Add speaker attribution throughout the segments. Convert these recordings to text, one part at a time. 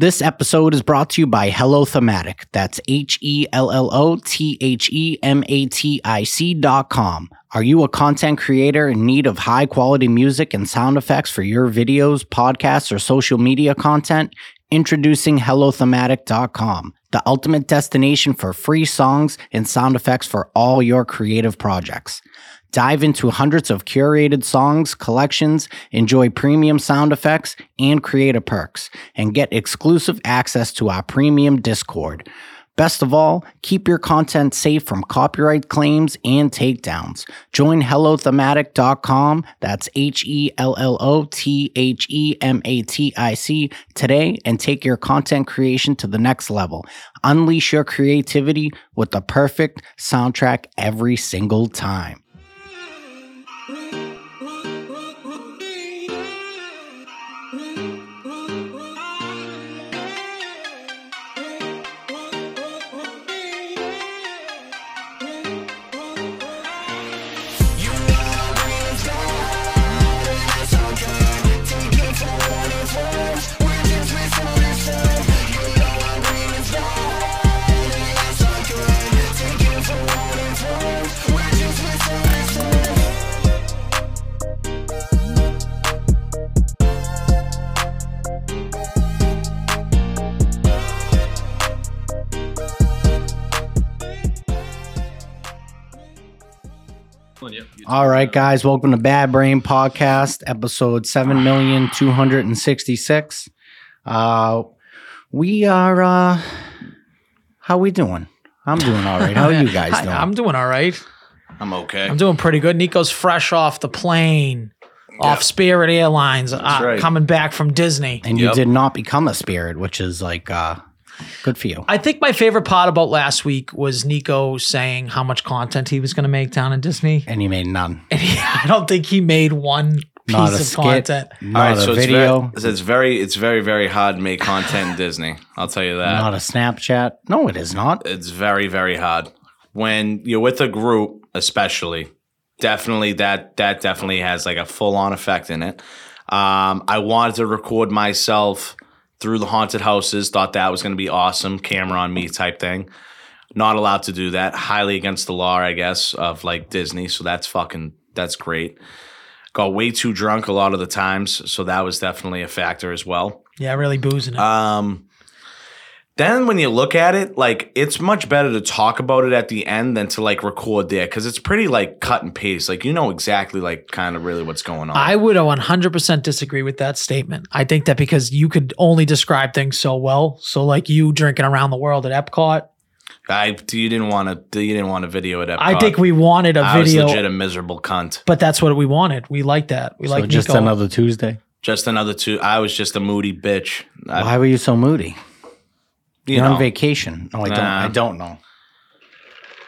Speaker 1: This episode is brought to you by Hello Thematic. That's H E L L O T H E M A T I C dot com. Are you a content creator in need of high quality music and sound effects for your videos, podcasts, or social media content? Introducing HelloThematic.com, the ultimate destination for free songs and sound effects for all your creative projects. Dive into hundreds of curated songs, collections, enjoy premium sound effects, and creator perks, and get exclusive access to our premium Discord. Best of all, keep your content safe from copyright claims and takedowns. Join HelloThematic.com, that's H E L L O T H E M A T I C, today and take your content creation to the next level. Unleash your creativity with the perfect soundtrack every single time. All right, guys, welcome to Bad Brain Podcast, episode seven million two hundred and sixty-six. Uh, we are. Uh, how we doing? I'm doing all right. How are you guys
Speaker 2: Hi,
Speaker 1: doing?
Speaker 2: I'm doing all right.
Speaker 3: I'm okay.
Speaker 2: I'm doing pretty good. Nico's fresh off the plane, off Spirit Airlines, uh,
Speaker 3: right.
Speaker 2: coming back from Disney.
Speaker 1: and you
Speaker 3: Yep.
Speaker 1: did not become a spirit, which is like uh, good for you.
Speaker 2: I think my favorite part about last week was Nico saying how much content he was going to make down in Disney.
Speaker 1: And you made none.
Speaker 2: And he, I don't think he made one
Speaker 1: Not a
Speaker 2: piece of
Speaker 1: skit.
Speaker 2: content.
Speaker 1: Not a video.
Speaker 3: so It's very, so it's very, it's very, very hard to make content in Disney. I'll tell you that.
Speaker 1: Not a Snapchat. No, it is not.
Speaker 3: it's very, very hard when you're with a group, especially. Definitely, that that definitely has like a full on effect in it. Um, I wanted to record myself through the haunted houses. Thought that was going to be awesome, camera on me type thing. Not allowed to do that. Highly against the law, I guess, of like Disney. So that's fucking that's great. Got way too drunk a lot of the times, so that was definitely a factor as well.
Speaker 2: Yeah, really boozing it.
Speaker 3: Um, then when you look at it, like it's much better to talk about it at the end than to like record there because it's pretty like cut and paste. Like you know exactly like kind of really what's going on.
Speaker 2: I would 100% disagree with that statement. I think that because you could only describe things so well. So, like you drinking around the world at Epcot,
Speaker 3: I you didn't want to you didn't want a video at Epcot.
Speaker 2: I think we wanted a
Speaker 3: Uh, I was
Speaker 2: video.
Speaker 3: legit a miserable cunt.
Speaker 2: But that's what we wanted. We like that. We
Speaker 1: so
Speaker 2: like
Speaker 1: just
Speaker 2: Nico.
Speaker 1: another Tuesday.
Speaker 3: Just another two. I was just a moody bitch. I,
Speaker 1: Why were you so moody?
Speaker 3: you
Speaker 1: You're
Speaker 3: know.
Speaker 1: on vacation. No, I don't.
Speaker 3: Nah.
Speaker 1: I don't know.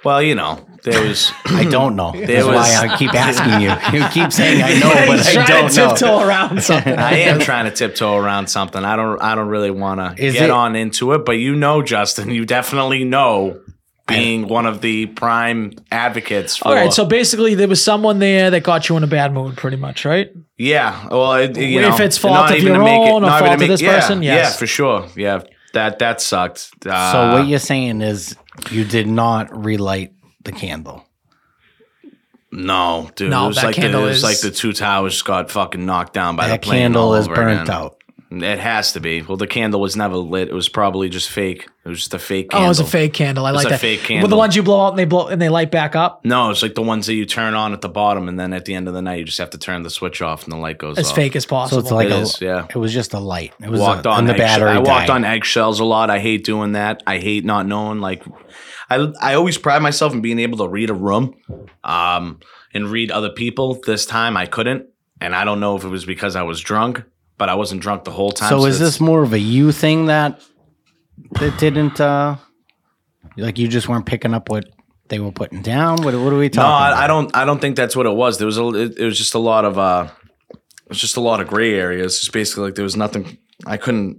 Speaker 3: well, you know there was.
Speaker 1: I don't know. That's
Speaker 3: was-
Speaker 1: why I keep asking you. You keep saying I know, but
Speaker 2: He's
Speaker 1: I
Speaker 2: trying
Speaker 1: don't
Speaker 2: to
Speaker 1: know.
Speaker 2: tiptoe around something.
Speaker 3: I am trying to tiptoe around something. I don't. I don't really want to
Speaker 1: Is
Speaker 3: get
Speaker 1: it-
Speaker 3: on into it, but you know, Justin, you definitely know being one of the prime advocates. For,
Speaker 2: All right. So basically, there was someone there that got you in a bad mood, pretty much, right?
Speaker 3: yeah, well, it, you
Speaker 2: If
Speaker 3: know,
Speaker 2: it's fault
Speaker 3: not
Speaker 2: of
Speaker 3: even to
Speaker 2: your
Speaker 3: make it-
Speaker 2: own or
Speaker 3: not even
Speaker 2: fault
Speaker 3: to
Speaker 2: of
Speaker 3: make-
Speaker 2: this
Speaker 3: yeah,
Speaker 2: person,
Speaker 3: yeah,
Speaker 2: yes.
Speaker 3: for sure, yeah, that that sucked. Uh,
Speaker 1: So what you're saying is you did not relight the candle.
Speaker 3: no, dude,
Speaker 2: No,
Speaker 3: it was
Speaker 2: that
Speaker 3: like the, it
Speaker 2: candle
Speaker 3: was
Speaker 2: is-
Speaker 3: like the two towers got fucking knocked down by
Speaker 1: That
Speaker 3: the plane
Speaker 1: candle
Speaker 3: all
Speaker 1: is
Speaker 3: over
Speaker 1: burnt
Speaker 3: again.
Speaker 1: out.
Speaker 3: It has to be. Well, the candle was never lit. It was probably just fake. It was just a fake. Candle.
Speaker 2: Oh, it was a fake candle. I
Speaker 3: was
Speaker 2: like
Speaker 3: a
Speaker 2: that.
Speaker 3: fake
Speaker 2: Well, the
Speaker 3: candle.
Speaker 2: ones you blow out and they blow and they light back up.
Speaker 3: No, it's like the ones that you turn on at the bottom, and then at the end of the night, you just have to turn the switch off, and the light goes
Speaker 2: As
Speaker 3: off.
Speaker 2: fake as
Speaker 1: So
Speaker 2: possible.
Speaker 1: it's like
Speaker 3: It
Speaker 1: a,
Speaker 3: is, yeah.
Speaker 1: It was just a light. It was
Speaker 3: Walked
Speaker 1: a,
Speaker 3: on
Speaker 1: and the
Speaker 3: eggshell-
Speaker 1: battery.
Speaker 3: I walked
Speaker 1: died.
Speaker 3: on eggshells a lot. I hate doing that. I hate not knowing. Like, I I always pride myself in being able to read a room, um, and read other people. This time I couldn't, and I don't know if it was because I was drunk, but I wasn't drunk the whole time.
Speaker 1: So is
Speaker 3: it's-
Speaker 1: this more of a you thing that that didn't uh like you just weren't picking up what they were putting down? What what are we talking
Speaker 3: No,
Speaker 1: about?
Speaker 3: I, I don't. I don't think that's what it was. There was a. It, it was just a lot of. uh It was just a lot of gray areas. It's basically like there was nothing. I couldn't.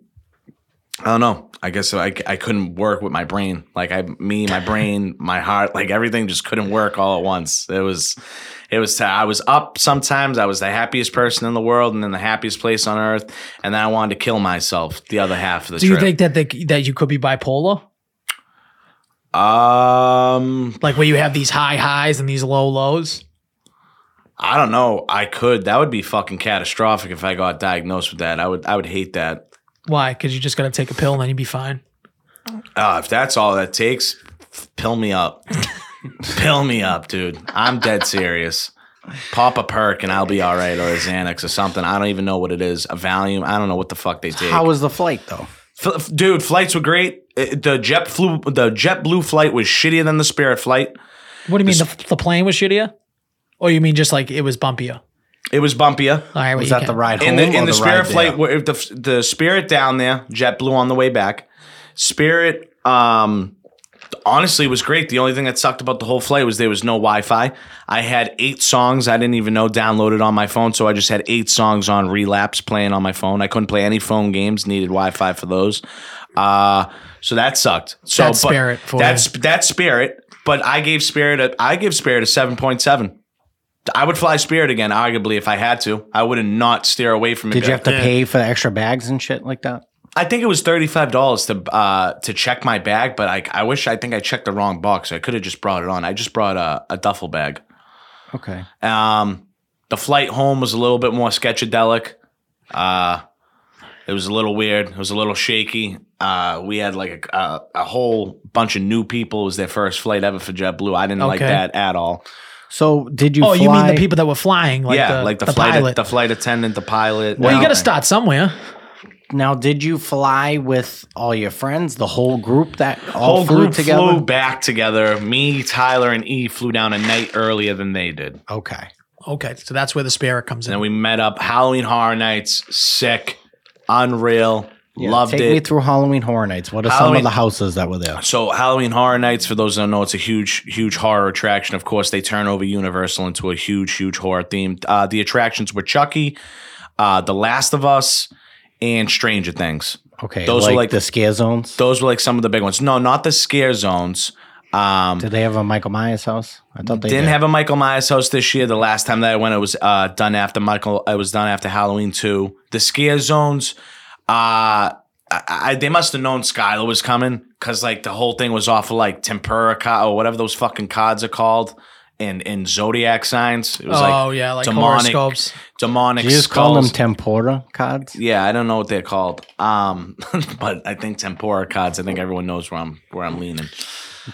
Speaker 3: I don't know. I guess I, I couldn't work with my brain. Like I, me, my brain, my heart, like everything just couldn't work all at once. It was, it was. I was up sometimes. I was the happiest person in the world and in the happiest place on earth. And then I wanted to kill myself. The other half of the
Speaker 2: Do you
Speaker 3: trip.
Speaker 2: think that they, that you could be bipolar?
Speaker 3: um,
Speaker 2: Like where you have these high highs and these low lows?
Speaker 3: I don't know. I could. That would be fucking catastrophic if I got diagnosed with that. I would. I would hate that.
Speaker 2: Why? Because you just got to take a pill and then you'd be fine.
Speaker 3: Uh, if that's all that takes, f- pill me up. pill me up, dude. I'm dead serious. Pop a perk and I'll be all right, or a Xanax or something. I don't even know what it is. A Valium. I don't know what the fuck they take.
Speaker 1: How was the flight though?
Speaker 3: F- f- dude, flights were great. Uh, The jet flew. The JetBlue flight was shittier than the Spirit flight.
Speaker 2: What do you mean? The, the plane was shittier? Or you mean just like it was bumpier? All
Speaker 3: It was bumpier.
Speaker 2: right.
Speaker 1: Was
Speaker 2: well,
Speaker 1: that
Speaker 2: you
Speaker 1: the
Speaker 2: can't-
Speaker 1: ride
Speaker 3: in
Speaker 1: home
Speaker 3: the
Speaker 1: or
Speaker 3: in the
Speaker 1: the
Speaker 3: Spirit
Speaker 1: ride
Speaker 3: flight,
Speaker 1: there?
Speaker 3: where the the Spirit down there, JetBlue on the way back. Spirit, um, honestly, was great. The only thing that sucked about the whole flight was there was no Wi-Fi. I had eight songs I didn't even know downloaded on my phone, so I just had eight songs on relapse playing on my phone. I couldn't play any phone games; needed Wi-Fi for those. Uh, so that sucked. So
Speaker 2: That's
Speaker 3: but-
Speaker 2: Spirit for you.
Speaker 3: that's that's Spirit. But I gave Spirit a I give Spirit a seven point seven. I would fly Spirit again, arguably, if I had to. I would not steer away from it.
Speaker 1: Did you have to
Speaker 2: Yeah.
Speaker 1: pay for the extra bags and shit like that?
Speaker 3: I think it was thirty five dollars to uh, to check my bag, but I I wish I think I checked the wrong box. I could have just brought it on. I just brought a, a duffel bag.
Speaker 1: Okay.
Speaker 3: Um, the flight home was a little bit more sketchadelic. Uh, it was a little weird. It was a little shaky. Uh, we had like a, a, a whole bunch of new people. It was their first flight ever for JetBlue. I didn't like
Speaker 2: Okay.
Speaker 3: that at all.
Speaker 1: So did you?
Speaker 2: Oh, you mean
Speaker 1: fly-
Speaker 2: the people that were flying? Like
Speaker 3: yeah,
Speaker 2: the,
Speaker 3: like the,
Speaker 2: the
Speaker 3: flight
Speaker 2: pilot.
Speaker 3: the flight attendant, the pilot.
Speaker 2: well, you
Speaker 3: Now-
Speaker 2: got to start somewhere.
Speaker 1: Now, did you fly with all your friends, the whole group that all
Speaker 3: whole
Speaker 1: flew
Speaker 3: group
Speaker 1: together?
Speaker 3: flew back together. Me, Tyler, and E flew down a night earlier than they did.
Speaker 1: Okay.
Speaker 2: Okay, so that's where the spirit comes in.
Speaker 3: And then we met up Halloween Horror Nights. Sick, unreal, loved
Speaker 1: Take
Speaker 3: it.
Speaker 1: me through Halloween Horror Nights. What are some
Speaker 3: Halloween-
Speaker 1: of the houses that were there?
Speaker 3: so Halloween Horror Nights, for those that don't know, it's a huge, huge horror attraction. Of course, they turn over Universal into a huge, huge horror theme. Uh, the attractions were Chucky, uh, The Last of Us, and Stranger Things.
Speaker 1: Okay. Those
Speaker 3: Those were
Speaker 1: like,
Speaker 3: like-
Speaker 1: the scare zones.
Speaker 3: Those were like some of the big ones. No, not the scare zones. Um,
Speaker 1: did they have a Michael Myers house? I thought they
Speaker 3: didn't
Speaker 1: did.
Speaker 3: have a Michael Myers house this year. The last time that I went, it was uh, done after Michael. It was done after Halloween two. The scare zones. Uh, I, I, they must have known Skylar was coming because like the whole thing was off of like tempura cod or whatever those fucking cods are called, and and zodiac signs. It was
Speaker 2: oh
Speaker 3: like
Speaker 2: yeah, like
Speaker 3: demonic-
Speaker 2: horoscopes.
Speaker 3: demonic.
Speaker 1: Did you just call them
Speaker 3: skulls.
Speaker 1: tempura cards?
Speaker 3: yeah, I don't know what they're called. Um, but I think tempura cods. I think everyone knows where I'm where I'm leaning.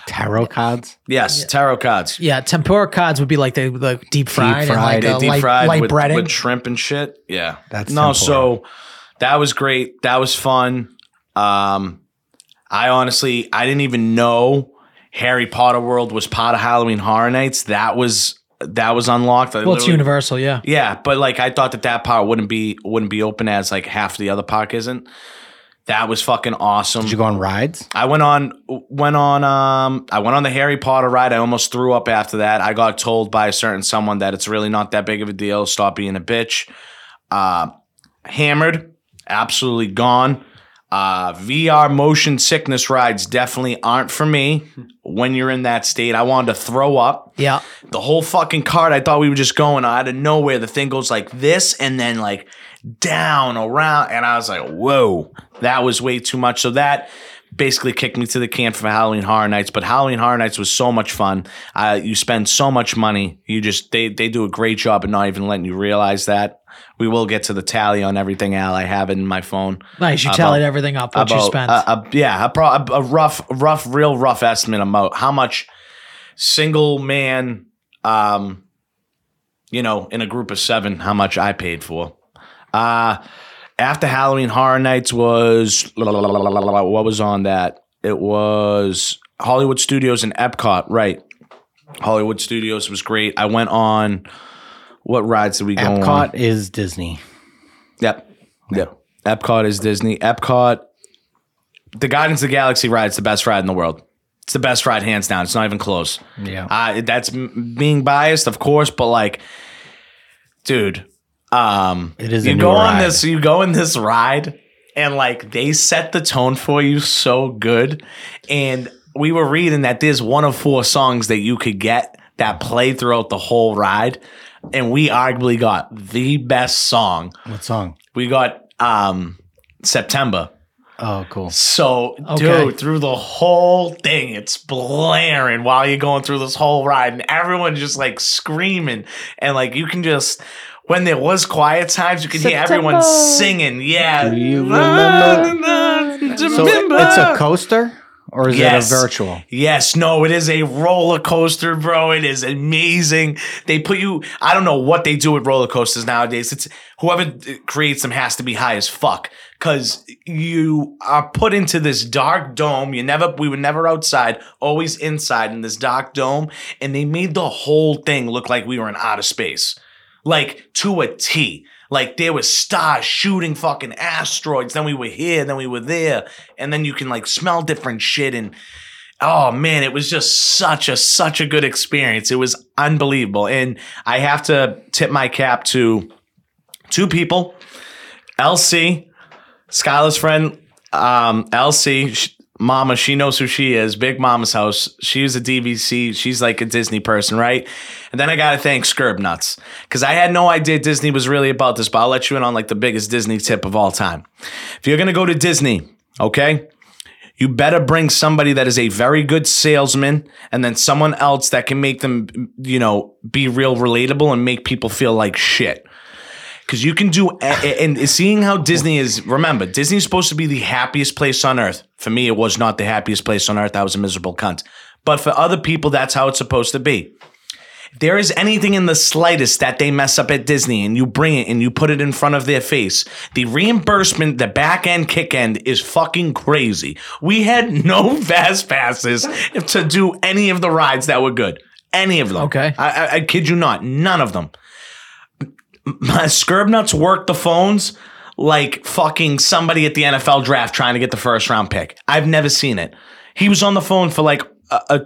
Speaker 1: Tarot cards?
Speaker 3: Yes, tarot cods.
Speaker 2: Yeah, tempura cods would be like they like deep fried, and
Speaker 1: fried,
Speaker 2: like
Speaker 1: they
Speaker 2: uh,
Speaker 3: deep
Speaker 2: light,
Speaker 3: fried
Speaker 2: light
Speaker 3: with,
Speaker 2: breading.
Speaker 3: with shrimp and shit. Yeah,
Speaker 1: That's
Speaker 3: no.
Speaker 1: tempura.
Speaker 3: So that was great. That was fun. Um, I honestly, I didn't even know Harry Potter World was part of Halloween Horror Nights. That was that was unlocked. I
Speaker 2: well, it's
Speaker 3: literally-
Speaker 2: universal, yeah.
Speaker 3: Yeah, but like I thought that that part wouldn't be wouldn't be open as like half the other park isn't. That was fucking awesome.
Speaker 1: Did you go on rides?
Speaker 3: I went on went on um I went on the Harry Potter ride. I almost threw up after that. I got told by a certain someone that it's really not that big of a deal. Stop being a bitch. Uh, hammered, absolutely gone. Uh, VR motion sickness rides definitely aren't for me. When you're in that state, I wanted to throw up
Speaker 2: Yeah.
Speaker 3: the whole fucking cart. I thought we were just going out of nowhere. The thing goes like this and then like down around, and I was like, whoa, that was way too much. So that basically kicked me to the can for Halloween Horror Nights. But Halloween Horror Nights was so much fun. Uh, you spend so much money. You just they they do a great job at not even letting you realize that. We will get to the tally on everything, Al. I have it in my phone.
Speaker 2: Nice. You
Speaker 3: About-
Speaker 2: tallied everything up what you
Speaker 3: About,
Speaker 2: spent.
Speaker 3: uh, uh, yeah, a, pro- a, a rough, rough, real rough estimate about how much single man, um, you know, in a group of seven, how much I paid for. Uh, after Halloween Horror Nights was what was on that? It was Hollywood Studios and Epcot, right? Hollywood Studios was great. I went on what rides did we go on?
Speaker 1: Epcot is Disney.
Speaker 3: Yep. Yep. Epcot is Disney. Epcot, the Guardians of the Galaxy ride is the best ride in the world. It's the best ride, hands down. It's not even close.
Speaker 1: Yeah.
Speaker 3: Uh, that's m- being biased, of course, but like, dude, um,
Speaker 1: It is a
Speaker 3: you
Speaker 1: new
Speaker 3: go on
Speaker 1: ride.
Speaker 3: this, you go in this ride, and like they set the tone for you so good. And we were reading that there's one of four songs that you could get that play throughout the whole ride, and we arguably got the best song.
Speaker 1: What song?
Speaker 3: We got um September.
Speaker 1: Oh, cool.
Speaker 3: So,
Speaker 2: Okay.
Speaker 3: dude, through the whole thing, it's blaring while you're going through this whole ride, and everyone's just like screaming, and like you can just. When there was quiet times, you could hear everyone
Speaker 2: September.
Speaker 3: singing. Yeah,
Speaker 1: Do you remember? So it's a coaster or is
Speaker 3: Yes.
Speaker 1: it a virtual?
Speaker 3: Yes, no, it is a roller coaster, bro. It is amazing. They put you, I don't know what they do with roller coasters nowadays. It's whoever creates them has to be high as fuck because you are put into this dark dome. You never, we were never outside, always inside in this dark dome. And they made the whole thing look like we were in outer space, like to a T. Like there was stars shooting fucking asteroids. Then we were here, then we were there. And then you can like smell different shit and oh man, it was just such a such a good experience. It was unbelievable, and I have to tip my cap to two people, LC, Skylar's friend, um, LC. sh Mama, she knows who she is. Big Mama's house. She's a DVC. She's like a Disney person, right? And then I gotta thank Skirb Nuts because I had no idea Disney was really about this. But I'll let you in on like the biggest Disney tip of all time. If you're gonna go to Disney, okay, you better bring somebody that is a very good salesman and then someone else that can make them, you know, be real relatable and make people feel like shit. Because you can do, a- a- and seeing how Disney is, remember, Disney's supposed to be the happiest place on earth. For me, it was not the happiest place on earth. I was a miserable cunt. But for other people, that's how it's supposed to be. If there is anything in the slightest that they mess up at Disney and you bring it and you put it in front of their face, the reimbursement, the back end kick end is fucking crazy. We had no fast passes to do any of the rides that were good. Any of them.
Speaker 2: Okay.
Speaker 3: I, I, I kid you not. None of them. My Scurbnuts worked the phones like fucking somebody at the NFL draft trying to get the first round pick. I've never seen it. He was on the phone for like a, a,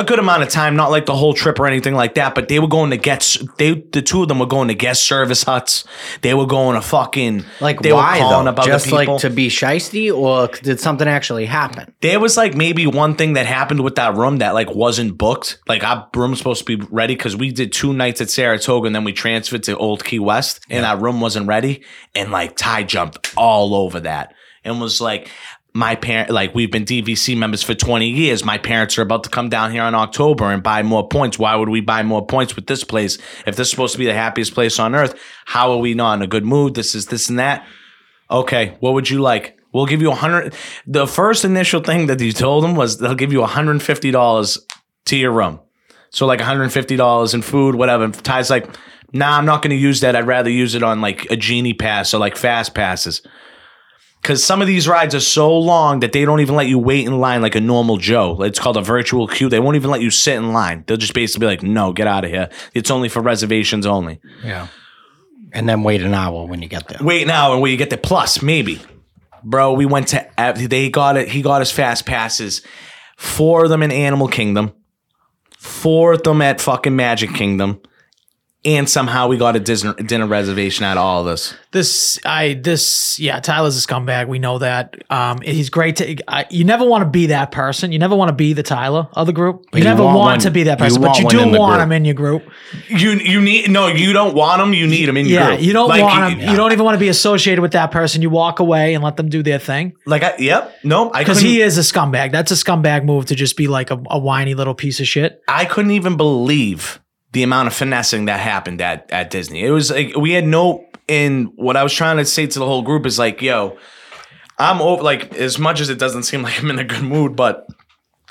Speaker 3: a good amount of time, not like the whole trip or anything like that, but they were going to get, s- they, the two of them were going to guest service huts. They were going to fucking,
Speaker 1: Like
Speaker 3: they
Speaker 1: why though?
Speaker 3: the
Speaker 1: Just
Speaker 3: people.
Speaker 1: like to be shisty, or did something actually happen?
Speaker 3: there was like maybe one thing that happened with that room that like wasn't booked. Like our room was supposed to be ready because we did two nights at Saratoga and then we transferred to Old Key West and our room wasn't ready. And like Ty jumped all over that and was like, my parent, like we've been DVC members for 20 years. My parents are about to come down here in October and buy more points. Why would we buy more points with this place? If this is supposed to be the happiest place on earth, how are we not in a good mood? This is this and that. Okay, what would you like? We'll give you a hundred. The first initial thing that you told them was they'll give you hundred and fifty dollars to your room. So like hundred and fifty dollars in food, whatever. And Ty's like, nah, I'm not going to use that. I'd rather use it on like a genie pass or like fast passes. Because some of these rides are so long that they don't even let you wait in line like a normal Joe. It's called a virtual queue. They won't even let you sit in line. They'll just basically be like, no, get out of here. It's only for reservations only.
Speaker 1: Yeah. And then wait an hour when you get there.
Speaker 3: Wait now, and where you get the plus, maybe. Bro, we went to ev- they got it. He got his fast passes. Four of them in Animal Kingdom, four of them at fucking Magic Kingdom, and somehow we got a Disney dinner reservation out of all this.
Speaker 2: This, I, this, yeah, Tyler's a scumbag. We know that. Um, he's great to, I, you never want to be that person. You never want to be the Tyler of the group. you,
Speaker 3: you
Speaker 2: never
Speaker 3: want
Speaker 2: want,
Speaker 3: one-
Speaker 2: to be that
Speaker 3: you
Speaker 2: person, but
Speaker 3: want
Speaker 2: you
Speaker 3: one
Speaker 2: do
Speaker 3: in the
Speaker 2: want
Speaker 3: group.
Speaker 2: him in your group.
Speaker 3: You you need no, you don't want them. You need them in your
Speaker 2: Yeah.
Speaker 3: group.
Speaker 2: You don't
Speaker 3: Like,
Speaker 2: want him.
Speaker 3: yeah.
Speaker 2: You don't even want to be associated with that person. You walk away and let them do their thing.
Speaker 3: like. I, yep. No, I
Speaker 2: Because
Speaker 3: couldn't-
Speaker 2: he is a scumbag. That's a scumbag move to just be like a, a whiny little piece of shit.
Speaker 3: I couldn't even believe the amount of finessing that happened at, at Disney. It was like we had no and what I was trying to say to the whole group is like, yo, I'm over like as much as it doesn't seem like I'm in a good mood, but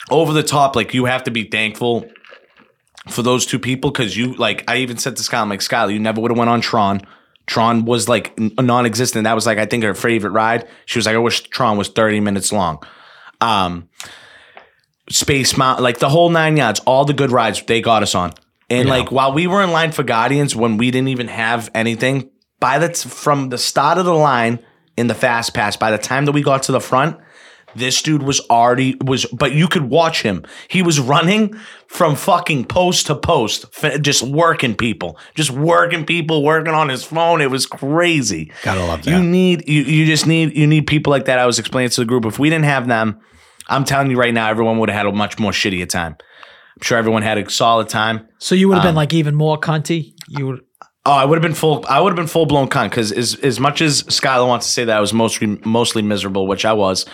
Speaker 3: over the top, like you have to be thankful for those two people because you like I even said to Skylar, I'm like Skylar, you never would have went on Tron. Tron was like n- non-existent. That was like I think her favorite ride. She was like, I wish Tron was 30 minutes long. Um, Space Mountain, like the whole nine yards, all the good rides they got us on. And like while we were in line for Guardians, when we didn't even have anything, by the t- from the start of the line in the fast pass, by the time that we got to the front, This dude was already was, but you could watch him. He was running from fucking post to post, f- just working people, just working people, working on his phone. It was crazy.
Speaker 1: Gotta love that.
Speaker 3: You need you, you just need you need people like that. I was explaining to the group. If we didn't have them, I'm telling you right now, everyone would have had a much more shittier time. I'm sure everyone had a solid time.
Speaker 2: So you would have been
Speaker 1: Um,
Speaker 2: like even more cunty. You would.
Speaker 3: Oh, I would have been full. I would have been full blown cunt because as as much as Skylar wants to say that I was mostly mostly miserable, which I was.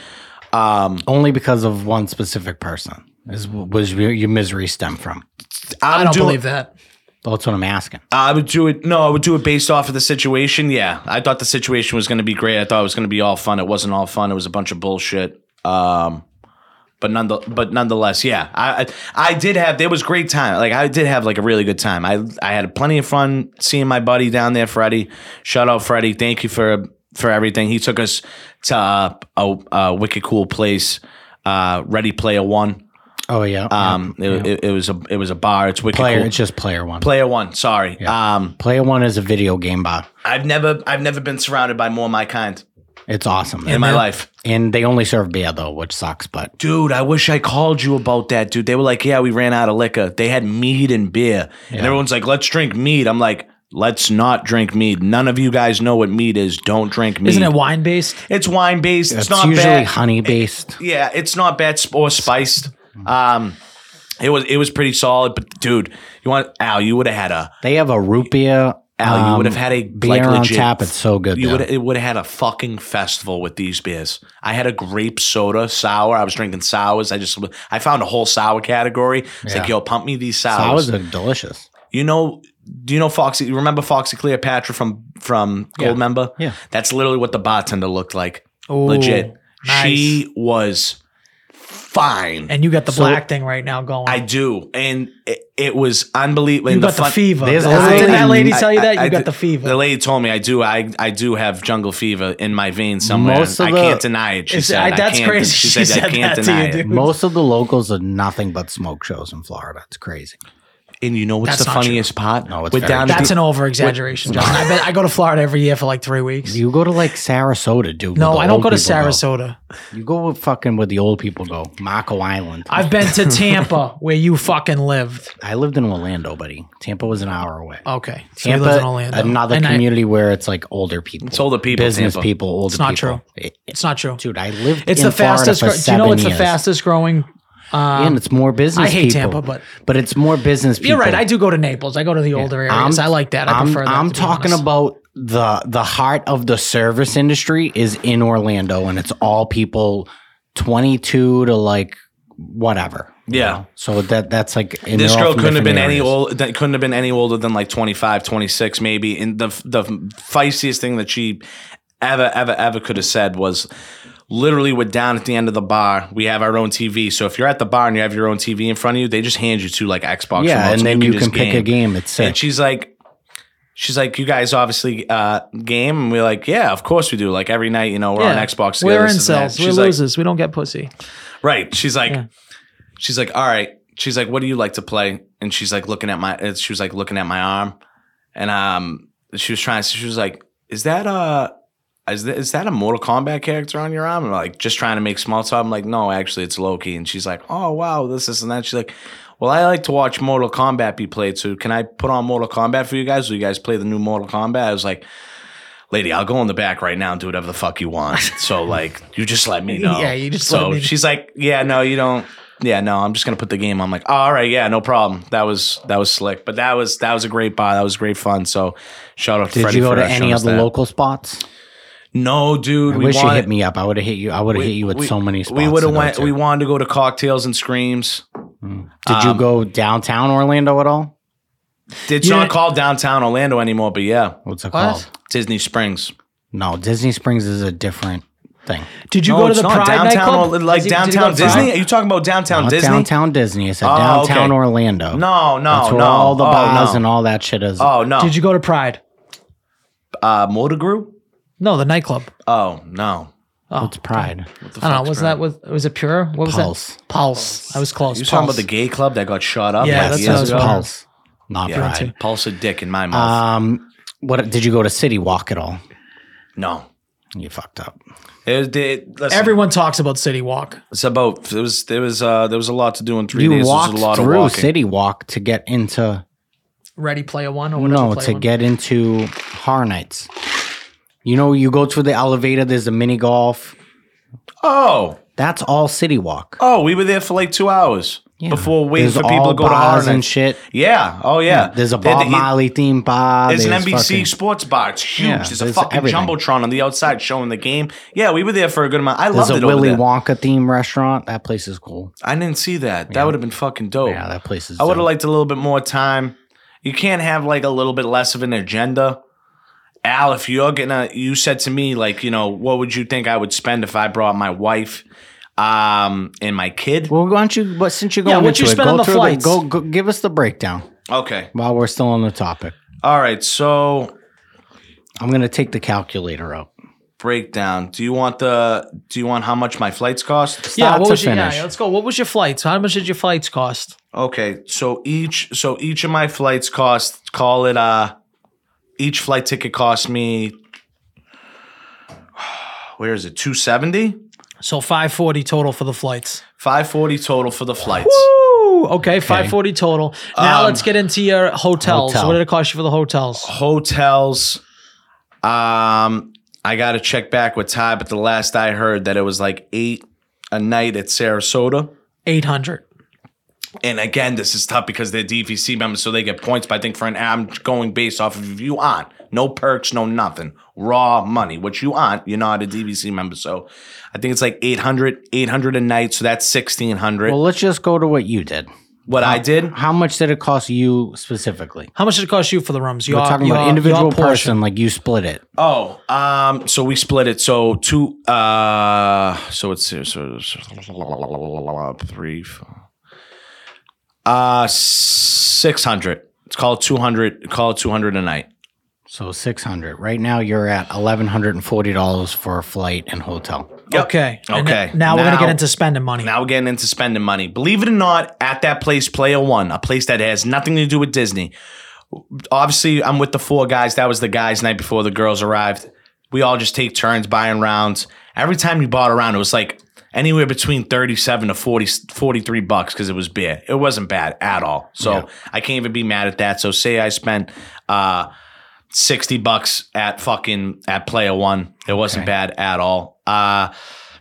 Speaker 3: Um,
Speaker 1: Only because of one specific person is was your, your misery stem from.
Speaker 3: I'm
Speaker 2: I don't
Speaker 3: doing-
Speaker 2: believe that.
Speaker 1: That's what I'm asking.
Speaker 3: I would do it. No, I would do it based off of the situation. Yeah, I thought the situation was going to be great. I thought it was going to be all fun. It wasn't all fun. It was a bunch of bullshit. Um, but none, but nonetheless, yeah, I, I, I did have. There was great time. Like I did have like a really good time. I, I had plenty of fun seeing my buddy down there, Freddie. Shout out, Freddie. Thank you for for everything. He took us to uh, a, a wicked cool place, uh, Ready Player One.
Speaker 1: Oh yeah,
Speaker 3: Um, it, it, it was a it was a bar. It's wicked
Speaker 1: player.
Speaker 3: cool.
Speaker 1: It's just player one.
Speaker 3: Player One. Sorry. Um.
Speaker 1: player one is a video game bot.
Speaker 3: I've never I've never been surrounded by more my kind
Speaker 1: It's awesome,
Speaker 3: in
Speaker 1: and,
Speaker 3: my life.
Speaker 1: they only serve beer though, which sucks. But
Speaker 3: Dude, I wish I called you about that, dude. They were like, "Yeah, we ran out of liquor." They had mead and beer, and everyone's like, "Let's drink mead." I'm like, "Let's not drink mead." None of you guys know what mead is. Don't drink mead.
Speaker 2: Isn't it wine based?
Speaker 3: It's wine based. It's,
Speaker 1: it's,
Speaker 3: not
Speaker 1: usually
Speaker 3: bad.
Speaker 1: honey based.
Speaker 3: yeah, it's not bad sp- or spiced. Um, it was it was pretty solid, but dude, you want Al? You would have had a
Speaker 1: They have a root beer.
Speaker 3: Al. you
Speaker 1: um,
Speaker 3: would have had a
Speaker 1: beer
Speaker 3: like,
Speaker 1: on
Speaker 3: legit
Speaker 1: tap. It's so good.
Speaker 3: You
Speaker 1: there.
Speaker 3: would it would have had a fucking festival with these beers. I had a grape soda sour. I was drinking sours. I just I found a whole sour category. It's like
Speaker 1: Yeah.
Speaker 3: yo, pump me these sours.
Speaker 1: Sours are delicious.
Speaker 3: you know, do you know Foxy? You remember Foxy Cleopatra from from
Speaker 1: Yeah.
Speaker 3: Gold Member?
Speaker 1: Yeah.
Speaker 3: that's literally what the bartender looked like.
Speaker 2: Ooh,
Speaker 3: Legit,
Speaker 2: nice.
Speaker 3: she was fine.
Speaker 2: And you got the
Speaker 1: So-
Speaker 2: black thing right now going.
Speaker 3: I do, and it, it was unbelievable.
Speaker 2: you
Speaker 3: And
Speaker 2: got the,
Speaker 3: fun-
Speaker 2: fever.
Speaker 1: There's
Speaker 2: Did
Speaker 1: a lady-
Speaker 2: that lady tell you
Speaker 3: I-
Speaker 2: that?
Speaker 3: I-
Speaker 2: You
Speaker 3: I
Speaker 2: got
Speaker 3: did-
Speaker 2: the fever.
Speaker 3: The lady told me I do. I I do have jungle fever in my veins somewhere.
Speaker 1: Most of
Speaker 3: I
Speaker 1: the-
Speaker 3: can't deny it. She
Speaker 2: It's-
Speaker 3: said
Speaker 2: I-
Speaker 3: I
Speaker 2: that's
Speaker 3: can't-
Speaker 2: crazy.
Speaker 3: She said, I can't
Speaker 2: that to
Speaker 3: deny
Speaker 2: you,
Speaker 3: it.
Speaker 2: dude.
Speaker 1: Most of the locals are nothing but smoke shows in Florida. It's crazy.
Speaker 3: And you know what's
Speaker 2: That's
Speaker 3: the
Speaker 2: not true.
Speaker 3: funniest part?
Speaker 1: No, it's
Speaker 3: We're
Speaker 1: very
Speaker 3: down at
Speaker 2: That's
Speaker 3: the-
Speaker 2: an over exaggeration, John. I bet I go to Florida every year for like three weeks.
Speaker 1: You go to like Sarasota, dude. where
Speaker 2: No,
Speaker 1: the
Speaker 2: I don't
Speaker 1: old
Speaker 2: go to
Speaker 1: people
Speaker 2: Sarasota.
Speaker 1: You go with fucking where the old people go, Marco Island. I,
Speaker 2: I've been to Tampa, where you fucking lived.
Speaker 1: lived in Orlando, buddy. Tampa was an hour away.
Speaker 2: Okay, Oh, so you
Speaker 1: Tampa,
Speaker 2: live in Orlando.
Speaker 1: another
Speaker 2: And I-
Speaker 1: community where it's like older people,
Speaker 3: It's older people,
Speaker 1: business
Speaker 3: Tampa.
Speaker 1: people, older.
Speaker 2: It's not
Speaker 1: people. It- it-
Speaker 2: it's not true.
Speaker 1: dude, I lived.
Speaker 2: It's
Speaker 1: in
Speaker 2: the fastest.
Speaker 1: Florida
Speaker 2: Gro-
Speaker 1: for
Speaker 2: do you know
Speaker 1: seven
Speaker 2: it's the
Speaker 1: years.
Speaker 2: fastest growing? Um,
Speaker 1: and it's more business.
Speaker 2: I hate
Speaker 1: people.
Speaker 2: Tampa, but-
Speaker 1: but it's more business. people.
Speaker 2: You're right. I do go to Naples. I go to the older areas. i like that. I
Speaker 1: am
Speaker 2: prefer that.
Speaker 1: I'm
Speaker 2: to be
Speaker 1: talking
Speaker 2: honest.
Speaker 1: about the the heart of the service industry is in Orlando, and it's all people 22 to like whatever. you
Speaker 3: Yeah.
Speaker 1: know? So that that's like and
Speaker 3: This
Speaker 1: they're all
Speaker 3: girl
Speaker 1: from
Speaker 3: couldn't have
Speaker 1: different
Speaker 3: been any
Speaker 1: areas.
Speaker 3: old. That couldn't have been any older than like 25, 26 maybe. And the the feistiest thing that she ever ever ever could have said was. Literally, we're down at the end of the bar. We have our own TV. So if you're at the bar and you have your own TV in front of you, they just hand you two like Xbox.
Speaker 1: Yeah,
Speaker 3: remotes
Speaker 1: and then you can,
Speaker 3: just
Speaker 1: pick a game. It's
Speaker 3: And
Speaker 1: sick.
Speaker 3: she's like, she's like, you guys obviously uh, game, and we're like, yeah, of course we do. Like every night, you know, we're on Xbox. together,
Speaker 2: We're
Speaker 3: this is that.
Speaker 2: incels. We're
Speaker 3: She's like,
Speaker 2: losers. we don't get pussy.
Speaker 3: right? She's like,
Speaker 2: Yeah.
Speaker 3: she's like, all right. She's like, what do you like to play? And she's like looking at my, uh, she was like looking at my arm, and um, she was trying. She was like, is that uh Is that, is that a Mortal Kombat character on your arm? And I'm like, just trying to make small talk. I'm like, no, actually, it's Loki. And she's like, oh, wow, this, this, and that. She's like, well, I like to watch Mortal Kombat be played. So can I put on Mortal Kombat for you guys? Will you guys play the new Mortal Kombat? I was like, lady, I'll go in the back right now and do whatever the fuck you want. So, like, you just let me know.
Speaker 2: Yeah, you just
Speaker 3: So
Speaker 2: let me-
Speaker 3: she's like, yeah, no, you don't. Yeah, no, I'm just gonna put the game. on." I'm like, "Oh, all right, yeah, no problem. That was that was slick, but that was that was a great buy. That was great fun. So, shout out to
Speaker 1: Did
Speaker 3: Freddie
Speaker 1: you go
Speaker 3: for
Speaker 1: to
Speaker 3: showing
Speaker 1: any
Speaker 3: us
Speaker 1: other
Speaker 3: that.
Speaker 1: local spots?
Speaker 3: No, dude.
Speaker 1: I
Speaker 3: we
Speaker 1: wish you
Speaker 3: wanted-
Speaker 1: hit me up. I would have hit you. I would have hit you with so many spots.
Speaker 3: We would
Speaker 1: to
Speaker 3: have
Speaker 1: go
Speaker 3: went.
Speaker 1: to.
Speaker 3: We wanted to go to cocktails and screams.
Speaker 1: Did
Speaker 3: um,
Speaker 1: you go downtown Orlando at all?
Speaker 3: It's
Speaker 2: Yeah.
Speaker 3: not called downtown Orlando anymore, but yeah,
Speaker 1: What's it
Speaker 2: What?
Speaker 1: called?
Speaker 3: Disney Springs.
Speaker 1: No, Disney Springs is a different thing.
Speaker 2: Did you
Speaker 3: No,
Speaker 2: go to
Speaker 3: it's
Speaker 2: the
Speaker 3: not.
Speaker 2: Pride
Speaker 3: downtown,
Speaker 2: nightclub?
Speaker 3: Orla- like
Speaker 2: Did you- did you go
Speaker 3: downtown
Speaker 2: to Pride?
Speaker 3: Disney. Are you talking about downtown
Speaker 1: Not
Speaker 3: Disney?
Speaker 1: Uh,
Speaker 3: Oh,
Speaker 1: downtown Disney. It's a
Speaker 3: okay.
Speaker 1: downtown Orlando.
Speaker 3: No, no,
Speaker 1: That's where
Speaker 3: no.
Speaker 1: all the
Speaker 3: oh,
Speaker 1: bars
Speaker 3: no.
Speaker 1: and all that shit is.
Speaker 3: Oh no.
Speaker 2: Did you go to Pride?
Speaker 3: uh, motor group?
Speaker 2: No, the nightclub.
Speaker 3: Oh no.
Speaker 2: Oh,
Speaker 1: It's Pride.
Speaker 2: I don't know. Was that was was it pure? What was
Speaker 1: Pulse.
Speaker 2: that? Pulse. I was close.
Speaker 3: You talking
Speaker 2: Pulse.
Speaker 3: about the gay club that got shot up?
Speaker 2: Yeah,
Speaker 3: like,
Speaker 2: that's
Speaker 1: Yes,
Speaker 3: years
Speaker 2: what I
Speaker 1: it's
Speaker 2: was
Speaker 3: ago?
Speaker 2: wondering.
Speaker 1: Pulse, not
Speaker 3: Yeah,
Speaker 1: Pride. Uh,
Speaker 3: Pulse a dick in my mouth.
Speaker 1: Um, what did you go to City Walk at all?
Speaker 3: no.
Speaker 1: You fucked up.
Speaker 3: It, was- it, listen,
Speaker 2: Everyone talks about City Walk.
Speaker 3: it's about there was there was uh, there was a lot to do in three
Speaker 1: you
Speaker 3: days. There was
Speaker 1: walked
Speaker 3: a lot of
Speaker 1: through
Speaker 3: walking.
Speaker 1: City Walk to get into
Speaker 2: Ready Player One or whatever.
Speaker 1: no
Speaker 2: Player
Speaker 1: to
Speaker 2: One.
Speaker 1: get into Horror Nights. You know, you go to the elevator. There's a mini golf.
Speaker 3: Oh,
Speaker 1: That's all City Walk.
Speaker 3: oh, we were there for like two hours
Speaker 1: Yeah.
Speaker 3: before waiting
Speaker 1: There's
Speaker 3: for people
Speaker 1: all
Speaker 3: to go to
Speaker 1: bars
Speaker 3: Harness.
Speaker 1: and shit.
Speaker 3: Yeah. Oh yeah.
Speaker 1: There's a
Speaker 3: They had
Speaker 1: Bob
Speaker 3: to eat-
Speaker 1: Marley theme bar.
Speaker 3: There's an
Speaker 1: there's
Speaker 3: NBC
Speaker 1: fucking-
Speaker 3: sports bar. It's huge.
Speaker 1: Yeah,
Speaker 3: there's a
Speaker 1: there's
Speaker 3: fucking
Speaker 1: everything.
Speaker 3: jumbotron on the outside showing the game. Yeah, we were there for a good amount. I
Speaker 1: There's
Speaker 3: loved
Speaker 1: a
Speaker 3: it
Speaker 1: Willy
Speaker 3: over there.
Speaker 1: Wonka theme restaurant. That place is cool.
Speaker 3: I didn't see that. That would have been fucking dope.
Speaker 1: Yeah, that place is.
Speaker 3: I would have
Speaker 1: dope.
Speaker 3: liked a little bit more time. You can't have like a little bit less of an agenda. Al, if you're gonna, you said to me like, you know, what would you think I would spend if I brought my wife, um, and my kid?
Speaker 1: Well, why don't you? But since you're
Speaker 2: Yeah,
Speaker 1: going
Speaker 2: what
Speaker 1: into
Speaker 2: you
Speaker 1: it,
Speaker 2: spend
Speaker 1: go
Speaker 2: on the
Speaker 1: through
Speaker 2: flights?
Speaker 1: go, go give us the breakdown
Speaker 3: Okay,
Speaker 1: while we're still on the topic.
Speaker 3: all right. So
Speaker 1: I'm gonna take the calculator out.
Speaker 3: breakdown. Do you want the? Do you want how much my flights cost?
Speaker 2: yeah,
Speaker 1: start
Speaker 2: what
Speaker 1: to
Speaker 2: was your, yeah,
Speaker 1: finish.
Speaker 2: yeah, let's go. What was your flights? How much did your flights cost?
Speaker 3: Okay, so each so each of my flights cost call it uh each flight ticket cost me where is it 270
Speaker 2: So five forty total for the flights.
Speaker 3: 540 total for the flights.
Speaker 2: Ooh, okay, five forty total. Now
Speaker 3: Um,
Speaker 2: let's get into your hotels.
Speaker 1: hotel.
Speaker 2: What did it cost you for the hotels?
Speaker 3: Hotels um I got to check back with Ty but the last I heard that it was like 8 a night at Sarasota.
Speaker 2: Eight hundred.
Speaker 3: And again, this is tough because they're DVC members, so they get points. But I think for an I'm going based off of if you on no perks, no nothing, raw money. What you on, you're not a DVC member. So I think it's like 800, 800 a night. So that's 1600.
Speaker 1: Well, let's just go to what you did.
Speaker 3: what I did,
Speaker 1: How much did it cost you specifically?
Speaker 2: How much did it cost you for the rooms? Your,
Speaker 1: We're talking
Speaker 2: your-
Speaker 1: about
Speaker 2: your
Speaker 1: individual
Speaker 2: portion.
Speaker 1: person, like you split it.
Speaker 3: oh, um, so we split it. So two, uh, so it's so, it's- three, four, uh, 600. It's called 200, call it 200 a night.
Speaker 1: So six hundred. Right now, you're at eleven hundred and forty dollars for a flight and hotel.
Speaker 3: Yep.
Speaker 2: Okay. And
Speaker 3: Okay.
Speaker 2: th- now, we're gonna
Speaker 3: Now-
Speaker 2: get into spending money.
Speaker 3: Now we're getting into spending money. Believe it or not, at that place, Player One, a place that has nothing to do with Disney. Obviously, I'm with the four guys. That was the guys' night before the girls arrived. We all just take turns buying rounds. Every time you bought a round, it was like anywhere between 37 to 40, 43 bucks because it was beer. It wasn't bad at all. So I can't even be mad at that. So say I spent uh, 60 bucks at fucking at player one. It wasn't bad at all. Uh,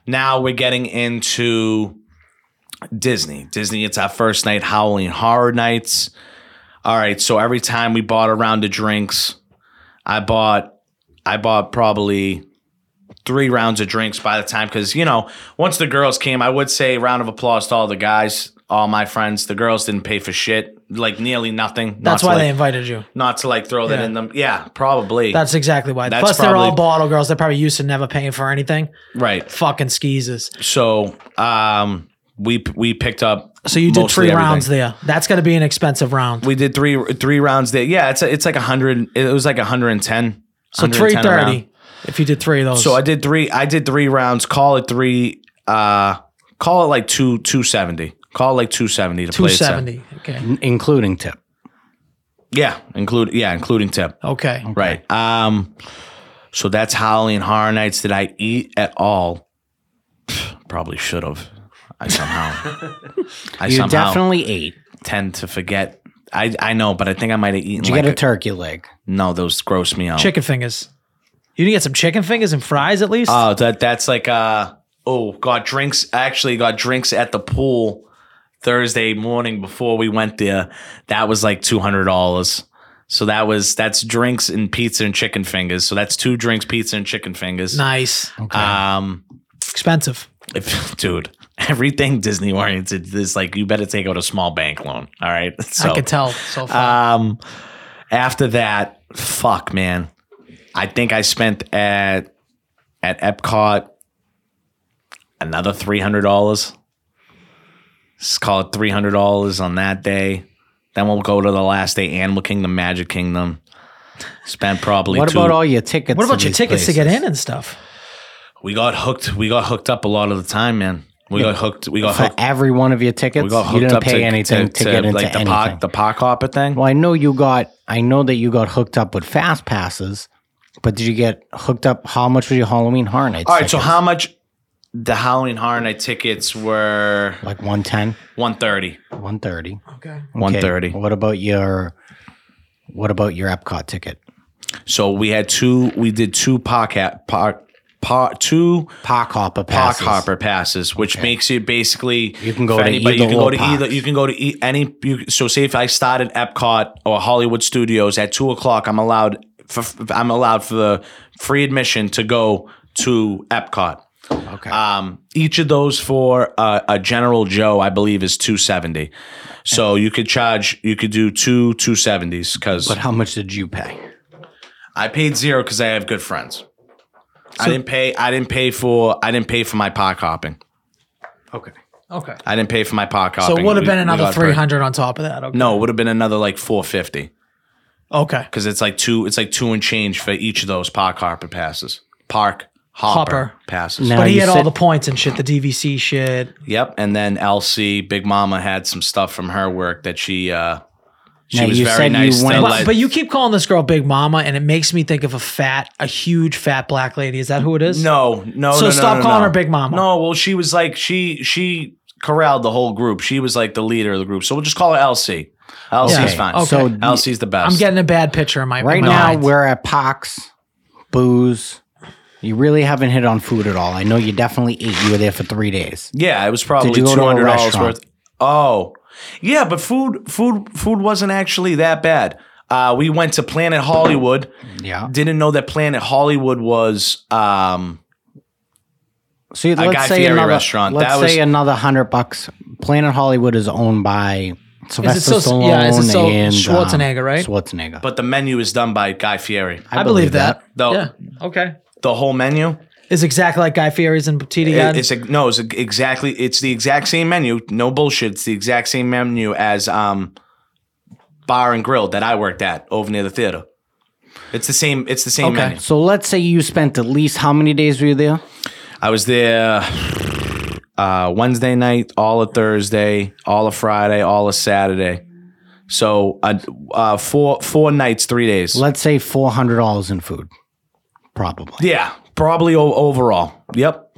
Speaker 3: now we're getting into Disney. Disney, it's our first night, Halloween Horror Nights. All right, so every time we bought a round of drinks, I bought I bought probably three rounds of drinks by the time because you know, once the girls came, I would say round of applause to all the guys, all my friends. The girls didn't pay for shit, like nearly nothing. Not
Speaker 2: That's
Speaker 3: to,
Speaker 2: why they
Speaker 3: like,
Speaker 2: invited you.
Speaker 3: not to like throw that
Speaker 2: Yeah.
Speaker 3: in them. Yeah, probably.
Speaker 2: That's exactly why.
Speaker 3: That's
Speaker 2: Plus, they're all
Speaker 3: probably-
Speaker 2: bottle girls. They're probably used to never paying for anything.
Speaker 3: right.
Speaker 2: Fucking skeezers.
Speaker 3: So um we we picked up
Speaker 2: So you did
Speaker 3: mostly
Speaker 2: three
Speaker 3: everything.
Speaker 2: rounds there. That's gonna be an expensive round.
Speaker 3: We did three three rounds there. Yeah, it's a, it's like a hundred. It was like a hundred and ten.
Speaker 2: so three thirty. If you did three of those.
Speaker 3: So I did three. I did three rounds. Call it three. Uh, call it like two two seventy. Call it like two seventy to
Speaker 2: two
Speaker 3: play it seven.
Speaker 2: seventy. Okay.
Speaker 1: N- including tip.
Speaker 3: Yeah, include yeah, including tip.
Speaker 2: Okay.
Speaker 3: Right. Um. So that's Halloween Horror Nights. Did I eat at all? Probably should have. I somehow. I
Speaker 1: You
Speaker 3: somehow
Speaker 1: definitely ate.
Speaker 3: tend to forget. I I know, but I think I might have eaten.
Speaker 1: Did you
Speaker 3: like
Speaker 1: get a
Speaker 3: a-
Speaker 1: turkey leg?
Speaker 3: no, those gross me out.
Speaker 2: Chicken fingers. You didn't get some chicken fingers and fries at least.
Speaker 3: Oh, that that's like uh oh got drinks actually got drinks at the pool Thursday morning before we went there. That was like two hundred dollars. So that was that's drinks and pizza and chicken fingers. So that's two drinks, pizza and chicken fingers.
Speaker 2: nice.
Speaker 3: Um
Speaker 2: Expensive.
Speaker 3: if, dude, everything Disney oriented is like you better take out a small bank loan. All right. So
Speaker 2: I could tell so far.
Speaker 3: um after that, fuck man. I think I spent at at Epcot another three hundred dollars. Let's call it three hundred dollars on that day. Then we'll go to the last day, Animal Kingdom, Magic Kingdom. Spent probably
Speaker 1: What
Speaker 3: two-
Speaker 1: about all your tickets?
Speaker 2: what
Speaker 1: to
Speaker 2: about your
Speaker 1: these
Speaker 2: tickets to get
Speaker 1: places?
Speaker 2: in and stuff?
Speaker 3: we got hooked. We got hooked up a lot of the time, man. We got hooked. We got
Speaker 1: for
Speaker 3: hooked.
Speaker 1: every one of your tickets?
Speaker 3: We got hooked
Speaker 1: you didn't
Speaker 3: up
Speaker 1: pay
Speaker 3: to,
Speaker 1: anything to, get into
Speaker 3: like the
Speaker 1: anything.
Speaker 3: park, the park hopper thing.
Speaker 1: well, I know you got. I know that you got hooked up with fast passes, But did you get hooked up? How much was your Halloween Horror Nights?
Speaker 3: All right, so how much the Halloween Horror Night tickets were?
Speaker 1: like 110,
Speaker 3: One thirty.
Speaker 1: 130.
Speaker 2: Okay.
Speaker 1: Okay,
Speaker 3: 130.
Speaker 1: What about your what about your Epcot ticket?
Speaker 3: So we had two. We did two podcast part part two
Speaker 1: Park Hopper
Speaker 3: park
Speaker 1: passes.
Speaker 3: hopper passes, which makes it basically
Speaker 1: You can go
Speaker 3: for
Speaker 1: to
Speaker 3: anybody.
Speaker 1: either
Speaker 3: you can go
Speaker 1: or
Speaker 3: to
Speaker 1: parks.
Speaker 3: either. You can go to e- any. You, so say if I started Epcot or Hollywood Studios at two o'clock, I'm allowed. For, I'm allowed for the free admission to go to Epcot.
Speaker 1: Okay.
Speaker 3: Um, each of those for uh, a General Joe, I believe, is two seventy. So you could charge, you could do two two seventies because
Speaker 1: but how much did you pay?
Speaker 3: I paid zero because I have good friends. I didn't pay. I didn't pay for. I didn't pay for my park hopping.
Speaker 1: Okay.
Speaker 2: Okay.
Speaker 3: I didn't pay for my park
Speaker 2: So
Speaker 3: hopping.
Speaker 2: it would have
Speaker 3: We-
Speaker 2: been
Speaker 3: we
Speaker 2: another
Speaker 3: got
Speaker 2: three
Speaker 3: free.
Speaker 2: hundred on top of that. Okay.
Speaker 3: No, it would have been another like four fifty
Speaker 2: Okay.
Speaker 3: because it's like two. It's like two and change for each of those park hopper passes. Park hopper,
Speaker 2: Hopper.
Speaker 3: passes.
Speaker 1: No. Now
Speaker 2: But he
Speaker 1: you
Speaker 2: had all
Speaker 1: said-
Speaker 2: the points and shit, the DVC shit.
Speaker 3: Yep. And then LC Big Mama had some stuff from her work that she. uh She
Speaker 1: Now,
Speaker 3: was
Speaker 1: you
Speaker 3: very
Speaker 1: said you
Speaker 3: nice. to
Speaker 1: went-
Speaker 2: But,
Speaker 3: let-
Speaker 2: but you keep calling this girl Big Mama, and it makes me think of a fat, a huge fat black lady. Is that who it is?
Speaker 3: No, no.
Speaker 2: So
Speaker 3: no, no,
Speaker 2: stop
Speaker 3: no,
Speaker 2: calling
Speaker 3: no.
Speaker 2: her Big Mama.
Speaker 3: No, well, she was like she she corralled the whole group. She was like the leader of the group. So we'll just call her LC. LC's
Speaker 2: Okay,
Speaker 3: fine.
Speaker 2: okay.
Speaker 1: So
Speaker 3: LC's the best.
Speaker 2: I'm getting a bad picture in my in
Speaker 1: Right
Speaker 2: my
Speaker 1: now,
Speaker 2: mind.
Speaker 1: we're at Pox, booze. You really haven't hit on food at all. I know you definitely ate. You were there for three days.
Speaker 3: yeah. It was probably
Speaker 1: Did you
Speaker 3: two
Speaker 1: go to a
Speaker 3: hundred dollars
Speaker 1: restaurant?
Speaker 3: worth. Oh, yeah, but food food food wasn't actually that bad. Uh, we went to Planet Hollywood.
Speaker 1: Yeah.
Speaker 3: Didn't know that Planet Hollywood was um,
Speaker 1: So let's
Speaker 3: Guy
Speaker 1: say
Speaker 3: Fieri
Speaker 1: another
Speaker 3: restaurant.
Speaker 1: Let's
Speaker 3: That
Speaker 1: say another hundred bucks. Planet Hollywood is owned by Sylvester
Speaker 2: Is it so-
Speaker 1: Stallone
Speaker 2: yeah, is it so-
Speaker 1: and um,
Speaker 2: Schwarzenegger, right?
Speaker 1: Schwarzenegger.
Speaker 3: but the menu is done by Guy Fieri.
Speaker 2: I, believe, that.
Speaker 3: Though
Speaker 2: Yeah. Okay.
Speaker 3: the whole menu
Speaker 2: Is exactly like Guy Fieri's and Titi
Speaker 3: It-
Speaker 2: God.
Speaker 3: it's a, no, it's a- exactly. It's the exact same menu. No bullshit. It's the exact same menu as um, bar and grill that I worked at over near the theater. It's the same. It's the same
Speaker 2: Okay.
Speaker 3: menu.
Speaker 1: So let's say you spent at least how many days were you there?
Speaker 3: I was there uh, Wednesday night, all of Thursday, all of Friday, all of Saturday. So uh, uh, four four nights, three days.
Speaker 1: Let's say four hundred dollars in food, probably.
Speaker 3: yeah, probably o- overall. Yep.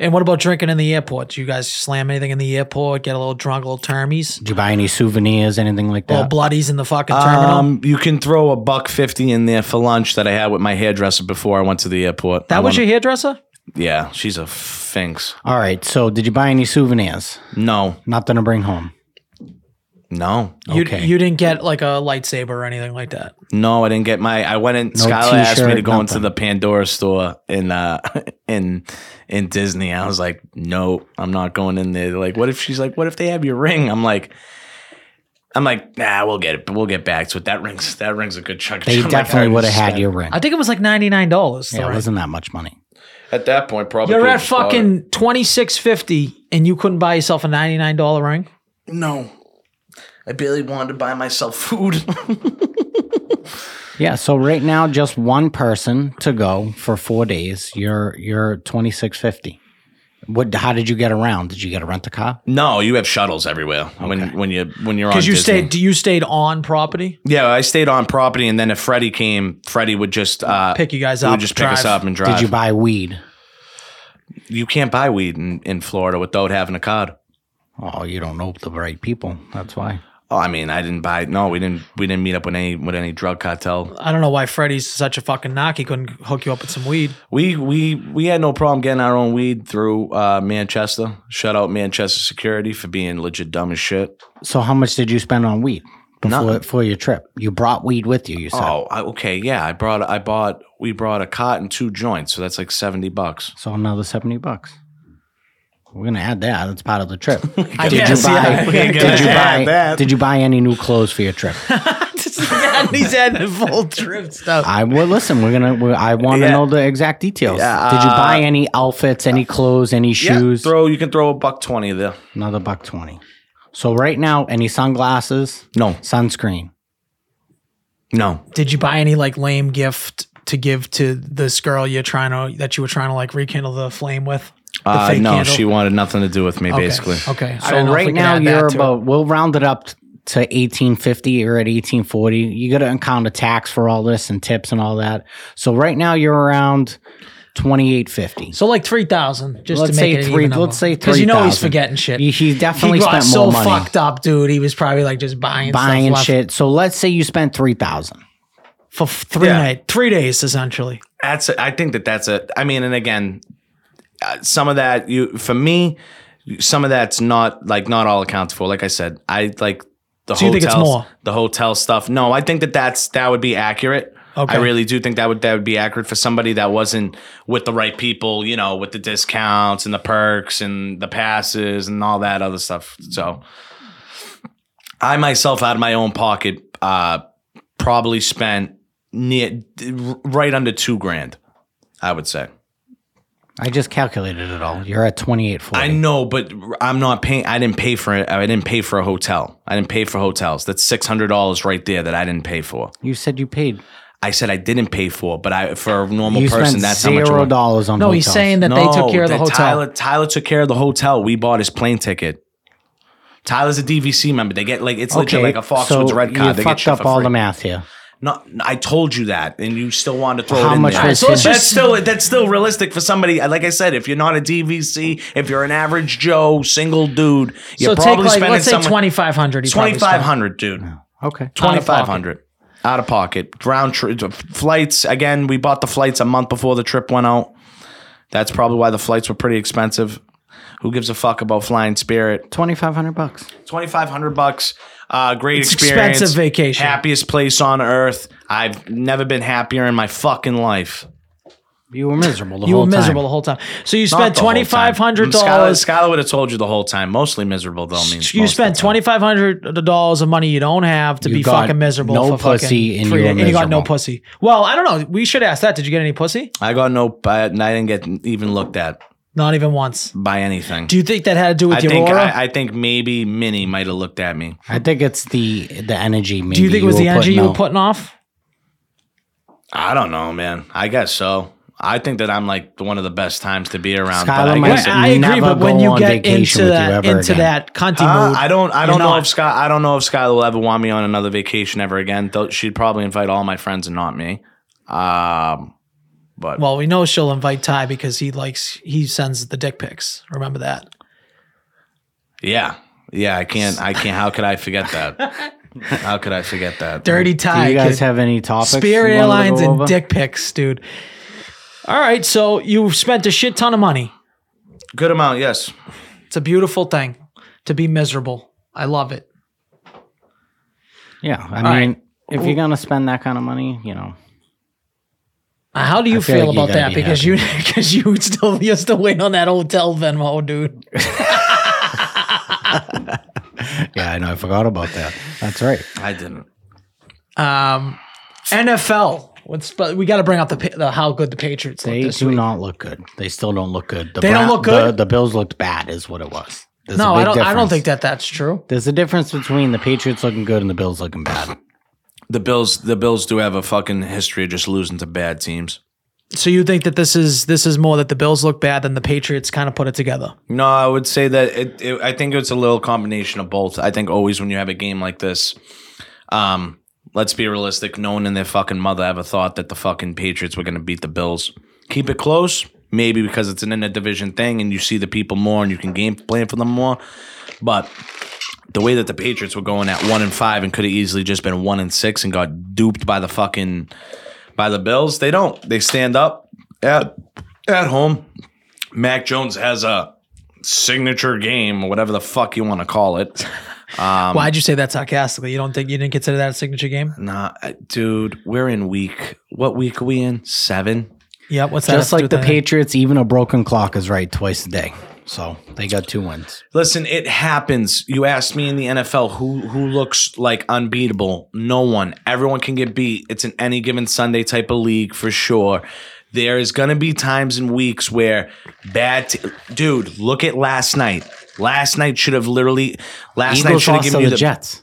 Speaker 2: And what about drinking in the airport? Do you guys slam anything in the airport? Get a little drunk, a little termies,
Speaker 1: Did you buy any souvenirs, anything like
Speaker 2: little
Speaker 1: that?
Speaker 2: bloodies in the fucking terminal?
Speaker 3: Um, you can throw a buck fifty in there for lunch that I had with my hairdresser before I went to the airport. I
Speaker 2: that was
Speaker 3: wanna-
Speaker 2: your hairdresser?
Speaker 3: Yeah, she's a finks.
Speaker 1: All right. So did you buy any souvenirs?
Speaker 3: No,
Speaker 1: Nothing to bring home.
Speaker 3: no,
Speaker 1: Okay.
Speaker 2: You, you didn't get like a lightsaber or anything like that.
Speaker 3: no. I didn't get my. I went in. Skylar asked me
Speaker 1: t-shirt,
Speaker 3: to go into
Speaker 1: nothing.
Speaker 3: the Pandora store in uh in in Disney. I was like, no, I'm not going in there. They're like, what if she's like, what if they have your ring? I'm like. I'm like, nah, we'll get it, but we'll get back to it. That rings, that rings a good chunk.
Speaker 1: They
Speaker 3: I'm like, I
Speaker 1: definitely would have
Speaker 3: just
Speaker 1: had
Speaker 3: spent-
Speaker 1: your ring.
Speaker 2: I think it was like ninety nine dollars.
Speaker 1: Yeah, it wasn't that much money.
Speaker 3: at that point. Probably
Speaker 2: You're
Speaker 3: could've
Speaker 2: at
Speaker 3: just bought it.
Speaker 2: fucking twenty six fifty, and you couldn't buy yourself a ninety nine dollar ring.
Speaker 3: no. I barely wanted to buy myself food.
Speaker 1: Yeah. So right now, just one person to go for four days. You're you're twenty six fifty. What? How did you get around? Did you get a rent a car?
Speaker 3: no, you have shuttles everywhere when when you when you're on
Speaker 2: Because you
Speaker 3: Disney.
Speaker 2: stayed, you stayed on property.
Speaker 3: Yeah, I stayed on property, and then if Freddie came, Freddie would just uh,
Speaker 2: Pick you guys
Speaker 3: he
Speaker 2: up,
Speaker 3: would just pick us
Speaker 2: drive.
Speaker 3: up and drive.
Speaker 1: Did you
Speaker 3: you,
Speaker 1: buy weed?
Speaker 3: can't buy weed in, in Florida without having a card.
Speaker 1: Oh, you don't know the right people. That's why.
Speaker 3: Oh, I mean, I didn't buy. No, we didn't. We didn't meet up with any with any drug cartel.
Speaker 2: I don't know why Freddie's such a fucking knock. He couldn't hook you up with some weed.
Speaker 3: We we we had no problem getting our own weed through uh, Manchester. Shout out Manchester security for being legit dumb as shit.
Speaker 1: So how much did you spend on weed before
Speaker 3: Nothing.
Speaker 1: for your trip? You brought weed with you. You said.
Speaker 3: Oh, I, okay, yeah. I brought I bought we brought a cot and two joints, so that's like seventy bucks.
Speaker 1: So another seventy bucks. We're gonna add that. That's part of the trip.
Speaker 2: I
Speaker 1: Did you
Speaker 2: guess,
Speaker 1: buy?
Speaker 2: yeah.
Speaker 1: Did you buy? Did you buy any new clothes for your trip?
Speaker 2: He's had the full trip stuff.
Speaker 1: I well, listen. We're gonna. we I want to
Speaker 3: Yeah.
Speaker 1: know the exact details.
Speaker 3: Yeah,
Speaker 1: Did you buy
Speaker 3: uh,
Speaker 1: any outfits, any clothes, any
Speaker 3: Yeah,
Speaker 1: shoes?
Speaker 3: throw you can throw a buck twenty there.
Speaker 1: Another buck twenty. So right now, any sunglasses,
Speaker 3: No,
Speaker 1: sunscreen.
Speaker 3: no.
Speaker 2: Did you buy any like lame gift to give to this girl you're trying to that you were trying to like rekindle the flame with? The
Speaker 3: Uh,
Speaker 2: fake
Speaker 3: no,
Speaker 2: candle?
Speaker 3: she wanted nothing to do with me,
Speaker 2: Okay,
Speaker 3: basically.
Speaker 2: Okay. I
Speaker 1: So
Speaker 2: don't know if we
Speaker 1: right
Speaker 2: can
Speaker 1: now
Speaker 2: add that
Speaker 1: you're
Speaker 2: to it.
Speaker 1: about. We'll round it up to 1850 or at 1840, you got to account a tax for all this and tips and all that. So right now you're around 2850.
Speaker 2: So like three thousand, just
Speaker 1: Let's
Speaker 2: to
Speaker 1: say
Speaker 2: make it
Speaker 1: three-
Speaker 2: An even
Speaker 1: let's say
Speaker 2: because you know he's
Speaker 1: 3,000.
Speaker 2: forgetting shit.
Speaker 1: He, he definitely
Speaker 2: he got
Speaker 1: spent
Speaker 2: so
Speaker 1: more money
Speaker 2: fucked up, dude. He was probably like just buying stuff
Speaker 1: buying
Speaker 2: left
Speaker 1: shit. So let's say you spent 3000.
Speaker 2: for f- three
Speaker 3: Yeah.
Speaker 2: night, three days essentially.
Speaker 3: that's a, I think that that's a I mean and again uh, some of that you for me some of that's not like not all accounts for like I said I like the
Speaker 2: So you
Speaker 3: hotel
Speaker 2: think it's more?
Speaker 3: the hotel stuff no I think that that's that would be accurate
Speaker 2: Okay.
Speaker 3: I really do think that would that would be accurate for somebody that wasn't with the right people you know with the discounts and the perks and the passes and all that other stuff so I myself out of my own pocket uh probably spent near right under 2 grand I would say
Speaker 1: I just calculated it all. You're at 2840.
Speaker 3: I know, but I'm not paying. I didn't pay for it. I didn't pay for a hotel. I didn't pay for hotels. That's six hundred dollars right there that I didn't pay for.
Speaker 1: you said you paid
Speaker 3: I said I didn't pay for, but I for a normal
Speaker 1: you
Speaker 3: person
Speaker 1: spent
Speaker 3: that's how much. it
Speaker 1: zero
Speaker 3: was.
Speaker 1: dollars on
Speaker 2: No, he's
Speaker 1: hotels.
Speaker 2: saying that they took care of the
Speaker 3: that
Speaker 2: hotel.
Speaker 3: Tyler, Tyler took care of the hotel. We bought his plane ticket. Tyler's a DVC member. They get like it's legit like a Foxwoods
Speaker 1: so
Speaker 3: red card.
Speaker 1: You
Speaker 3: They
Speaker 1: fucked
Speaker 3: get shit
Speaker 1: up
Speaker 3: for
Speaker 1: all
Speaker 3: free.
Speaker 1: the math here.
Speaker 3: No, I told you that, and you still wanted to throw
Speaker 1: How
Speaker 3: it in
Speaker 1: much
Speaker 3: there.
Speaker 1: was
Speaker 2: so let's
Speaker 1: his-
Speaker 2: just-
Speaker 3: That's still that's still realistic for somebody. Like I said, if you're not a DVC, if you're an average Joe single dude,
Speaker 2: so
Speaker 3: you're
Speaker 2: take
Speaker 3: probably
Speaker 2: like
Speaker 3: spending
Speaker 2: let's say
Speaker 3: someone
Speaker 2: twenty five hundred.
Speaker 3: twenty five hundred, dude,
Speaker 1: Okay.
Speaker 3: twenty five hundred out of pocket round trip flights. Again, we bought the flights a month before the trip went out. That's probably why the flights were pretty expensive. Who gives a fuck about flying Spirit?
Speaker 1: Twenty five hundred bucks.
Speaker 3: Twenty five hundred bucks. Uh, great
Speaker 2: It's
Speaker 3: experience.
Speaker 2: expensive vacation.
Speaker 3: Happiest place on earth. I've never been happier in my fucking life.
Speaker 1: You were miserable the
Speaker 2: You
Speaker 1: whole
Speaker 2: were miserable
Speaker 1: time.
Speaker 2: the whole time. So you
Speaker 3: Not
Speaker 2: spent
Speaker 3: the whole
Speaker 2: twenty
Speaker 3: time. Mm,
Speaker 2: five hundred
Speaker 3: Skylar,
Speaker 2: dollars.
Speaker 3: Skylar would have told you the whole time. Mostly miserable though. Means
Speaker 2: You
Speaker 3: most
Speaker 2: spent
Speaker 3: of the time.
Speaker 2: twenty five hundred dollars of money you don't have to
Speaker 1: You
Speaker 2: be
Speaker 1: got
Speaker 2: fucking miserable.
Speaker 1: no
Speaker 2: for fucking
Speaker 1: pussy and
Speaker 2: three
Speaker 1: you were
Speaker 2: days. and you got no
Speaker 1: miserable.
Speaker 2: pussy. Well, I don't know. We should ask that. Did you get any pussy?
Speaker 3: I got no. I, I didn't get even looked at
Speaker 2: Not even once.
Speaker 3: by anything.
Speaker 2: Do you think that had to do with
Speaker 3: I
Speaker 2: your
Speaker 3: think
Speaker 2: aura?
Speaker 3: I, I think maybe Minnie might have looked at me.
Speaker 1: I think it's the the energy. Maybe
Speaker 2: do you think it was the
Speaker 1: were
Speaker 2: energy
Speaker 1: putting
Speaker 2: you were
Speaker 1: out.
Speaker 2: putting off?
Speaker 3: I don't know, man. I guess so. I think that I'm like one of the best times to be around.
Speaker 1: Skylar
Speaker 3: but I,
Speaker 1: might
Speaker 3: guess
Speaker 1: said
Speaker 2: I
Speaker 1: never
Speaker 2: agree, but when
Speaker 1: go
Speaker 2: you
Speaker 1: on
Speaker 2: get
Speaker 1: vacation with you
Speaker 2: into that
Speaker 1: ever
Speaker 2: into
Speaker 1: again.
Speaker 2: that cunty
Speaker 3: Huh?
Speaker 2: mood,
Speaker 3: Ah, I don't. I don't
Speaker 2: You're
Speaker 3: know
Speaker 2: not.
Speaker 3: if Sky. I don't know if Sky will ever want me on another vacation ever again. Though she'd probably invite all my friends and not me. Um, but
Speaker 2: Well, we know she'll invite Ty because he likes he sends the dick pics. Remember that.
Speaker 3: yeah, yeah. I can't. I can't. How could I forget that? how could I forget that?
Speaker 2: Dirty
Speaker 1: Do
Speaker 2: Ty.
Speaker 1: you guys
Speaker 2: kid.
Speaker 1: have any topics?
Speaker 2: Spirit
Speaker 1: you wanted to
Speaker 2: Airlines
Speaker 1: go
Speaker 2: and
Speaker 1: over?
Speaker 2: dick pics, dude. All right, so you spent a shit ton of money.
Speaker 3: Good amount. Yes.
Speaker 2: It's a beautiful thing to be miserable. I love it.
Speaker 1: Yeah, I
Speaker 2: right.
Speaker 1: mean, if you're gonna spend that kind of money, you know,
Speaker 2: Uh, How do you
Speaker 1: feel
Speaker 2: feel,
Speaker 1: like you
Speaker 2: about
Speaker 1: gotta
Speaker 2: that?
Speaker 1: be
Speaker 2: because you because you still you're still waiting on that hotel Venmo, dude.
Speaker 1: yeah, I know, I forgot about that. That's right.
Speaker 3: I didn't.
Speaker 2: Um, NFL. What's but we got to bring up the, pa- the how good the Patriots look
Speaker 1: They
Speaker 2: this
Speaker 1: do
Speaker 2: week.
Speaker 1: not look good. They still don't look good. The
Speaker 2: They don't look
Speaker 1: the-
Speaker 2: good?
Speaker 1: The, Bills looked bad, is what it was. There's a
Speaker 2: No,
Speaker 1: big
Speaker 2: I don't. I don't
Speaker 1: difference.
Speaker 2: think that that's true.
Speaker 1: There's a difference between the Patriots looking good and the Bills looking bad.
Speaker 3: The Bills. The Bills do have a fucking history of just losing to bad teams.
Speaker 2: So you think that this is this is more that the Bills look bad than the Patriots kind of put it together?
Speaker 3: No, I would say that it, it. I think it's a little combination of both. I think always when you have a game like this, um, let's be realistic. No one in their fucking mother ever thought that the fucking Patriots were going to beat the Bills. Keep it close, maybe because it's an in a division thing, and you see the people more, and you can game plan for them more. But the way that the Patriots were going at one and five, and could have easily just been one and six, and got duped by the fucking by the Bills. They don't. They stand up at at home. Mac Jones has a signature game, or whatever the fuck you want to call it.
Speaker 1: Um,
Speaker 2: Why'd you say that sarcastically? You don't think you didn't consider that a signature game?
Speaker 3: Nah, I- dude, we're in week. What week are we in? Seven.
Speaker 2: Yeah, what's that? have
Speaker 1: Just
Speaker 2: to do
Speaker 1: like
Speaker 2: with
Speaker 1: the
Speaker 2: anything?
Speaker 1: Patriots, even a broken clock is right twice a day. So they got two wins.
Speaker 3: Listen, it happens. You asked me in the NFL who who looks like unbeatable. No one. Everyone can get beat. It's an any given Sunday type of league for sure. There is going to be times and weeks where bad t- dude, look at last night. Last night should have literally last night
Speaker 1: Eagles
Speaker 3: should have
Speaker 1: lost to
Speaker 3: given you
Speaker 1: the,
Speaker 3: the
Speaker 1: Jets.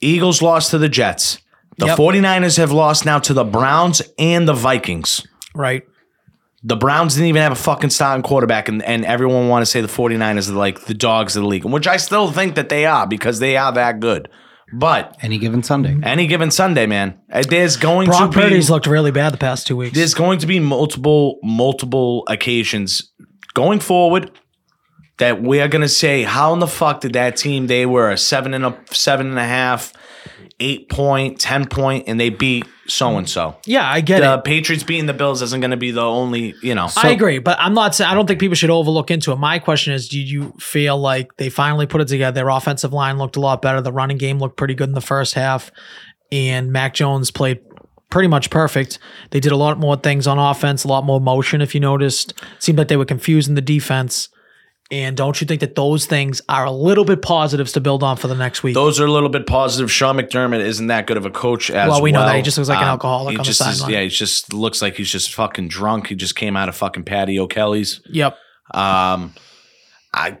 Speaker 3: Eagles lost to the Jets. The
Speaker 2: Yep.
Speaker 3: 49ers have lost now to the Browns and the Vikings.
Speaker 2: right?
Speaker 3: The Browns didn't even have a fucking starting quarterback, and, and everyone want to say the 49ers are like the dogs of the league, which I still think that they are because they are that good. But
Speaker 1: Any given Sunday.
Speaker 3: any given Sunday, man, uh, there's going
Speaker 2: Brock
Speaker 3: to be
Speaker 2: Purdy's looked really bad the past two weeks.
Speaker 3: there's going to be multiple multiple occasions going forward that we are going to say how in the fuck did that team they were a seven and a seven and a half eight point ten point and they beat so and so
Speaker 2: yeah, I get
Speaker 3: the
Speaker 2: it.
Speaker 3: patriots beating the bills isn't going to be the only you know
Speaker 2: I agree, but I'm not saying I don't think people should overlook into it. My question is, do you feel like they finally put it together? Their offensive line looked a lot better. The running game looked pretty good in the first half, and Mac Jones played pretty much perfect. They did a lot more things on offense, a lot more motion. If you noticed, seemed like they were confusing the defense. And don't you think that those things are a little bit positives to build on for the next week?
Speaker 3: those are a little bit positive. Sean McDermott isn't that good of a coach as
Speaker 2: Well,
Speaker 3: well. Um,
Speaker 2: we know that. He just looks like an alcoholic
Speaker 3: he
Speaker 2: on the
Speaker 3: just is-
Speaker 2: sideline.
Speaker 3: yeah, he just looks like he's just fucking drunk. He just came out of fucking Patty O'Kelly's.
Speaker 2: yep.
Speaker 3: Um, I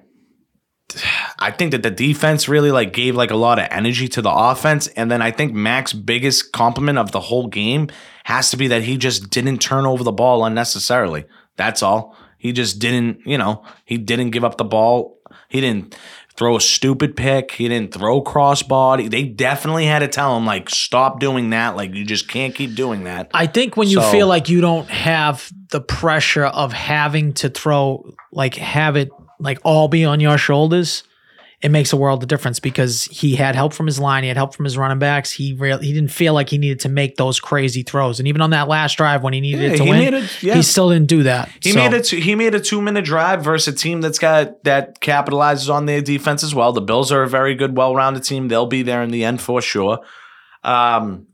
Speaker 3: I think that the defense really like gave like a lot of energy to the offense, and then I think Mac's biggest compliment of the whole game has to be that he just didn't turn over the ball unnecessarily. That's all. He just didn't, you know, he didn't give up the ball. He didn't throw a stupid pick. He didn't throw crossbody. They definitely had to tell him like stop doing that. Like you just can't keep doing that.
Speaker 2: I think when you
Speaker 3: So-
Speaker 2: feel like you don't have the pressure of having to throw, like have it like all be on your shoulders, it makes a world of difference because he had help from his line, he had help from his running backs. He really he didn't feel like he needed to make those crazy throws, and even on that last drive when he needed
Speaker 3: Yeah,
Speaker 2: it to
Speaker 3: he
Speaker 2: win,
Speaker 3: made it- yeah.
Speaker 2: he still didn't do that.
Speaker 3: He
Speaker 2: So,
Speaker 3: made a two, he made a two minute drive versus a team that's got that capitalizes on their defense as well. The Bills are a very good, well rounded team. They'll be there in the end for sure. Um,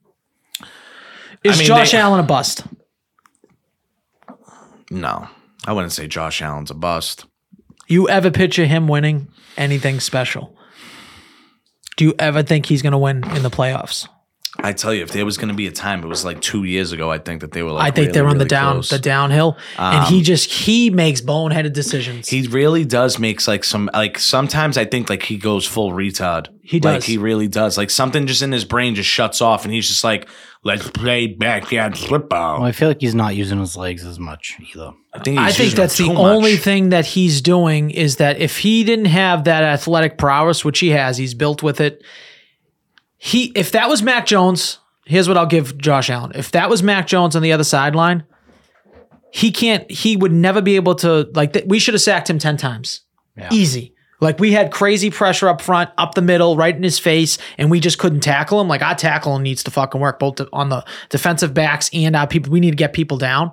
Speaker 2: Is
Speaker 3: I mean,
Speaker 2: Josh
Speaker 3: they-
Speaker 2: Allen a bust?
Speaker 3: no, I wouldn't say Josh Allen's a bust.
Speaker 2: You ever picture him winning anything special? Do you ever think he's going to win in the playoffs?
Speaker 3: I tell you, if there was going to be a time, it was like two years ago. I think that they were.
Speaker 2: I
Speaker 3: Like
Speaker 2: think
Speaker 3: really,
Speaker 2: they're on the
Speaker 3: really
Speaker 2: down
Speaker 3: close. Um,
Speaker 2: the downhill, and he just he makes boneheaded decisions.
Speaker 3: he really does makes like some like sometimes I think like he goes full retard.
Speaker 2: He
Speaker 3: Like
Speaker 2: does.
Speaker 3: he really does. Like something just in his brain just shuts off, and he's just like, "Let's play backyard football."
Speaker 1: Well, I feel like he's not using his legs as much either.
Speaker 3: I think, he's
Speaker 2: I think
Speaker 3: using it
Speaker 2: that's the
Speaker 3: too
Speaker 2: only
Speaker 3: much.
Speaker 2: thing that he's doing is that if he didn't have that athletic prowess, which he has, he's built with it. He if that was Mac Jones, here's what I'll give Josh Allen. If that was Mac Jones on the other sideline, he can't he would never be able to like th- we should have sacked him 10 times. Easy. Like we had crazy pressure up front, up the middle, right in his face, and we just couldn't tackle him. Like our tackling needs to fucking work both on the defensive backs and our people. We need to get people down.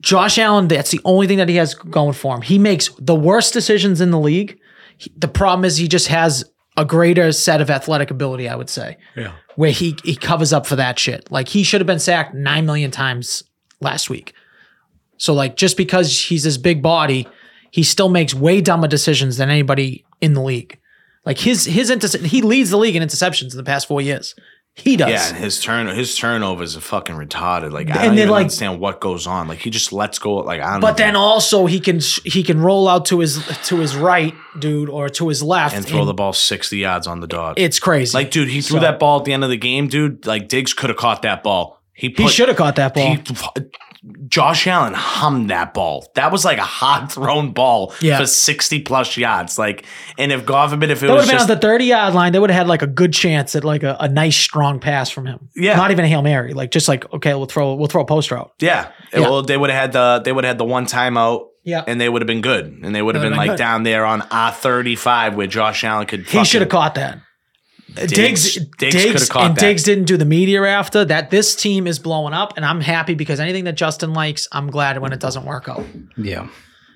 Speaker 2: Josh Allen, that's the only thing that he has going for him. He makes the worst decisions in the league. He- the problem is he just has a greater set of athletic ability, I would say. Yeah. Where he he covers up for that shit. Like he should have been sacked 9 million times last week. So like just because he's this big body, he still makes way dumber decisions than anybody in the league. Like his his interce- he leads the league in interceptions in the past 4 years. He does.
Speaker 3: Yeah, and his turn his turnovers are fucking retarded. Like I
Speaker 2: And
Speaker 3: don't
Speaker 2: then,
Speaker 3: even
Speaker 2: like-
Speaker 3: understand what goes on. Like he just lets go. Like I don't.
Speaker 2: But
Speaker 3: even-
Speaker 2: then also he can he can roll out to his to his right, dude, or to his left,
Speaker 3: and throw the ball sixty yards on the dog.
Speaker 2: It's crazy.
Speaker 3: like dude, he threw that ball at the end of the game, dude. Like Diggs could have caught that ball. He
Speaker 2: he
Speaker 3: put-
Speaker 2: should have caught that ball.
Speaker 3: he- Josh Allen hummed that ball. That was like a hot thrown ball
Speaker 2: Yeah.
Speaker 3: for sixty plus yards. Like, and if God forbid, if it
Speaker 2: that would
Speaker 3: was
Speaker 2: have been
Speaker 3: just
Speaker 2: on the thirty yard line. They would have had like a good chance at like a, a nice strong pass from him.
Speaker 3: Yeah.
Speaker 2: not even a hail mary. Like just like okay, we'll throw we'll throw a post route.
Speaker 3: Yeah.
Speaker 2: Yeah.
Speaker 3: Well, they would have had the they would have had the one timeout.
Speaker 2: Yeah.
Speaker 3: And they would have been good. And they would have
Speaker 2: They
Speaker 3: been,
Speaker 2: would've been
Speaker 3: like
Speaker 2: good.
Speaker 3: down there on I thirty five where Josh Allen could
Speaker 2: He should
Speaker 3: fucking-
Speaker 2: have caught that. Diggs,
Speaker 3: Diggs-
Speaker 2: Diggs,
Speaker 3: Diggs could've caught
Speaker 2: and
Speaker 3: that.
Speaker 2: Diggs didn't do the media after that. This team is blowing up, and I'm happy because anything that Justin likes, I'm glad when it doesn't work out.
Speaker 1: Yeah.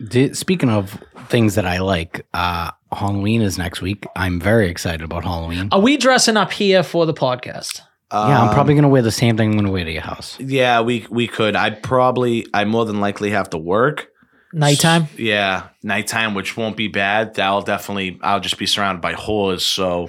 Speaker 1: Di- speaking of things that I like, uh, Halloween is next week. I'm very excited about Halloween.
Speaker 2: Are we dressing up here for the podcast?
Speaker 1: yeah, I'm
Speaker 3: Um,
Speaker 1: probably gonna wear the same thing I'm gonna wear to your house.
Speaker 3: Yeah, we we could. I probably I more than likely have to work.
Speaker 2: Nighttime.
Speaker 3: Yeah, nighttime, which won't be bad. That'll definitely. I'll just be surrounded by whores, so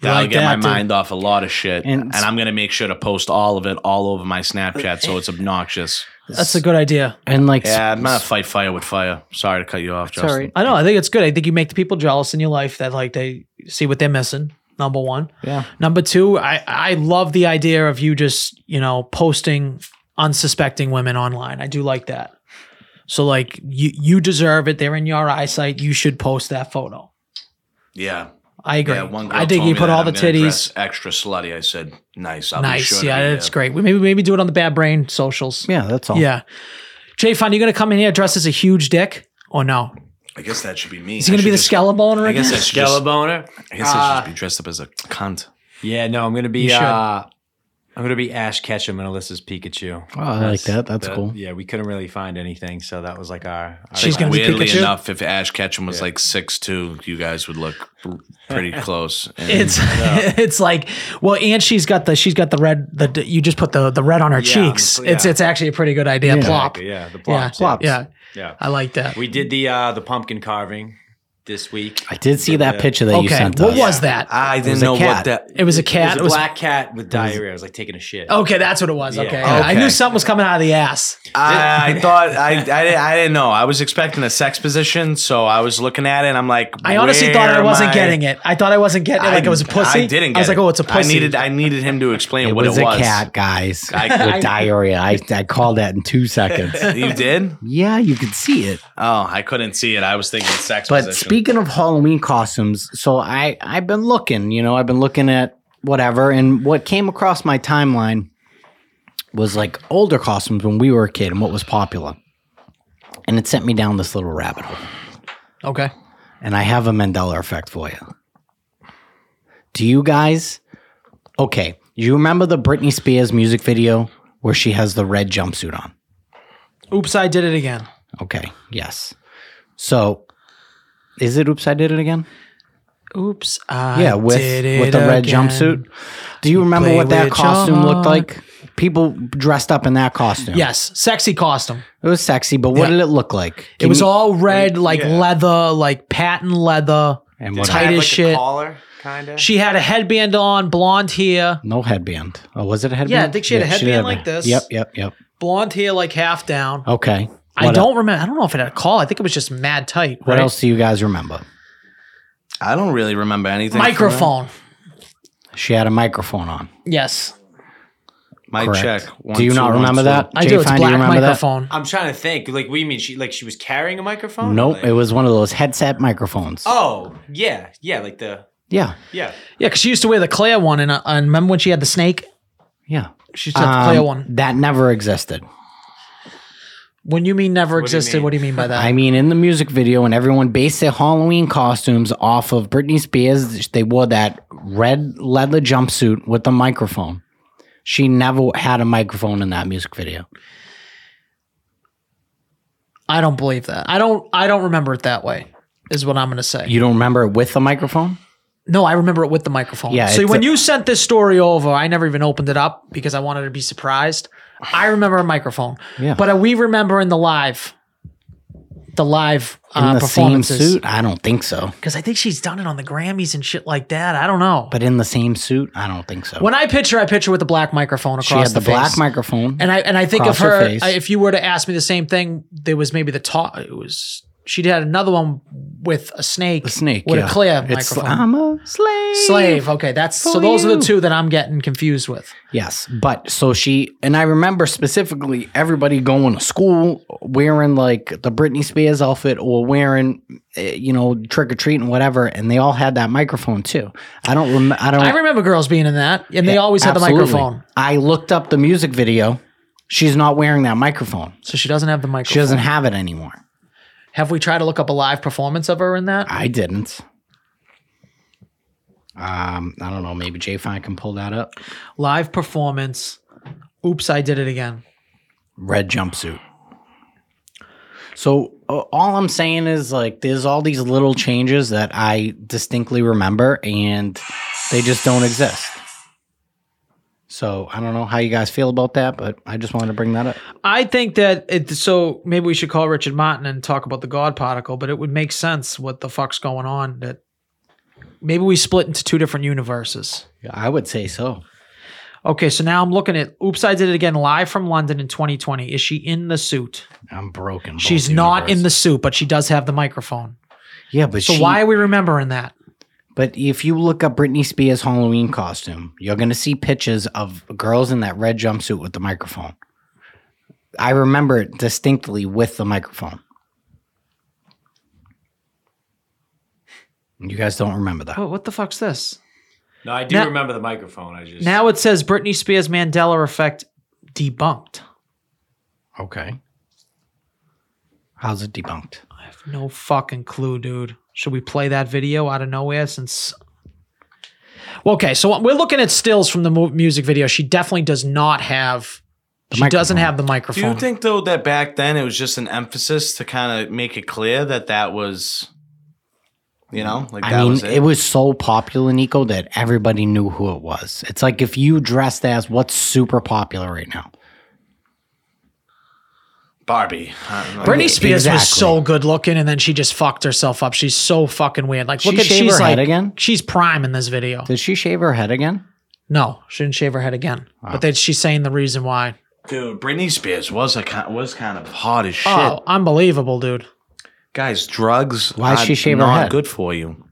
Speaker 3: that'll
Speaker 2: like
Speaker 3: get my
Speaker 2: that, dude.
Speaker 3: mind off a lot of shit.
Speaker 1: And-
Speaker 3: And, I'm gonna make sure to post all of it all over my Snapchat, so it's obnoxious.
Speaker 2: That's a good idea.
Speaker 1: And like,
Speaker 3: Yeah, I'm gonna fight fire with fire. Sorry to cut you off, Justin.
Speaker 1: sorry.
Speaker 2: I know. I think it's good. I think you make the people jealous in your life that like they see what they're missing. Number one.
Speaker 1: Yeah.
Speaker 2: Number two, I I love the idea of you just you know posting unsuspecting women online. I do like that. So like you you deserve it. They're in your eyesight. You should post that photo.
Speaker 3: Yeah.
Speaker 2: I agree.
Speaker 3: Yeah, one girl
Speaker 2: I think
Speaker 3: told
Speaker 2: you
Speaker 3: me
Speaker 2: put
Speaker 3: that
Speaker 2: all
Speaker 3: I'm
Speaker 2: the
Speaker 3: gonna
Speaker 2: titties.
Speaker 3: dress Extra slutty. I said, nice. I'll
Speaker 2: Nice.
Speaker 3: Be sure to
Speaker 2: yeah,
Speaker 3: be,
Speaker 2: that's
Speaker 3: uh,
Speaker 2: great. We maybe maybe do it on the bad brain socials.
Speaker 1: Yeah, that's all.
Speaker 2: Yeah. Jay Fun, you gonna come in here dressed as a huge dick or no?
Speaker 3: I guess that should be me.
Speaker 2: Is he gonna be the Ah. skeleton
Speaker 3: I guess
Speaker 2: again?
Speaker 3: I should just,
Speaker 4: Skeleton.
Speaker 3: I guess I should just be dressed up as a cunt.
Speaker 4: Yeah, no, I'm gonna be.
Speaker 2: You should.
Speaker 4: Uh, I'm gonna be Ash Ketchum and Alyssa's Pikachu.
Speaker 1: Oh, I like that. That's
Speaker 4: the-
Speaker 1: cool.
Speaker 4: Yeah, we couldn't really find anything, so that was like our. our
Speaker 2: She's gonna be
Speaker 3: Weirdly
Speaker 2: Pikachu?
Speaker 3: enough, if Ash Ketchum was like six two, you guys would look pretty close. And
Speaker 2: It's it's like well, and she's got the she's got the red the you just put the the red on her
Speaker 4: Yeah,
Speaker 2: cheeks.
Speaker 4: yeah.
Speaker 2: It's it's actually a pretty good idea.
Speaker 1: Yeah.
Speaker 2: Plop.
Speaker 4: Yeah, the plop.
Speaker 2: Yeah.
Speaker 1: Plops.
Speaker 2: Yeah.
Speaker 4: Yeah.
Speaker 2: I like that.
Speaker 4: We did the uh, the pumpkin carving this week.
Speaker 1: I did see that
Speaker 4: Yeah.
Speaker 1: picture that you
Speaker 2: Okay.
Speaker 1: sent
Speaker 2: What
Speaker 1: us.
Speaker 2: was that?
Speaker 3: I
Speaker 1: was
Speaker 3: didn't
Speaker 1: a
Speaker 3: know
Speaker 1: cat.
Speaker 3: what that.
Speaker 2: It was a cat.
Speaker 4: It
Speaker 2: It
Speaker 4: was
Speaker 2: was
Speaker 4: a black cat with diarrhea. I was like taking a shit.
Speaker 1: Oh,
Speaker 2: Okay, that's what it was.
Speaker 4: Yeah.
Speaker 2: Okay. I
Speaker 3: Okay.
Speaker 2: knew something was coming out of the ass.
Speaker 3: I, I thought I, I di- I didn't know. I was expecting a sex position, so I was looking at it and I'm like,
Speaker 2: I honestly
Speaker 3: where
Speaker 2: thought I
Speaker 3: am
Speaker 2: wasn't
Speaker 3: I?
Speaker 2: getting it. I thought I wasn't getting it like it was a pussy.
Speaker 3: I didn't. Get
Speaker 2: I was like,
Speaker 3: it.
Speaker 2: oh, it's a pussy.
Speaker 3: I needed. I needed him to explain
Speaker 1: It
Speaker 3: what
Speaker 1: was
Speaker 3: it
Speaker 1: a
Speaker 3: was.
Speaker 1: cat, guys.
Speaker 3: I-
Speaker 1: with diarrhea. I, I called that in two seconds.
Speaker 3: you did?
Speaker 1: yeah, you could see it.
Speaker 3: Oh, I couldn't see it. I was thinking sex
Speaker 1: But
Speaker 3: position.
Speaker 1: speaking of Halloween costumes, so I I've been looking, you know, I've been looking at whatever, and what came across my timeline was like older costumes when we were a kid and what was popular, and it sent me down this little rabbit hole.
Speaker 2: okay.
Speaker 1: And I have a Mandela effect for you. Do you guys? Okay, you remember the Britney Spears music video where she has the red jumpsuit on?
Speaker 2: Oops, I did it again.
Speaker 1: Okay. Yes. So, is it oops? I did it again.
Speaker 2: Oops, I
Speaker 1: yeah, with
Speaker 2: did it
Speaker 1: with the red
Speaker 2: again.
Speaker 1: jumpsuit. Do you remember
Speaker 2: play
Speaker 1: what that
Speaker 2: with
Speaker 1: costume
Speaker 2: your
Speaker 1: looked
Speaker 2: heart.
Speaker 1: like? People dressed up in that costume.
Speaker 2: Yes, sexy costume.
Speaker 1: it was sexy, but what
Speaker 2: Yeah.
Speaker 1: did it look like?
Speaker 2: it
Speaker 1: Can
Speaker 2: was
Speaker 1: you-
Speaker 2: all red, like
Speaker 4: Yeah.
Speaker 2: leather, like patent leather.
Speaker 1: and what-
Speaker 2: tight
Speaker 4: Had,
Speaker 2: as
Speaker 4: like, a
Speaker 2: shit.
Speaker 4: collar, kind of.
Speaker 2: She had a headband on, blonde hair,
Speaker 1: no headband. Oh, was it a headband?
Speaker 2: think she had a headband like this.
Speaker 1: Yep, yep, yep.
Speaker 2: blonde hair like half down.
Speaker 1: Okay.
Speaker 2: I
Speaker 1: Oh, What el-
Speaker 2: don't remember. I don't know if it had a call. I think it was just mad tight.
Speaker 1: What
Speaker 2: right?
Speaker 1: else do you guys remember?
Speaker 3: I don't really remember anything. from
Speaker 2: Microphone.
Speaker 1: She had a microphone on.
Speaker 2: Yes,
Speaker 3: that. Mic
Speaker 1: correct.
Speaker 3: check. One,
Speaker 1: do you
Speaker 3: two,
Speaker 1: not
Speaker 3: one,
Speaker 1: remember
Speaker 3: two.
Speaker 1: that?
Speaker 2: I do. It's
Speaker 1: J-Fine,
Speaker 2: black
Speaker 1: remember that?
Speaker 2: microphone.
Speaker 4: I'm trying to think. Like, we mean she like she was carrying a microphone?
Speaker 1: Nope.
Speaker 4: Like-
Speaker 1: It was one of those headset microphones.
Speaker 4: Oh yeah, yeah. Like the
Speaker 1: Yeah.
Speaker 4: yeah.
Speaker 2: Yeah, because she used to wear the Claire one, and I, I remember when she had the snake.
Speaker 1: Yeah.
Speaker 2: She used to have the Claire
Speaker 1: Um,
Speaker 2: one.
Speaker 1: That never existed.
Speaker 2: When you mean never
Speaker 4: do you
Speaker 2: existed,
Speaker 4: mean?
Speaker 2: what do you mean by that?
Speaker 1: I mean, in the music video, and everyone based their Halloween costumes off of Britney Spears. They wore that red leather jumpsuit with the microphone. She never had a microphone in that music video.
Speaker 2: I don't believe that. I don't. I don't remember it that way. Is what I'm going to say.
Speaker 1: You don't remember it with the microphone?
Speaker 2: no, I remember it with the microphone.
Speaker 1: Yeah,
Speaker 2: So
Speaker 1: it's
Speaker 2: when
Speaker 1: a-
Speaker 2: you sent this story over, I never even opened it up because I wanted to be surprised. I remember a microphone.
Speaker 1: Yeah.
Speaker 2: But are we remembering the live, the live
Speaker 1: In
Speaker 2: uh,
Speaker 1: the same
Speaker 2: performances?
Speaker 1: suit? I don't think so.
Speaker 2: Because I think she's done it on the Grammys and shit like that. I don't know.
Speaker 1: But in the same suit? I don't think so.
Speaker 2: when I picture, I picture with the black microphone across
Speaker 1: she had the,
Speaker 2: the,
Speaker 1: black
Speaker 2: face.
Speaker 1: microphone.
Speaker 2: And I and I think of
Speaker 1: Across her
Speaker 2: her.
Speaker 1: face.
Speaker 2: I, if you were to ask me the same thing, there was maybe the top. It was she had another one with a snake,
Speaker 1: the snake.
Speaker 2: with
Speaker 1: yeah.
Speaker 2: a clear
Speaker 1: It's,
Speaker 2: microphone.
Speaker 1: I'm a slave.
Speaker 2: Slave. Okay, that's so.
Speaker 1: for
Speaker 2: Those are
Speaker 1: you.
Speaker 2: the two that I'm getting confused with.
Speaker 1: Yes, but so she and I remember specifically everybody going to school wearing like the Britney Spears outfit or wearing, eh, you know, trick or treating whatever, and they all had that microphone too. I don't remember. I don't.
Speaker 2: I remember girls being in that, and they always had the
Speaker 1: Absolutely.
Speaker 2: microphone.
Speaker 1: I looked up the music video. She's not wearing that microphone.
Speaker 2: So she doesn't have the microphone.
Speaker 1: She doesn't have it anymore.
Speaker 2: Have we tried to look up a live performance of her in that?
Speaker 1: I didn't. Um, I don't know. Maybe J Fine can pull that up.
Speaker 2: Live performance. Oops, I did it again.
Speaker 1: red jumpsuit. So uh, all I'm saying is like there's all these little changes that I distinctly remember and they just don't exist. So I don't know how you guys feel about that, but I just wanted to bring that up.
Speaker 2: I think that it. So maybe we should call Richard Martin and talk about the God particle, but it would make sense what the fuck's going on. That maybe we split into two different universes.
Speaker 1: Yeah, I would say so.
Speaker 2: Okay, so now I'm looking at. Oops, I did it again. Live from London in 2020. Is she in the suit?
Speaker 1: I'm broken. both
Speaker 2: She's not in the
Speaker 1: universes.
Speaker 2: suit, but she does have the microphone.
Speaker 1: Yeah, but
Speaker 2: So
Speaker 1: she,
Speaker 2: why are we remembering that?
Speaker 1: But if you look up Britney Spears Halloween costume, you're gonna see pictures of girls in that red jumpsuit with the microphone. I remember it distinctly with the microphone. You guys don't remember that.
Speaker 2: Oh, what the fuck's this?
Speaker 4: No, I do
Speaker 2: Now-
Speaker 4: remember the microphone. I just
Speaker 2: Now it says Britney Spears Mandela effect debunked.
Speaker 1: Okay. How's it debunked?
Speaker 2: I have no fucking clue, dude. Should we play that video out of nowhere since Okay, so we're looking at stills from the mu- music video. She definitely does not have she doesn't
Speaker 1: microphone.
Speaker 2: have the
Speaker 3: Do
Speaker 2: microphone.
Speaker 3: you think though that back then it was just an emphasis to kind of make it clear that that was, you know, like that
Speaker 1: I mean,
Speaker 3: was
Speaker 1: it.
Speaker 3: it?
Speaker 1: was so popular, Nico, that everybody knew who it was. It's like if you dressed as what's super popular right now.
Speaker 3: Barbie. I don't know.
Speaker 2: Britney Spears was
Speaker 1: Exactly.
Speaker 2: so good looking, and then she just fucked herself up. She's so fucking weird. Like,
Speaker 1: She
Speaker 2: look at
Speaker 1: shave
Speaker 2: she's
Speaker 1: her
Speaker 2: like
Speaker 1: head again?
Speaker 2: she's prime in this video.
Speaker 1: Did she shave her head again?
Speaker 2: No, she didn't shave her head again. But then she's saying the reason why.
Speaker 3: Dude, Britney Spears was a ki- was kind of hot as shit.
Speaker 2: Oh, unbelievable, dude.
Speaker 3: Guys, drugs.
Speaker 1: Why
Speaker 3: are
Speaker 1: she shave her
Speaker 3: not
Speaker 1: head?
Speaker 3: Good for you.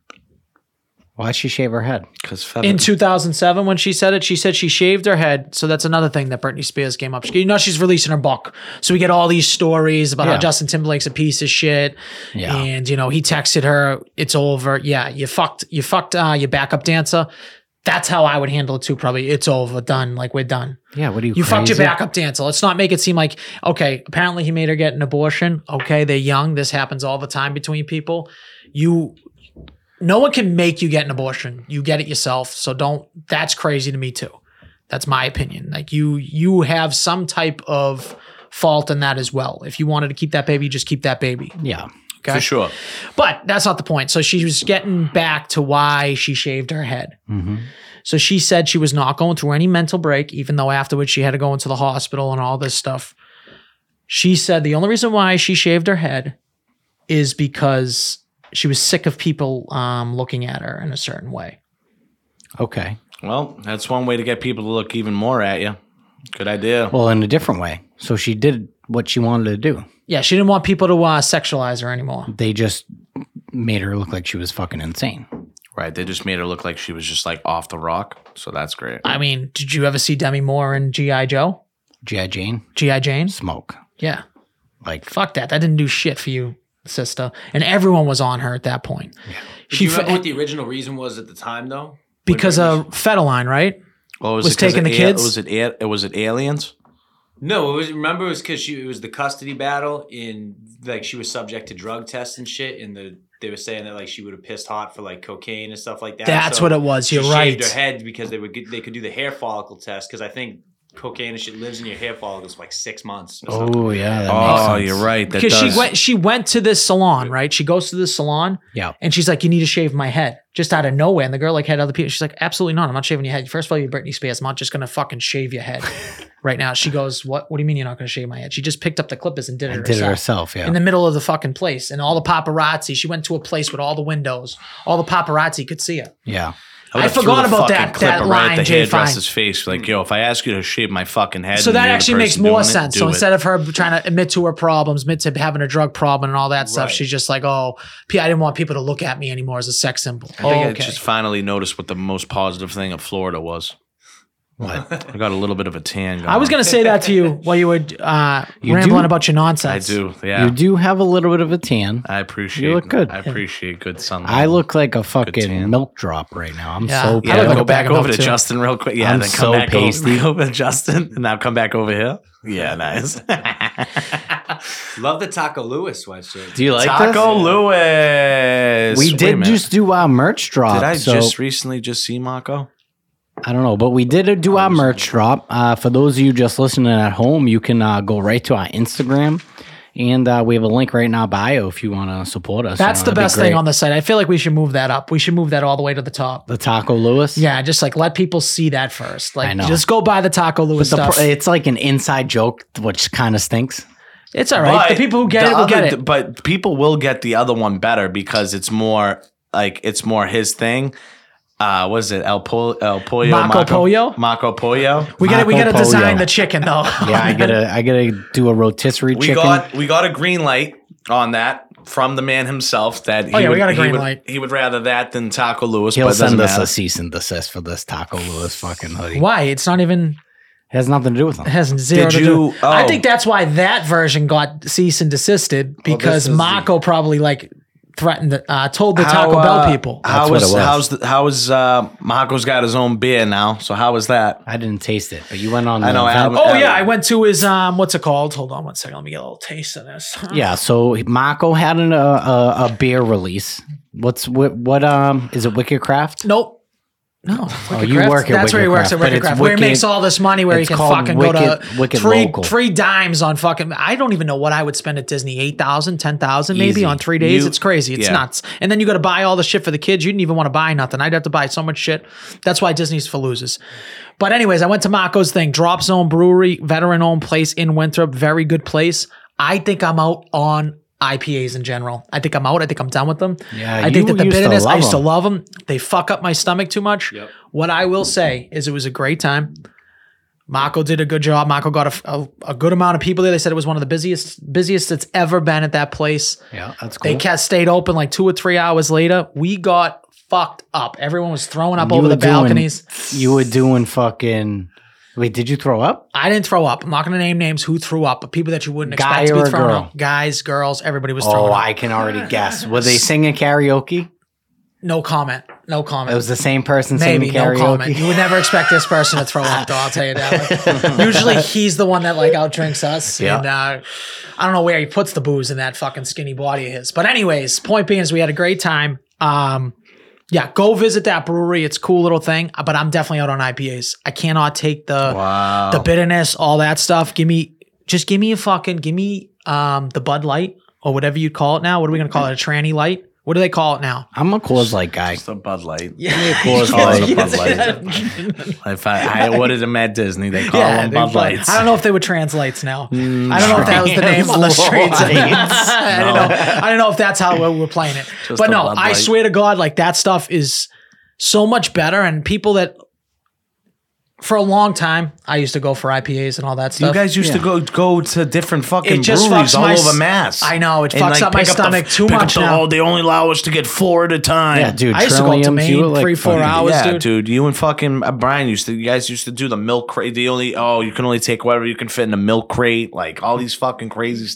Speaker 1: Why'd she shave her head?
Speaker 3: Because
Speaker 2: In 2007, when she said it, she said she shaved her head. So that's another thing that Britney Spears came up. She, you know, she's releasing her book. So we get all these stories about
Speaker 1: Yeah.
Speaker 2: how Justin Timberlake's a piece of shit.
Speaker 1: Yeah.
Speaker 2: And, you know, he texted her, it's over. Yeah, you fucked, you fucked uh, your backup dancer. That's how I would handle it too, probably. It's over, done. Like, we're done.
Speaker 1: Yeah, what do you
Speaker 2: You fucked your
Speaker 1: crazy?
Speaker 2: backup dancer. Let's not make it seem like, okay, apparently he made her get an abortion. Okay, they're young. This happens all the time between people. You, no one can make you get an abortion. You get it yourself. So don't, that's crazy to me too. That's my opinion. Like you, you have some type of fault in that as well. If you wanted to keep that baby, just keep that baby.
Speaker 1: Yeah.
Speaker 2: okay.
Speaker 3: for sure.
Speaker 2: But that's not the point. So she was getting back to why she shaved her head.
Speaker 1: hmm
Speaker 2: So she said she was not going through any mental break, even though afterwards she had to go into the hospital and all this stuff. She said the only reason why she shaved her head is because she was sick of people um, looking at her in a certain way.
Speaker 1: Okay.
Speaker 3: Well, that's one way to get people to look even more at you. Good idea.
Speaker 1: Well, in a different way. So she did what she wanted to do.
Speaker 2: Yeah, she didn't want people to uh, sexualize her anymore.
Speaker 1: They just made her look like she was fucking insane.
Speaker 3: right. They just made her look like she was just like off the rock. So that's great.
Speaker 2: I mean, did you ever see Demi Moore in G.I. Joe?
Speaker 1: G.I. Jane,
Speaker 2: G.I. Jane?
Speaker 1: smoke.
Speaker 2: Yeah.
Speaker 1: Like,
Speaker 2: Fuck that. That didn't do shit for you, sister. And everyone was on her at that point.
Speaker 4: Do
Speaker 2: She
Speaker 4: you remember
Speaker 2: fe-
Speaker 4: what the original reason was at the time, though?
Speaker 2: because of Fetaline, right?
Speaker 3: Well, Oh,
Speaker 2: Was
Speaker 3: it 'cause
Speaker 2: taking
Speaker 3: of
Speaker 2: the
Speaker 3: al-
Speaker 2: kids?
Speaker 3: Was it, al- it was it aliens?
Speaker 4: No, it was. Remember, it was because she it was the custody battle in like she was subject to drug tests and shit, and the they were saying that like she would have pissed hot for like cocaine and stuff like that.
Speaker 2: That's
Speaker 4: So
Speaker 2: what it was.
Speaker 4: she
Speaker 2: You're
Speaker 4: shaved
Speaker 2: right.
Speaker 4: Her head because they would get, they could do the hair follicle test because I think cocaine and shit lives in your hair follicles for like six months. or something.
Speaker 1: oh, yeah. That makes
Speaker 3: Oh,
Speaker 1: sense.
Speaker 3: you're right. That
Speaker 2: because she
Speaker 3: does-
Speaker 2: went she went to this salon right she goes to this salon
Speaker 1: Yeah.
Speaker 2: and she's like you need to shave my head just out of nowhere and the girl like had other people she's like absolutely not i'm not shaving your head first of all you're britney spears i'm not just gonna fucking shave your head right now she goes what what do you mean you're not gonna shave my head she just picked up the clippers and did it
Speaker 1: And did it
Speaker 2: herself
Speaker 1: herself. Yeah.
Speaker 2: in the middle of the fucking place and all the paparazzi she went to a place with all the windows all the paparazzi could see her
Speaker 1: yeah.
Speaker 3: would've
Speaker 2: I forgot
Speaker 3: threw the
Speaker 2: about
Speaker 3: fucking
Speaker 2: that-
Speaker 3: clipper
Speaker 2: that
Speaker 3: right
Speaker 2: line,
Speaker 3: at the
Speaker 2: Jay
Speaker 3: hairdresser's face. Like, yo, if I ask you to shave my fucking head,
Speaker 2: so
Speaker 3: and
Speaker 2: that
Speaker 3: you're the
Speaker 2: actually makes
Speaker 3: person
Speaker 2: more
Speaker 3: doing it,
Speaker 2: sense.
Speaker 3: do
Speaker 2: so
Speaker 3: it.
Speaker 2: instead of her trying to admit to her problems, admit to having a drug problem and all that stuff,
Speaker 4: Right.
Speaker 2: she's just like, "Oh, P, I didn't want people to look at me anymore as a sex symbol."
Speaker 3: I think
Speaker 2: okay.
Speaker 3: I Oh, just finally noticed what the most positive thing of Florida was.
Speaker 1: What?
Speaker 3: I got a little bit of a tan. Going.
Speaker 2: I was gonna say that to you while you were uh,
Speaker 1: You
Speaker 2: rambling
Speaker 1: do?
Speaker 2: about your
Speaker 3: I
Speaker 2: nonsense.
Speaker 3: do. Yeah.
Speaker 1: You do have a little bit of a tan.
Speaker 3: I appreciate.
Speaker 1: look good.
Speaker 3: I appreciate good sunlight.
Speaker 1: I look like a
Speaker 3: tan.
Speaker 1: fucking milk drop right now. I'm
Speaker 2: Yeah.
Speaker 1: so
Speaker 2: Yeah,
Speaker 3: Yeah,
Speaker 1: pale.
Speaker 2: like
Speaker 3: go
Speaker 2: a bag
Speaker 3: back
Speaker 2: of
Speaker 3: over
Speaker 2: milk,
Speaker 3: to
Speaker 2: too.
Speaker 3: Justin real quick. Yeah,
Speaker 1: I'm
Speaker 3: then come
Speaker 1: so
Speaker 3: back
Speaker 1: pasty.
Speaker 3: Over, over to Justin, and now come back over here. Yeah, nice.
Speaker 2: Oh.
Speaker 4: Love the Taco Lewis sweatshirt.
Speaker 1: Do you like
Speaker 3: Taco
Speaker 1: this?
Speaker 3: Lewis.
Speaker 1: We
Speaker 3: Wait a
Speaker 1: did
Speaker 3: minute.
Speaker 1: just do our merch drop.
Speaker 3: Did I
Speaker 1: so
Speaker 3: just recently just see Mako?
Speaker 1: I don't know, but we did do our merch drop. Uh, for those of you just listening at home, you can uh, go right to our Instagram, and uh, we have a link right in our bio if you want to support us.
Speaker 2: That's
Speaker 1: You know,
Speaker 2: the
Speaker 1: that'd be
Speaker 2: best thing
Speaker 1: great.
Speaker 2: on the site. I feel like we should move that up. We should move that all the way to the top.
Speaker 1: the Taco Lewis.
Speaker 2: Yeah, just like let people see that first. Like,
Speaker 1: I know.
Speaker 2: just go buy the Taco Louis
Speaker 1: The
Speaker 2: stuff.
Speaker 1: pro- it's like an inside joke, which kind of stinks.
Speaker 2: it's all right. The
Speaker 3: But
Speaker 2: people who get
Speaker 3: the
Speaker 2: it will
Speaker 3: other-
Speaker 2: get it.
Speaker 3: But people will get the other one better because it's more like it's more his thing. Uh, what is it? El, po- El Pollo
Speaker 2: Marco Pollo?
Speaker 3: Marco Pollo.
Speaker 2: We gotta we
Speaker 1: Marco
Speaker 2: gotta design
Speaker 1: Polo.
Speaker 2: the chicken though.
Speaker 1: Yeah, I gotta, I gotta do a rotisserie
Speaker 3: We
Speaker 1: chicken.
Speaker 3: got we got a green light on that from the man himself that he
Speaker 2: Oh, yeah, we
Speaker 3: would,
Speaker 2: got a
Speaker 3: he
Speaker 2: green
Speaker 3: would-
Speaker 2: light.
Speaker 3: he would rather that than Taco Lewis.
Speaker 1: He'll
Speaker 3: but it doesn't
Speaker 1: send us
Speaker 3: matter.
Speaker 1: a cease and desist for this Taco Lewis fucking hoodie.
Speaker 2: Why? It's not even.
Speaker 1: It has nothing to do with them.
Speaker 2: It has zero.
Speaker 3: Did
Speaker 2: to
Speaker 3: you-
Speaker 2: do. I
Speaker 3: oh.
Speaker 2: think that's why that version got cease and desisted because
Speaker 4: is the-
Speaker 2: Marco probably like threatened, the, uh, told the
Speaker 3: How,
Speaker 2: Taco
Speaker 3: uh,
Speaker 2: Bell people.
Speaker 3: How
Speaker 5: what
Speaker 3: is
Speaker 5: it was.
Speaker 3: how's the, how is uh, Mahako's got his own beer now? So how is that?
Speaker 1: I didn't taste it, but you went on.
Speaker 3: I
Speaker 1: the
Speaker 3: know,
Speaker 1: vent-
Speaker 3: Adam-
Speaker 2: oh yeah, I went to his um, what's it called? Hold on one second. Let me get a little taste of this.
Speaker 1: Yeah, so Mako had an, uh, a a beer release. What's what? What um is it? Wicked Craft?
Speaker 2: Nope. No, oh,
Speaker 1: you work at
Speaker 2: That's where he works
Speaker 1: Wicked Craft,
Speaker 2: at
Speaker 1: but
Speaker 2: Wicked
Speaker 1: it's
Speaker 2: Craft, where he
Speaker 1: Wicked-
Speaker 2: makes all this money, where he
Speaker 1: it's
Speaker 2: can
Speaker 1: called
Speaker 2: fucking go to
Speaker 1: Wicked- Wicked
Speaker 2: three
Speaker 1: Local.
Speaker 2: three dimes on fucking. I don't even know what I would spend at Disney 8,000, 10,000 maybe
Speaker 1: Easy.
Speaker 2: on three days.
Speaker 3: You-
Speaker 2: it's crazy. It's
Speaker 3: yeah.
Speaker 2: nuts. And then you got to buy all the shit for the kids. You didn't even want to buy nothing. I'd have to buy so much shit. That's why Disney's for losers. But anyways, I went to Marco's thing, Drop Zone Brewery, veteran owned place in Winthrop, very good place. I think I'm out on IPAs in general. I think I'm out. I think I'm done with them.
Speaker 1: Yeah,
Speaker 2: I think
Speaker 1: you
Speaker 2: that the
Speaker 1: used to
Speaker 2: bitterness. I
Speaker 1: love
Speaker 2: used to
Speaker 1: them.
Speaker 2: love them. They fuck up my stomach too much.
Speaker 4: Yep.
Speaker 2: What I will say is, it was a great time. Marco did a good job. Marco got a f- a, a good amount of people there. They said it was one of the busiest busiest that's ever been at that place.
Speaker 1: Yeah, that's
Speaker 2: They
Speaker 1: cool.
Speaker 2: kept stayed open like two or three hours later. We got fucked up. Everyone was throwing up
Speaker 1: You
Speaker 2: over
Speaker 1: were
Speaker 2: the
Speaker 1: doing-
Speaker 2: balconies.
Speaker 1: you were doing fucking. Wait, did you throw up?
Speaker 2: I didn't throw up. I'm not going to name names who threw up, but people that you wouldn't
Speaker 1: Guy
Speaker 2: expect to
Speaker 1: or
Speaker 2: be
Speaker 1: a
Speaker 2: thrown
Speaker 1: girl?
Speaker 2: up. Guys, girls, everybody was throwing
Speaker 1: Oh,
Speaker 2: up.
Speaker 1: I can already guess. Were they singing karaoke?
Speaker 2: no comment. No comment.
Speaker 1: It was the same person
Speaker 2: Maybe
Speaker 1: singing karaoke.
Speaker 2: no comment. You would never expect this person to throw up, though. I'll tell you that. Usually, he's the one that like outdrinks us,
Speaker 1: Yeah.
Speaker 2: and uh, I don't know where he puts the booze in that fucking skinny body of his. But anyways, point being is we had a great time. Um, yeah, go visit that brewery. It's a cool little thing. uh, But I'm definitely out on IPAs. I cannot take the
Speaker 3: Wow.
Speaker 2: the bitterness, all that stuff. Give me just give me a fucking give me um the Bud Light or whatever you call it now. What are we gonna call it? A tranny light? What do they call it now?
Speaker 1: I'm a Coors Light guy.
Speaker 3: It's a Bud Light.
Speaker 2: Yeah,
Speaker 3: Coors Light. Bud Light.
Speaker 2: yeah.
Speaker 3: If I, I ordered them at Disney, they call them
Speaker 2: they
Speaker 3: Um, Bud
Speaker 2: fuck-
Speaker 3: Lights. Mm,
Speaker 2: I don't know if they were translates now. I don't know if that was the name on the streets. I don't know. I don't know if that's how we were playing it.
Speaker 3: Just
Speaker 2: but
Speaker 3: a
Speaker 2: no,
Speaker 3: Bud
Speaker 2: I
Speaker 3: Light.
Speaker 2: swear to God, like that stuff is so much better. And people that for a long time, I used to go for IPAs and all that stuff.
Speaker 3: You guys used to go go to different fucking
Speaker 2: It just
Speaker 3: breweries
Speaker 2: fucks
Speaker 3: all
Speaker 2: my s-
Speaker 3: over Mass.
Speaker 2: I know, it
Speaker 3: And,
Speaker 2: fucks up my
Speaker 3: pick the-
Speaker 2: stomach too
Speaker 3: pick up
Speaker 2: much
Speaker 3: the-
Speaker 2: now.
Speaker 3: oh, they only allow us to get four at a time.
Speaker 1: Yeah, dude.
Speaker 2: I used to go up to
Speaker 1: Trilliums, you
Speaker 2: Maine
Speaker 1: were, like,
Speaker 2: three, four
Speaker 1: fucking-
Speaker 2: hours,
Speaker 3: yeah,
Speaker 2: dude.
Speaker 3: dude. You and fucking uh, Brian used to. You guys used to do the milk crate. The only oh, you can only take whatever you can fit in a milk crate. Like all these fucking crazy
Speaker 2: Yeah,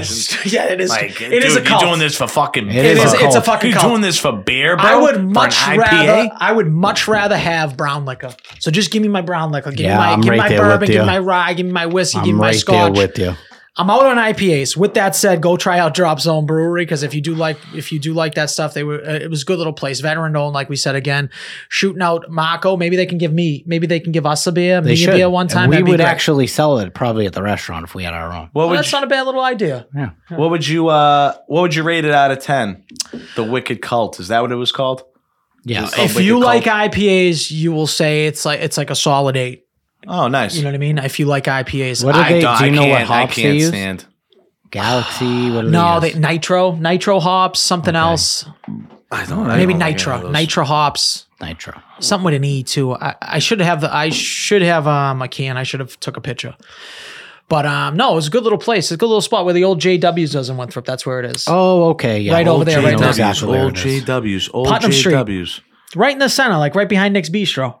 Speaker 3: stipulations.
Speaker 2: yeah, it's- yeah. It is.
Speaker 3: Like,
Speaker 2: it
Speaker 3: dude,
Speaker 2: is a cult.
Speaker 3: You're doing this for fucking.
Speaker 1: It is
Speaker 2: It
Speaker 1: a
Speaker 2: is. It's a
Speaker 1: cult.
Speaker 2: fucking
Speaker 3: You're
Speaker 2: cult.
Speaker 3: doing this for beer, bro.
Speaker 2: I
Speaker 3: For
Speaker 2: would
Speaker 3: an
Speaker 2: much
Speaker 3: IPA?
Speaker 2: rather I would much rather have brown liquor. So just give me my brown liquor. Give
Speaker 1: Yeah,
Speaker 2: me my
Speaker 1: I'm
Speaker 2: give me
Speaker 1: right
Speaker 2: my
Speaker 1: there with
Speaker 2: bourbon, give
Speaker 1: you.
Speaker 2: me my rye, give me my whiskey, give me
Speaker 1: I'm
Speaker 2: my
Speaker 1: right there
Speaker 2: scotch.
Speaker 1: with you.
Speaker 2: I'm out on IPAs. With that said, go try out Drop Zone Brewery because if you do like if you do like that stuff, they were uh, it was a good little place, veteran owned, like we said again. Shooting out Marco, maybe they can give me, maybe they can give us a beer,
Speaker 1: They
Speaker 2: me
Speaker 1: should.
Speaker 2: a beer one time.
Speaker 1: we
Speaker 2: that'd be
Speaker 1: would
Speaker 2: great.
Speaker 1: actually sell it probably at the restaurant if we had our own.
Speaker 3: What
Speaker 2: Well,
Speaker 3: would
Speaker 2: that's
Speaker 3: you,
Speaker 2: not a bad little idea.
Speaker 1: Yeah.
Speaker 3: what would you uh what would you rate it out of ten? The Wicked Cult is that what it was called?
Speaker 1: Yeah.
Speaker 3: Oh,
Speaker 2: If
Speaker 3: like a
Speaker 2: you like
Speaker 3: cult.
Speaker 2: IPAs, you will say it's like it's like a solid eight.
Speaker 3: Oh, nice.
Speaker 2: You know what I mean? If you like IPAs,
Speaker 1: What do
Speaker 3: I
Speaker 1: they?
Speaker 3: don't-
Speaker 1: Do you
Speaker 3: I
Speaker 1: know what
Speaker 3: can't- I
Speaker 1: hops
Speaker 3: can't
Speaker 1: they use?
Speaker 3: stand.
Speaker 1: Galaxy. What do
Speaker 2: No,
Speaker 1: they?
Speaker 2: they
Speaker 1: use?
Speaker 2: nitro, nitro hops, something else.
Speaker 3: I don't.
Speaker 2: Maybe nitro, nitro hops,
Speaker 1: nitro.
Speaker 2: something with an E too. I, I should have the I should have um a can. I should have took a picture. But um no, it was a good little place. It's a good little spot where the old JWs does in Winthrop. That's where it is.
Speaker 1: Oh, okay. Yeah.
Speaker 2: Right over there, right
Speaker 1: I know
Speaker 2: now.
Speaker 1: Exactly where
Speaker 3: old
Speaker 1: it is.
Speaker 3: JWs, old
Speaker 2: Putnam Street.
Speaker 3: JWs,
Speaker 2: Right in the center, like right behind Nick's Bistro.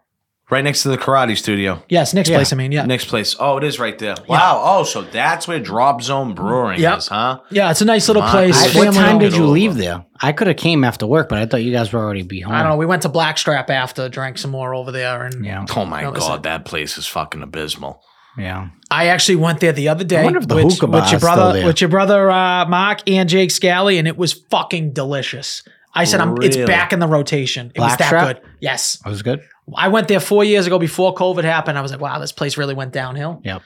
Speaker 3: right next to the karate studio.
Speaker 2: Yes, Nick's
Speaker 1: Yeah.
Speaker 2: place. I mean, yeah,
Speaker 3: Next place. Oh, it is right there. Wow. Oh, so that's where Drop Zone Brewing
Speaker 2: Yep.
Speaker 3: is, huh?
Speaker 2: yeah. It's a nice little
Speaker 3: My-
Speaker 2: place.
Speaker 1: I-
Speaker 3: It's
Speaker 1: what
Speaker 2: family
Speaker 1: time
Speaker 2: owned.
Speaker 1: did
Speaker 3: Get
Speaker 1: you
Speaker 3: over.
Speaker 1: leave there? I could have came after work, but I thought you guys were already be home.
Speaker 2: I don't know. We went to Blackstrap after, drank some more over there, and
Speaker 1: Yeah.
Speaker 3: Oh my
Speaker 2: That was
Speaker 3: god, that place is fucking abysmal.
Speaker 1: Yeah.
Speaker 2: I actually went there the other day
Speaker 1: I wonder if the
Speaker 2: with,
Speaker 1: hookah
Speaker 2: with
Speaker 1: bar is
Speaker 2: your
Speaker 1: still
Speaker 2: brother,
Speaker 1: there.
Speaker 2: with your brother uh, Mark and Jake Scally, and it was fucking delicious. I said, "I'm it's
Speaker 3: Really?
Speaker 2: back in the rotation. It was that
Speaker 1: Blackstrap?
Speaker 2: good." Yes,
Speaker 1: That was good.
Speaker 2: I went there four years ago before COVID happened. I was like, "Wow, this place really went downhill."
Speaker 1: Yep.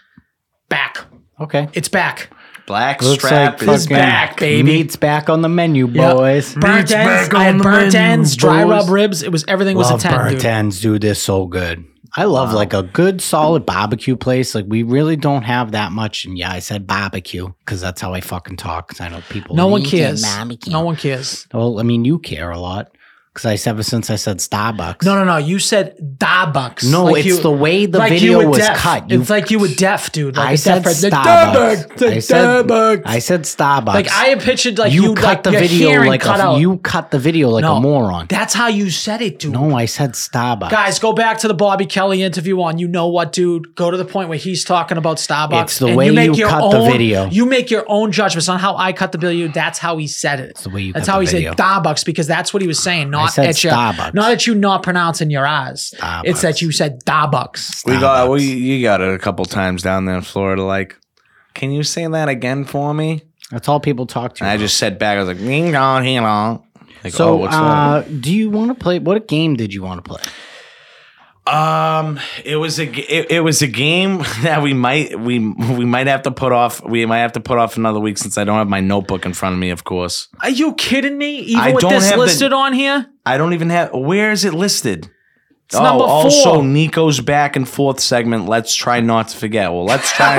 Speaker 2: Back,
Speaker 1: Okay.
Speaker 2: it's back.
Speaker 3: Black
Speaker 1: Looks
Speaker 3: strap
Speaker 1: like
Speaker 3: is
Speaker 1: fucking
Speaker 2: back, baby.
Speaker 1: Meat's back on the menu,
Speaker 2: Yep.
Speaker 1: boys.
Speaker 2: Burnt ends.
Speaker 3: back
Speaker 2: I
Speaker 3: on
Speaker 2: had
Speaker 3: the
Speaker 2: burnt
Speaker 3: menu,
Speaker 2: ends, dry
Speaker 3: boys.
Speaker 2: rub ribs. It was everything
Speaker 1: love
Speaker 2: was a ten.
Speaker 1: burnt
Speaker 2: dude.
Speaker 1: ends, dude. They're so good. I love like a good solid barbecue place. Like we really don't have that much. And yeah, I said barbecue because that's how I fucking talk. Because I know people.
Speaker 2: No one
Speaker 1: "You get
Speaker 2: cares.
Speaker 1: barbecue."
Speaker 2: No one cares.
Speaker 1: Well, I mean, you care a lot. Because I ever since I said Starbucks.
Speaker 2: No, no, no. You said Starbucks.
Speaker 1: No, it's the way the video was
Speaker 2: deaf.
Speaker 1: cut. You-
Speaker 2: It's like you were deaf, dude. Like
Speaker 1: I
Speaker 2: a
Speaker 1: said
Speaker 2: deaf person.
Speaker 1: Starbucks.
Speaker 2: Like,
Speaker 1: I said,
Speaker 2: Starbucks.
Speaker 1: I said Starbucks.
Speaker 2: like I had pictured like
Speaker 1: you,
Speaker 2: you,
Speaker 1: cut
Speaker 2: like,
Speaker 1: the
Speaker 2: your
Speaker 1: video
Speaker 2: hearing
Speaker 1: like
Speaker 2: cut
Speaker 1: a,
Speaker 2: out.
Speaker 1: you cut the video like
Speaker 2: No.
Speaker 1: a moron.
Speaker 2: That's how you said it, dude.
Speaker 1: no, I said Starbucks.
Speaker 2: Guys, go back to the Bobby Kelly interview on you know what, dude. Go to the point where he's talking about Starbucks.
Speaker 1: It's the way you cut the
Speaker 2: own,
Speaker 1: video.
Speaker 2: You make your own judgments on how I cut the video. That's how he said it. That's
Speaker 1: the way you
Speaker 2: That's
Speaker 1: cut
Speaker 2: how
Speaker 1: the
Speaker 2: he
Speaker 1: video.
Speaker 2: said Starbucks because that's what he was saying. Not
Speaker 1: said
Speaker 2: at your,
Speaker 1: Starbucks.
Speaker 2: not at you not pronouncing your eyes. It's that you said Starbucks.
Speaker 3: We got
Speaker 1: Starbucks.
Speaker 3: we you got it a couple times down there in Florida. Like, can you say that again for me?
Speaker 1: That's all people talk to.
Speaker 3: And I
Speaker 1: about.
Speaker 3: just said back. I was like, ding dong, ding dong. Like, oh,
Speaker 1: so,
Speaker 3: what's
Speaker 1: uh, do you want to play? What game did you want to play?
Speaker 3: that? Um, it was a g- it, it was a game that we might we we might have to put off. We might have to put off another week since I don't have my notebook in front of me. Of course,
Speaker 2: Are you kidding me? Even
Speaker 3: I
Speaker 2: with
Speaker 3: don't
Speaker 2: this
Speaker 3: have the-
Speaker 2: listed on here,
Speaker 3: I don't even have. Where is it listed? Oh,
Speaker 2: it's number four.
Speaker 3: also Nico's back and forth segment. Let's try not to forget. Well, let's try.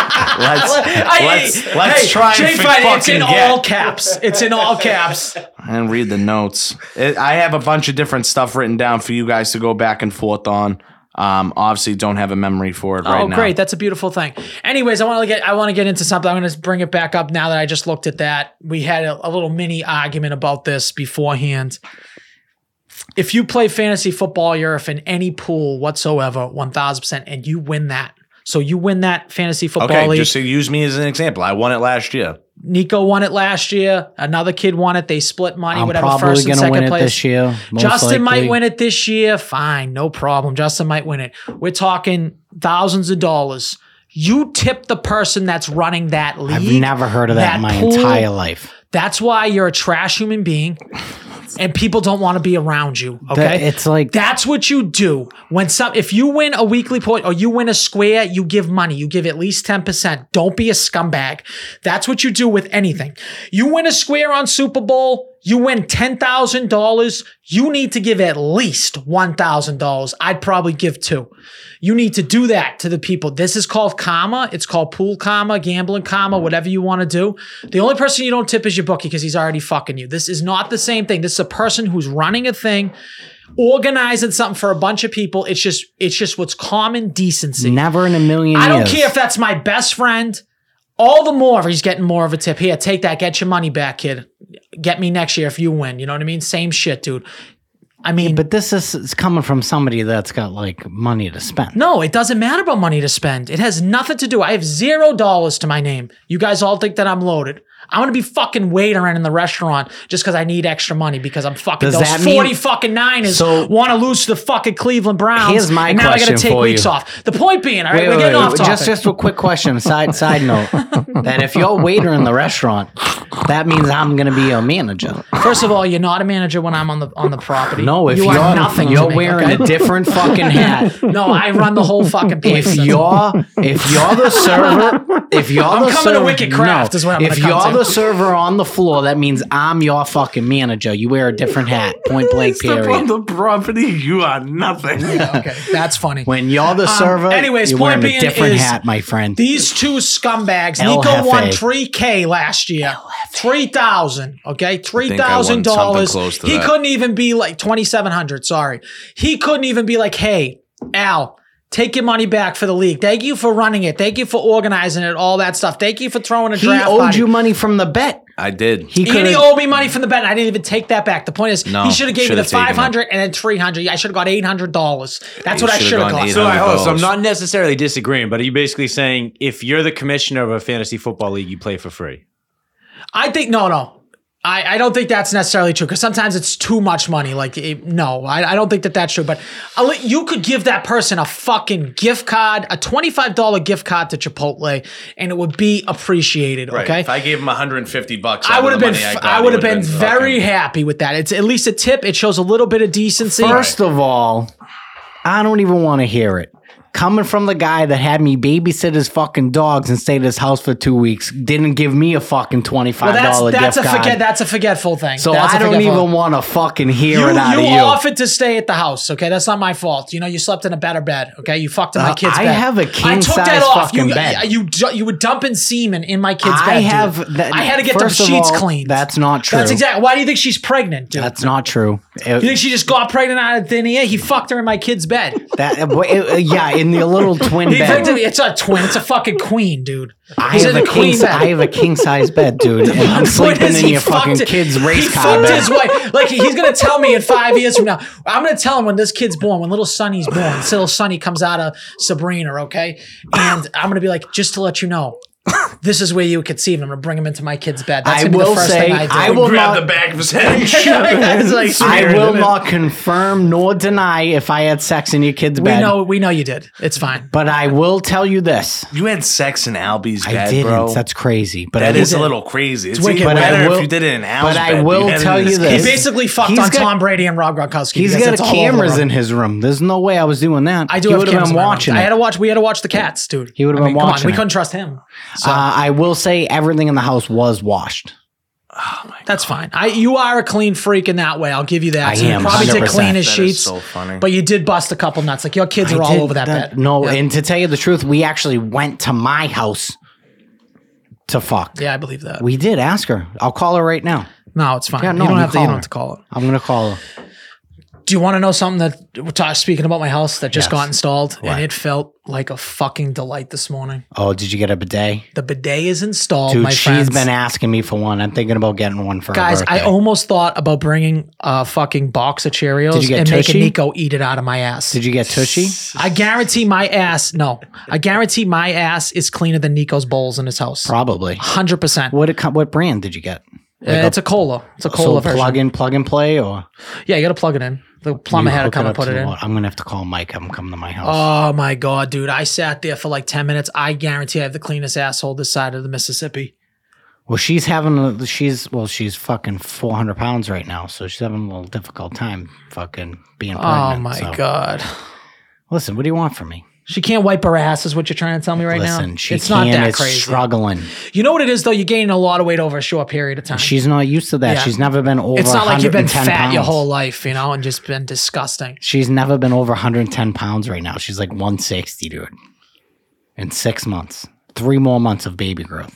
Speaker 3: And, let's
Speaker 2: I-
Speaker 3: let's,
Speaker 2: hey,
Speaker 3: let's
Speaker 2: hey,
Speaker 3: try and
Speaker 2: Jay
Speaker 3: for-
Speaker 2: Fight, it's
Speaker 3: fucking
Speaker 2: in
Speaker 3: get.
Speaker 2: all caps. It's in all caps.
Speaker 3: and read the notes. It, I have a bunch of different stuff written down for you guys to go back and forth on. Um, obviously, don't have a memory for it right
Speaker 2: oh,
Speaker 3: now.
Speaker 2: great! That's a beautiful thing. Anyways, I want to get I want to get into something. I'm going to bring it back up now that I just looked at that. We had a, a little mini argument about this beforehand. If you play fantasy football, you're if in any pool whatsoever, one thousand percent, and you win that. So you win that fantasy football
Speaker 3: Okay,
Speaker 2: league.
Speaker 3: just to use me as an example, I won it last year.
Speaker 2: Nico won it last year. Another kid won it. They split money.
Speaker 1: I'm
Speaker 2: whatever.
Speaker 1: probably
Speaker 2: First and
Speaker 1: going to
Speaker 2: second
Speaker 1: win
Speaker 2: place.
Speaker 1: it this year. most likely.
Speaker 2: Justin might win it this year. Fine, no problem. Justin might win it. We're talking thousands of dollars. You tip the person that's running that league.
Speaker 1: I've never heard of that, in
Speaker 2: that
Speaker 1: my
Speaker 2: pool-
Speaker 1: entire life.
Speaker 2: That's why you're a trash human being, and people don't want to be around you.
Speaker 1: That-
Speaker 2: Okay,
Speaker 1: it's like
Speaker 2: that's what you do when some. If you win a weekly point or you win a square, you give money. You give at least ten percent. Don't be a scumbag. That's what you do with anything. You win a square on Super Bowl. You win ten thousand dollars. You need to give at least one thousand dollars. I'd probably give two. You need to do that to the people. This is called karma. It's called pool karma, gambling karma, whatever you want to do. The only person you don't tip is your bookie because he's already fucking you. This is not the same thing. This is a person who's running a thing organizing something for a bunch of people. It's just it's just what's common decency.
Speaker 1: never in a million
Speaker 2: I don't
Speaker 1: years.
Speaker 2: care if that's my best friend. All the more he's getting more of a tip. Here, take that. Get your money back, kid. Get me next year if you win. You know what I mean? Same shit, dude. I mean,
Speaker 1: But this is it's coming from somebody that's got like money to spend.
Speaker 2: no, it doesn't matter about money to spend. It has nothing to do. I have zero dollars to my name. You guys all think that I'm loaded. I'm gonna be fucking waitering in the restaurant just because I need extra money because I'm fucking
Speaker 1: Does
Speaker 2: those
Speaker 1: that mean-
Speaker 2: forty fucking niners
Speaker 1: So-
Speaker 2: want to lose to the fucking Cleveland Browns.
Speaker 1: Here's my
Speaker 2: and now I
Speaker 1: question
Speaker 2: gotta take
Speaker 1: for
Speaker 2: weeks
Speaker 1: you.
Speaker 2: off. The point being, all right, we're getting off topic.
Speaker 1: Just, just a quick question. Side side note that if you're a waiter in the restaurant, that means I'm going to be a manager.
Speaker 2: First of all, you're not a manager when I'm on the on the property.
Speaker 1: No, if
Speaker 2: you
Speaker 1: are
Speaker 2: are nothing. to
Speaker 1: you're
Speaker 2: me,
Speaker 1: wearing
Speaker 2: okay?
Speaker 1: a different fucking hat.
Speaker 2: No, I run the whole fucking place.
Speaker 1: If
Speaker 2: That's-
Speaker 1: you're if you're the server, if you're the
Speaker 2: coming to
Speaker 1: server,
Speaker 2: Wicked Craft is what I'm
Speaker 1: if
Speaker 2: gonna
Speaker 1: you're
Speaker 2: come to.
Speaker 1: the server on the floor, that means I'm your fucking manager. You wear a different hat. Point blank.
Speaker 3: On
Speaker 1: Period.
Speaker 3: the property, you are nothing.
Speaker 2: okay, that's funny.
Speaker 1: When you're the server,
Speaker 2: Um, anyways,
Speaker 1: you're
Speaker 2: point
Speaker 1: wearing a
Speaker 2: being
Speaker 1: different
Speaker 2: is
Speaker 1: hat, my friend.
Speaker 2: These two scumbags,
Speaker 1: El
Speaker 2: Nico won
Speaker 1: Jefe.
Speaker 2: 3K last year. 3,000,
Speaker 3: I
Speaker 2: okay?
Speaker 3: won something close
Speaker 2: $3,000.
Speaker 3: to
Speaker 2: He
Speaker 3: that.
Speaker 2: couldn't even be like 2700, sorry. He couldn't even be like, "Hey, Al, take your money back for the league. Thank you for running it. Thank you for organizing it, all that stuff. Thank you for throwing a
Speaker 1: he
Speaker 2: draft."
Speaker 1: owed
Speaker 2: party."
Speaker 1: you money from the bet.
Speaker 3: I did.
Speaker 1: He
Speaker 2: and
Speaker 1: could
Speaker 2: he owed me money from the bet. and I didn't even take that back. The point is,
Speaker 3: No,
Speaker 2: he should have gave me
Speaker 3: shoulda
Speaker 2: the
Speaker 3: taken it.
Speaker 2: five hundred and then three hundred. I should have got eight hundred dollars. That's
Speaker 3: You
Speaker 2: what I
Speaker 3: shoulda
Speaker 2: should have
Speaker 3: gone
Speaker 2: got.
Speaker 3: $800.
Speaker 2: So
Speaker 4: So, I hope, so I'm
Speaker 3: $100.
Speaker 4: not necessarily disagreeing, but are you basically saying if you're the commissioner of a fantasy football league, you play for free?
Speaker 2: I think no, no. I, I don't think that's necessarily true because sometimes it's too much money. Like, it, no, I, I don't think that that's true. But I'll let- you could give that person a fucking gift card, a $25 gift card to Chipotle, and it would be appreciated. Okay.
Speaker 3: If I gave him 150 bucks,
Speaker 2: I would have been,
Speaker 3: I,
Speaker 2: f- I would have been, very happy with that. It's at least a tip. It shows a little bit of decency.
Speaker 1: First of all, I don't even want to hear it. Coming from the guy that had me babysit his fucking dogs and stay at his house for two weeks, didn't give me a fucking twenty
Speaker 2: Well,
Speaker 1: five
Speaker 2: that's
Speaker 1: dollar
Speaker 2: that's a
Speaker 1: gift card.
Speaker 2: forget. That's a forgetful thing.
Speaker 1: so
Speaker 2: That's a
Speaker 1: I don't
Speaker 2: forgetful-
Speaker 1: even want to fucking hear
Speaker 2: You,
Speaker 1: it out
Speaker 2: you
Speaker 1: of you.
Speaker 2: offered to stay at the house, okay? That's not my fault. You know, you slept in a better bed, okay? You fucked in my
Speaker 1: Uh,
Speaker 2: kid's
Speaker 1: I
Speaker 2: bed.
Speaker 1: have a king-size fucking
Speaker 2: you,
Speaker 1: bed.
Speaker 2: You, you you were dumping semen in my kid's bed.
Speaker 1: I
Speaker 2: dude.
Speaker 1: have. That,
Speaker 2: I had to get the
Speaker 1: first of
Speaker 2: sheets
Speaker 1: all,
Speaker 2: cleaned.
Speaker 1: That's not true.
Speaker 2: That's exactly. Why do you think she's pregnant, dude?
Speaker 1: That's not true.
Speaker 2: You think she just got pregnant out of thin air? He fucked her in my kid's bed.
Speaker 1: that, but it- uh, yeah, in the little twin
Speaker 2: He fucked her-
Speaker 1: bed.
Speaker 2: it's a twin. It's a fucking queen, dude.
Speaker 1: I
Speaker 2: He's
Speaker 1: have,
Speaker 2: in
Speaker 1: a
Speaker 2: the queen
Speaker 1: king,
Speaker 2: bed.
Speaker 1: I have a king size bed, dude. And I'm
Speaker 2: What
Speaker 1: sleeping
Speaker 2: is
Speaker 1: in
Speaker 2: he
Speaker 1: your fucking
Speaker 2: fucked it-
Speaker 1: kid's
Speaker 2: he
Speaker 1: race car
Speaker 2: fucked
Speaker 1: bed.
Speaker 2: his wife. Like he's gonna tell me in five years from now. I'm gonna tell him when this kid's born, when little Sonny's born, this little Sonny comes out of Sabrina, okay? And I'm gonna be like, just to let you know, this is where you conceive him. I'm gonna bring him into my kid's bed. That's
Speaker 1: I
Speaker 2: gonna be
Speaker 1: will
Speaker 2: the first
Speaker 1: say,
Speaker 2: thing I do.
Speaker 1: I will
Speaker 3: Grab
Speaker 1: not-
Speaker 3: the back of his head.
Speaker 2: That's like
Speaker 1: I
Speaker 2: smearing,
Speaker 1: will
Speaker 2: isn't it?
Speaker 1: not confirm nor deny if I had sex in your kid's
Speaker 2: We
Speaker 1: bed.
Speaker 2: know, we know you did. It's fine.
Speaker 1: But I will tell you this.
Speaker 3: you had sex in Albie's
Speaker 1: I
Speaker 3: bed,
Speaker 1: didn't.
Speaker 3: bro.
Speaker 1: That's crazy. But
Speaker 3: that
Speaker 1: I
Speaker 3: is a
Speaker 1: will-
Speaker 3: little crazy. It's,
Speaker 2: wicked.
Speaker 3: even
Speaker 2: But I
Speaker 3: better
Speaker 1: will-
Speaker 3: if you did it in Al's
Speaker 1: but I
Speaker 3: bed.
Speaker 1: will
Speaker 3: had it
Speaker 1: tell
Speaker 3: in
Speaker 1: you
Speaker 3: his
Speaker 1: this.
Speaker 2: He
Speaker 3: kid's bed.
Speaker 2: basically fucked
Speaker 1: He's
Speaker 2: on
Speaker 1: got-
Speaker 2: Tom Brady and Rob Gronkowski.
Speaker 1: He's
Speaker 2: because
Speaker 1: got
Speaker 2: it's all over
Speaker 1: cameras
Speaker 2: him.
Speaker 1: in his room. There's no way I was doing that.
Speaker 2: I do
Speaker 1: He
Speaker 2: have
Speaker 1: would
Speaker 2: cameras
Speaker 1: have
Speaker 2: in
Speaker 1: been
Speaker 2: my room.
Speaker 1: watching
Speaker 2: I had
Speaker 1: it.
Speaker 2: to watch. We had to watch the cats, dude.
Speaker 1: He would have
Speaker 2: I
Speaker 1: been
Speaker 2: come on,
Speaker 1: watching
Speaker 2: We
Speaker 1: it.
Speaker 2: couldn't trust him.
Speaker 1: Uh, I will say everything in the house was washed.
Speaker 2: That's fine. I you are a clean freak in that way. I'll give you that.
Speaker 1: I
Speaker 2: So you
Speaker 1: am,
Speaker 2: probably did
Speaker 1: 100%.
Speaker 2: clean his
Speaker 3: That
Speaker 2: sheets,
Speaker 3: is so funny.
Speaker 2: but you did bust a couple nuts. Like your kids are
Speaker 1: I
Speaker 2: all
Speaker 1: did
Speaker 2: over that,
Speaker 1: that-
Speaker 2: bed.
Speaker 1: No,
Speaker 2: yeah.
Speaker 1: and to tell you the truth, we actually went to my house to fuck.
Speaker 2: yeah, I believe that.
Speaker 1: We did ask her. I'll call her right now.
Speaker 2: no, it's fine.
Speaker 1: Yeah, no,
Speaker 2: you don't
Speaker 1: you
Speaker 2: have to. You
Speaker 1: call
Speaker 2: don't
Speaker 1: her.
Speaker 2: have to call it.
Speaker 1: I'm gonna call her.
Speaker 2: Do you want to know something that we're ta- speaking about my house that just
Speaker 1: Yes.
Speaker 2: got installed
Speaker 1: What?
Speaker 2: and it felt like a fucking delight this morning.
Speaker 1: Oh, did you get a bidet?
Speaker 2: The bidet is installed.
Speaker 1: Dude,
Speaker 2: my
Speaker 1: she's
Speaker 2: friends.
Speaker 1: been asking me for one. I'm thinking about getting one for
Speaker 2: Guys,
Speaker 1: her
Speaker 2: I
Speaker 1: birthday.
Speaker 2: almost thought about bringing a fucking box of Cheerios
Speaker 1: Did you get
Speaker 2: and
Speaker 1: Tushy?
Speaker 2: making Nico eat it out of my ass.
Speaker 1: Did you get tushy?
Speaker 2: I guarantee my ass. No, I guarantee my ass is cleaner than Nico's bowls in his house.
Speaker 1: Probably.
Speaker 2: Hundred percent.
Speaker 1: What it, co- what brand did you get? like
Speaker 2: It's a cola. It's a cola
Speaker 1: So
Speaker 2: version.
Speaker 1: plug in, plug and play, or
Speaker 2: Yeah, you got to plug it in. The
Speaker 1: I'm
Speaker 2: plumber had to come and put it in.
Speaker 1: I'm gonna have to call Mike. I'm coming to my house.
Speaker 2: Oh my god, dude! I sat there for like ten minutes. I guarantee I have the cleanest asshole this side of the Mississippi.
Speaker 1: Well, she's having a, she's well, she's fucking 400 pounds right now, so she's having a little difficult time fucking being
Speaker 2: Oh
Speaker 1: pregnant.
Speaker 2: my
Speaker 1: so.
Speaker 2: god,
Speaker 1: Listen, what do you want from me?
Speaker 2: she can't wipe her ass. Is what you're trying to tell me right
Speaker 1: Listen,
Speaker 2: now?
Speaker 1: she
Speaker 2: it's
Speaker 1: can,
Speaker 2: not that
Speaker 1: it's
Speaker 2: crazy.
Speaker 1: struggling.
Speaker 2: You know what it is though? You're gaining a lot of weight over a short period of time.
Speaker 1: She's not used to that.
Speaker 2: Yeah.
Speaker 1: She's never been over.
Speaker 2: it's not like you've been
Speaker 1: 110
Speaker 2: fat your
Speaker 1: pounds.
Speaker 2: whole life, you know, and just been disgusting.
Speaker 1: She's never been over 110 pounds right now. She's like 160, dude. In six months, three more months of baby growth.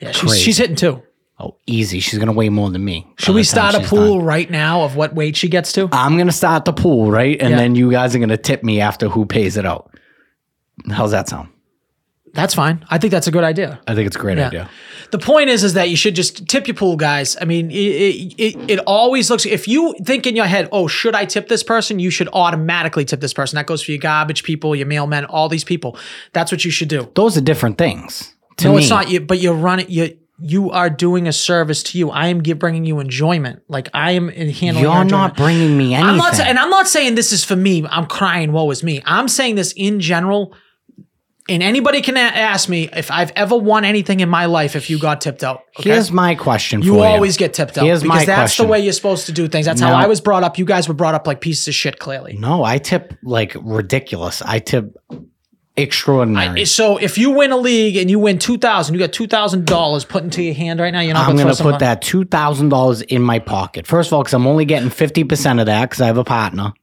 Speaker 2: Yeah, she's,
Speaker 1: Crazy.
Speaker 2: she's hitting two.
Speaker 1: Oh, easy. She's gonna weigh more than me. by
Speaker 2: Should
Speaker 1: the
Speaker 2: we
Speaker 1: time
Speaker 2: start a
Speaker 1: she's
Speaker 2: pool
Speaker 1: done.
Speaker 2: right now of what weight she gets to?
Speaker 1: I'm gonna start the pool, right? And
Speaker 2: Yeah.
Speaker 1: then you guys are gonna tip me after who pays it out. How's that sound?
Speaker 2: That's fine. I think that's a good idea.
Speaker 1: I think it's a great
Speaker 2: Yeah.
Speaker 1: idea.
Speaker 2: The point is, is that you should just tip your pool guys. I mean, it, it, it, it always looks, if you think in your head, oh, should I tip this person? You should automatically tip this person. That goes for your garbage people, your mailmen, all these people. That's what you should do.
Speaker 1: Those are different things. To
Speaker 2: no,
Speaker 1: me,
Speaker 2: it's not you, but you're running, you, you are doing a service to you. I am give, bringing you enjoyment. Like I am in handling your
Speaker 1: You're
Speaker 2: enjoyment.
Speaker 1: not bringing me anything.
Speaker 2: I'm not, sa- and I'm not saying this is for me. I'm crying, woe is me. I'm saying this in general. And anybody can a- ask me if I've ever won anything in my life if you got tipped out. okay?
Speaker 1: Here's my question
Speaker 2: you
Speaker 1: for
Speaker 2: always
Speaker 1: you.
Speaker 2: get tipped out
Speaker 1: Here's
Speaker 2: because
Speaker 1: my
Speaker 2: that's
Speaker 1: question.
Speaker 2: the way you're supposed to do things. That's
Speaker 1: No.
Speaker 2: how I was brought up. You guys were brought up like pieces of shit, clearly.
Speaker 1: No, I tip like ridiculous. I tip extraordinary.
Speaker 2: So if you win a league and you win two thousand, you got two thousand dollars put into your hand right now. You're not
Speaker 1: I'm
Speaker 2: going to
Speaker 1: gonna put that two thousand dollars in my pocket. First of all, because I'm only getting fifty percent of that because I have a partner.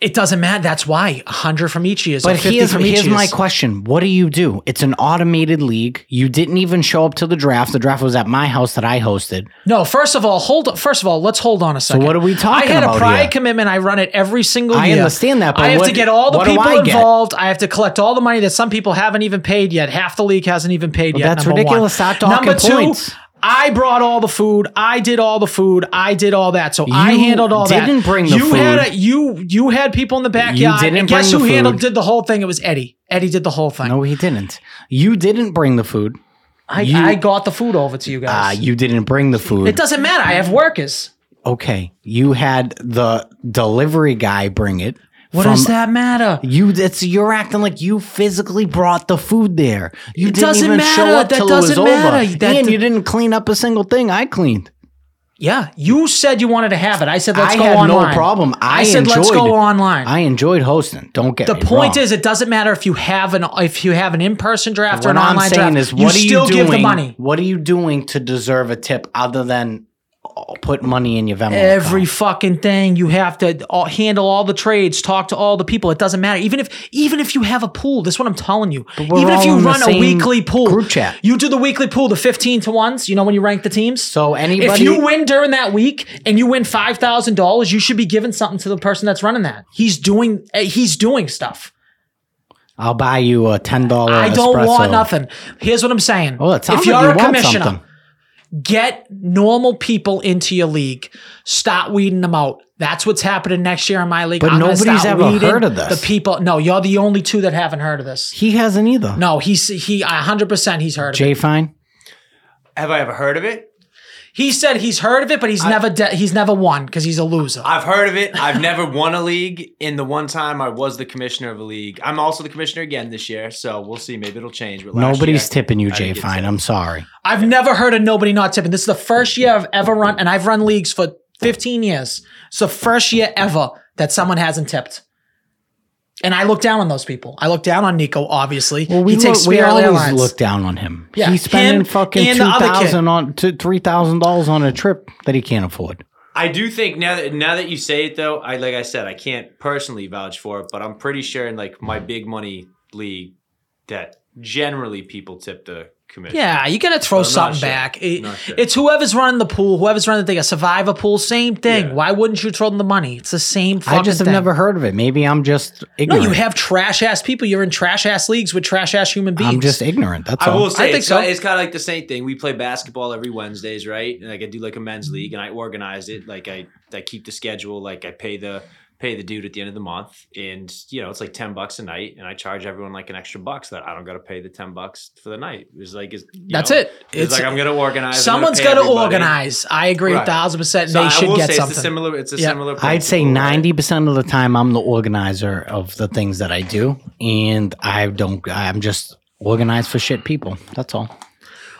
Speaker 2: It doesn't matter. That's why hundred from each year.
Speaker 1: But
Speaker 2: or 50
Speaker 1: here's,
Speaker 2: from each
Speaker 1: here's my
Speaker 2: year's.
Speaker 1: question. What do you do? It's an automated league. You didn't even show up to the draft. The draft was at my house that I hosted.
Speaker 2: No, first of all, hold. First of all, let's hold on a second.
Speaker 1: what are we talking
Speaker 2: I had
Speaker 1: about
Speaker 2: a pride
Speaker 1: here?
Speaker 2: commitment. I run it every single
Speaker 1: I
Speaker 2: year.
Speaker 1: understand that, but
Speaker 2: I have
Speaker 1: what-
Speaker 2: to get all the
Speaker 1: what do
Speaker 2: people
Speaker 1: I get?
Speaker 2: involved. I have to collect all the money that some people haven't even paid yet. Half the league hasn't even paid yet.
Speaker 1: that's
Speaker 2: number
Speaker 1: ridiculous. Stop
Speaker 2: One.
Speaker 1: talking
Speaker 2: number two,
Speaker 1: points.
Speaker 2: I brought all the food. I did all the food. I did all that. So I
Speaker 1: You
Speaker 2: handled all that.
Speaker 1: didn't bring the
Speaker 2: you Had
Speaker 1: food.
Speaker 2: a, you you had people in the backyard.
Speaker 1: didn't
Speaker 2: and guess
Speaker 1: bring the
Speaker 2: who handled
Speaker 1: food.
Speaker 2: did the whole thing? It was Eddie. Eddie did the whole thing.
Speaker 1: No, he didn't. You didn't bring the food.
Speaker 2: I,
Speaker 1: you-
Speaker 2: I got the food over to you
Speaker 1: Uh,
Speaker 2: guys.
Speaker 1: you didn't bring the
Speaker 2: it
Speaker 1: food.
Speaker 2: doesn't matter. I have workers.
Speaker 1: Okay. You had the delivery guy bring it.
Speaker 2: What
Speaker 1: from-
Speaker 2: does that matter?
Speaker 1: You that's you're acting like you physically brought the food there. You
Speaker 2: It
Speaker 1: didn't
Speaker 2: doesn't
Speaker 1: even show
Speaker 2: matter.
Speaker 1: up
Speaker 2: That
Speaker 1: till it was
Speaker 2: doesn't
Speaker 1: over.
Speaker 2: matter. That
Speaker 1: and
Speaker 2: d-
Speaker 1: you didn't clean up a single thing I cleaned.
Speaker 2: Yeah, you said you wanted to have it. I said let's
Speaker 1: I
Speaker 2: go
Speaker 1: had
Speaker 2: online.
Speaker 1: no problem. I,
Speaker 2: I said
Speaker 1: enjoyed,
Speaker 2: let's go online.
Speaker 1: I enjoyed hosting. Don't get
Speaker 2: the
Speaker 1: me
Speaker 2: point
Speaker 1: wrong.
Speaker 2: is, it doesn't matter if you have an if you have an in person draft or
Speaker 1: what
Speaker 2: an
Speaker 1: I'm
Speaker 2: online
Speaker 1: saying
Speaker 2: draft.
Speaker 1: is, what
Speaker 2: you
Speaker 1: are
Speaker 2: still
Speaker 1: you doing? Oh,
Speaker 2: give the money.
Speaker 1: What are you doing to deserve a tip other than all put money in your Venmo.
Speaker 2: Every
Speaker 1: account.
Speaker 2: fucking thing you have to all, handle all the trades, talk to all the people. It doesn't matter. Even if even if you have a pool, this is what I'm telling you.
Speaker 1: we're
Speaker 2: Even if
Speaker 1: all
Speaker 2: you
Speaker 1: in the
Speaker 2: run a
Speaker 1: same
Speaker 2: weekly pool
Speaker 1: group chat.
Speaker 2: you do the weekly pool, the 15 to ones. You know when you rank the teams.
Speaker 1: So anybody-
Speaker 2: if you win during that week and you win five thousand dollars, you should be giving something to the person that's running that. He's doing eh, he's doing stuff.
Speaker 1: I'll buy you a ten dollar.
Speaker 2: I don't want nothing. Here's what I'm saying.
Speaker 1: Oh, Uh, it sounds
Speaker 2: if you're
Speaker 1: like you
Speaker 2: a
Speaker 1: want
Speaker 2: commissioner,
Speaker 1: something.
Speaker 2: get normal people into your league. Stop weeding them out. That's what's happening next year in my league.
Speaker 1: But
Speaker 2: I'm gonna
Speaker 1: nobody's
Speaker 2: start
Speaker 1: ever
Speaker 2: weeding
Speaker 1: heard of this.
Speaker 2: The people. No, you're the only two that haven't heard of this.
Speaker 1: He hasn't either.
Speaker 2: No, he's he 100 percent he's heard of it.
Speaker 1: Jay Fine.
Speaker 4: Have I ever heard of it?
Speaker 2: He said he's heard of it, but he's never de- he's never won because he's a loser.
Speaker 4: I've heard of it. I've never won a league. In the one time I was the commissioner of a league, I'm also the commissioner again this year. So we'll see. Maybe it'll change. But last
Speaker 1: Nobody's
Speaker 4: year-
Speaker 1: tipping you, Jay
Speaker 4: didn't get
Speaker 1: Fine. I'm sorry.
Speaker 2: I've never heard of nobody not tipping. This is the first year I've ever run, and I've run leagues for 15 years. It's the first year ever that someone hasn't tipped. And I look down on those people. I look down on Nico, obviously.
Speaker 1: Well, we,
Speaker 2: he takes
Speaker 1: look, we
Speaker 2: Spirit
Speaker 1: always
Speaker 2: Airlines.
Speaker 1: look down on him.
Speaker 2: Yeah,
Speaker 1: He's spending
Speaker 2: him
Speaker 1: fucking
Speaker 2: and
Speaker 1: two
Speaker 2: the other kid.
Speaker 1: thousand on to three thousand dollars on a trip that he can't afford.
Speaker 4: I do think now that now that you say it though, I like I said, I can't personally vouch for it, but I'm pretty sure in like my big money league that generally people tip the commissioner.
Speaker 2: yeah, you gotta throw
Speaker 4: I'm not
Speaker 2: something
Speaker 4: sure.
Speaker 2: back. It-
Speaker 4: Not sure.
Speaker 2: It's whoever's running the pool, whoever's running the thing, a survivor pool, same thing.
Speaker 4: Yeah.
Speaker 2: Why wouldn't you throw them the money? It's the same fucking
Speaker 1: I just have
Speaker 2: thing.
Speaker 1: never heard of it. Maybe I'm just
Speaker 2: No,
Speaker 1: ignorant.
Speaker 2: you have trash ass people. You're in trash ass leagues with trash ass human beings.
Speaker 1: I'm just ignorant. That's
Speaker 4: I
Speaker 1: all.
Speaker 4: will say
Speaker 2: think
Speaker 4: it's,
Speaker 2: so.
Speaker 4: kind it's kind of like the same thing. We play basketball every Wednesdays, right? And like I do like a men's league, and I organize it. Like I, I keep the schedule. Like I pay the pay the dude at the end of the month, and you know it's like ten bucks a night, and I charge everyone like an extra bucks that I don't got to pay the ten bucks for the night. It's like it's, you
Speaker 2: That's
Speaker 4: know,
Speaker 2: it.
Speaker 4: It's, like I'm gonna organize. I'm
Speaker 2: Someone's
Speaker 4: gonna
Speaker 2: got to
Speaker 4: pay everybody.
Speaker 2: organize. I agree, a
Speaker 4: Right.
Speaker 2: thousand percent.
Speaker 4: So
Speaker 2: they
Speaker 4: I
Speaker 2: should
Speaker 4: will
Speaker 2: get
Speaker 4: say
Speaker 2: something.
Speaker 4: It's a similar. It's a
Speaker 2: Yeah.
Speaker 4: similar.
Speaker 1: I'd say
Speaker 4: principle, right?
Speaker 1: ninety percent of the time I'm the organizer of the things that I do, and I don't. I'm just organized for shit people. That's all.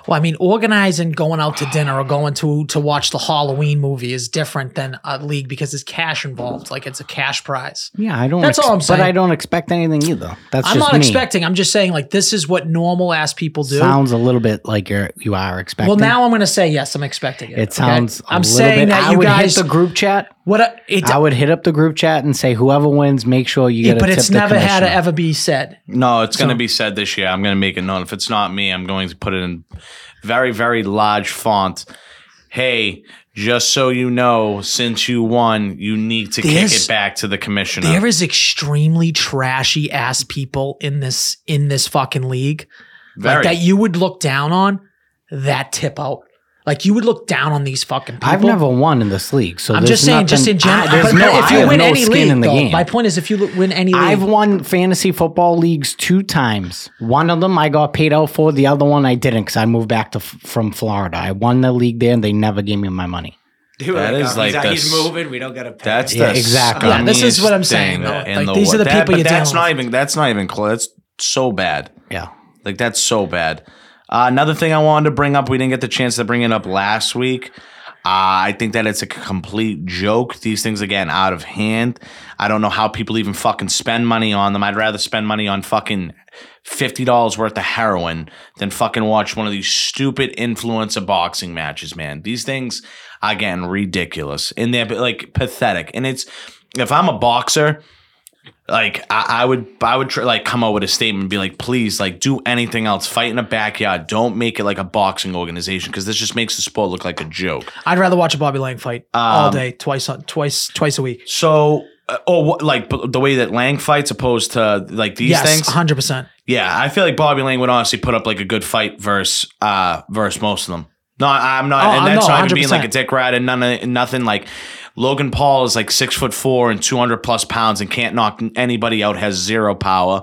Speaker 2: well, I mean, organizing going out to dinner or going to to watch the Halloween movie is different than a league because there's cash involved. Like it's a cash prize.
Speaker 1: Yeah, I don't.
Speaker 2: That's all I'm saying.
Speaker 1: But I don't expect anything either. That's
Speaker 2: I'm
Speaker 1: just
Speaker 2: not
Speaker 1: me.
Speaker 2: expecting. I'm just saying, like this is what normal ass people do.
Speaker 1: Sounds a little bit like you're you are expecting.
Speaker 2: well, now I'm going to say yes. I'm expecting it.
Speaker 1: it sounds.
Speaker 2: Okay?
Speaker 1: i
Speaker 2: I'm saying that
Speaker 1: I
Speaker 2: you
Speaker 1: would
Speaker 2: guys.
Speaker 1: hit the group chat.
Speaker 2: what a, it,
Speaker 1: I would hit up the group chat and say whoever wins, make sure you get. a
Speaker 2: but
Speaker 1: tip
Speaker 2: it's
Speaker 1: to
Speaker 2: never had to
Speaker 1: commissioner."
Speaker 2: ever be said.
Speaker 3: No, it's going to be said this year. I'm going to make it known. If it's not me, I'm going to put it in very, very large font. Hey, just so you know, since you won, you need to kick
Speaker 2: There's-
Speaker 3: it back to the commissioner.
Speaker 2: There is extremely trashy ass people in this in this fucking league.
Speaker 3: very.
Speaker 2: like that you would look down on that tip out. Like you would look down on these fucking people.
Speaker 1: I've never won in this league, so
Speaker 2: I'm
Speaker 1: there's
Speaker 2: just saying,
Speaker 1: nothing-
Speaker 2: just in general.
Speaker 1: I, there's
Speaker 2: but
Speaker 1: no,
Speaker 2: if
Speaker 1: I
Speaker 2: you
Speaker 1: have
Speaker 2: win
Speaker 1: no
Speaker 2: any
Speaker 1: skin
Speaker 2: league,
Speaker 1: in the
Speaker 2: though,
Speaker 1: game.
Speaker 2: my point is, if you lo- win any league,
Speaker 1: I've won fantasy football leagues two times. One of them I got paid out for. The other one I didn't because I moved back to f- from Florida. I won the league there, and they never gave me my money.
Speaker 4: They were
Speaker 3: That
Speaker 4: like,
Speaker 3: is
Speaker 4: "Oh,
Speaker 3: like
Speaker 4: he's, out-
Speaker 3: the
Speaker 4: he's
Speaker 3: s-
Speaker 4: moving. We don't got to pay.
Speaker 3: that's
Speaker 1: Yeah,
Speaker 3: the
Speaker 1: exactly. Yeah,
Speaker 2: this is
Speaker 3: scummiest
Speaker 2: what I'm
Speaker 3: thing
Speaker 2: saying, though.
Speaker 3: in
Speaker 2: Like, these
Speaker 3: wor-
Speaker 2: are the
Speaker 3: that-
Speaker 2: people
Speaker 3: but
Speaker 2: you're
Speaker 3: That's
Speaker 2: dealing
Speaker 3: not
Speaker 2: with.
Speaker 3: even. That's not even close. That's so bad.
Speaker 1: Yeah,
Speaker 3: Like that's so bad. Uh, another thing I wanted to bring up, we didn't get the chance to bring it up last week. Uh, I think that it's a complete joke. These things are getting out of hand. I don't know how people even fucking spend money on them. I'd rather spend money on fucking fifty dollars worth of heroin than fucking watch one of these stupid influencer boxing matches, man. These things are getting ridiculous and they're like pathetic. And it's if I'm a boxer, like I, I would I would tr- like come out with a statement and be like, please, like do anything else. Fight in a backyard. Don't make it like a boxing organization because this just makes the sport look like a joke.
Speaker 2: I'd rather watch a Bobby Lang fight all
Speaker 3: Um,
Speaker 2: day, twice on twice twice a week.
Speaker 3: So, uh, oh, what, like b- the way that Lang fights opposed to like these
Speaker 2: Yes,
Speaker 3: things.
Speaker 2: hundred percent.
Speaker 3: Yeah, I feel like Bobby Lang would honestly put up like a good fight versus uh versus most of them. No, I- I'm not,
Speaker 2: Oh,
Speaker 3: and
Speaker 2: uh,
Speaker 3: that's
Speaker 2: no,
Speaker 3: not even being like a
Speaker 2: 100%.
Speaker 3: dick rat and none of, nothing. Like Logan Paul is like six foot four and 200 plus pounds and can't knock anybody out. Has zero power.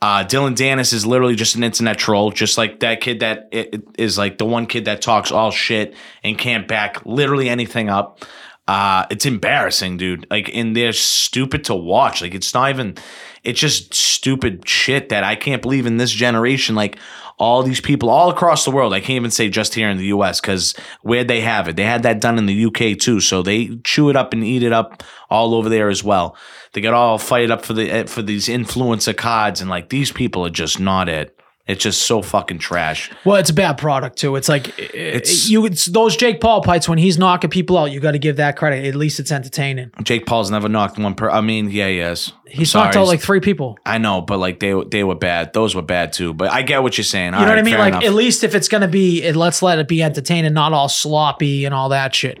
Speaker 3: Uh, Dylan Dennis is literally just an internet troll, just like that kid that i- i- is like the one kid that talks all shit and can't back literally anything up. Uh, it's embarrassing, dude. Like, and they're stupid to watch. Like, it's not even, it's just stupid shit that I can't believe in this generation. Like, all these people all across the world, I can't even say just here in the US because where'd they have it? They had that done in the UK too. So they chew it up and eat it up all over there as well. They got all fired up for the eh, for these influencer cards and like these people are just not it. It's just so fucking trash.
Speaker 2: Well, it's a bad product too. It's like
Speaker 3: It's-
Speaker 2: it's, you. It's those Jake Paul fights when he's knocking people out. You got to give that credit. At least it's entertaining.
Speaker 3: Jake Paul's never knocked one per. I mean, yeah, yes.
Speaker 2: He's
Speaker 3: Sorry.
Speaker 2: knocked out like three people.
Speaker 3: I know, but like they they were bad. Those were bad too. But I get what you're saying.
Speaker 2: You know what I mean? Like at least if it's gonna be, it, let's let it be entertaining, not all sloppy and all that shit.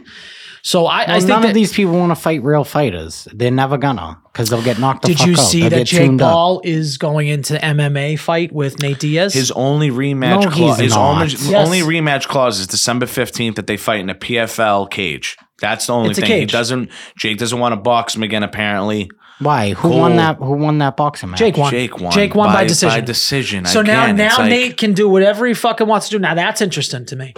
Speaker 2: So I, I
Speaker 1: Well,
Speaker 2: think
Speaker 1: none
Speaker 2: that,
Speaker 1: of these people want to fight real fighters. They're never gonna because they'll get knocked the
Speaker 2: Did
Speaker 1: fuck
Speaker 2: you
Speaker 1: out.
Speaker 2: see
Speaker 1: They'll
Speaker 2: that
Speaker 1: get
Speaker 2: Jake
Speaker 1: tuned up.
Speaker 2: Paul is going into MMA fight with Nate Diaz?
Speaker 3: his only rematch
Speaker 1: No,
Speaker 3: clause.
Speaker 1: he's
Speaker 3: His
Speaker 1: not.
Speaker 3: only,
Speaker 1: Yes.
Speaker 3: only rematch clause is December fifteenth that they fight in a PFL cage. That's the only
Speaker 2: It's a
Speaker 3: thing he
Speaker 2: cage.
Speaker 3: doesn't. Jake doesn't want to box him again. Apparently,
Speaker 1: Why? Who
Speaker 3: Cool.
Speaker 1: won that? Who won that boxing match?
Speaker 2: Jake won.
Speaker 3: Jake won.
Speaker 2: Jake won by, decision.
Speaker 3: By decision.
Speaker 2: so now,
Speaker 3: again. It's
Speaker 2: now
Speaker 3: like,
Speaker 2: Nate can do whatever he fucking wants to do. Now that's interesting to me.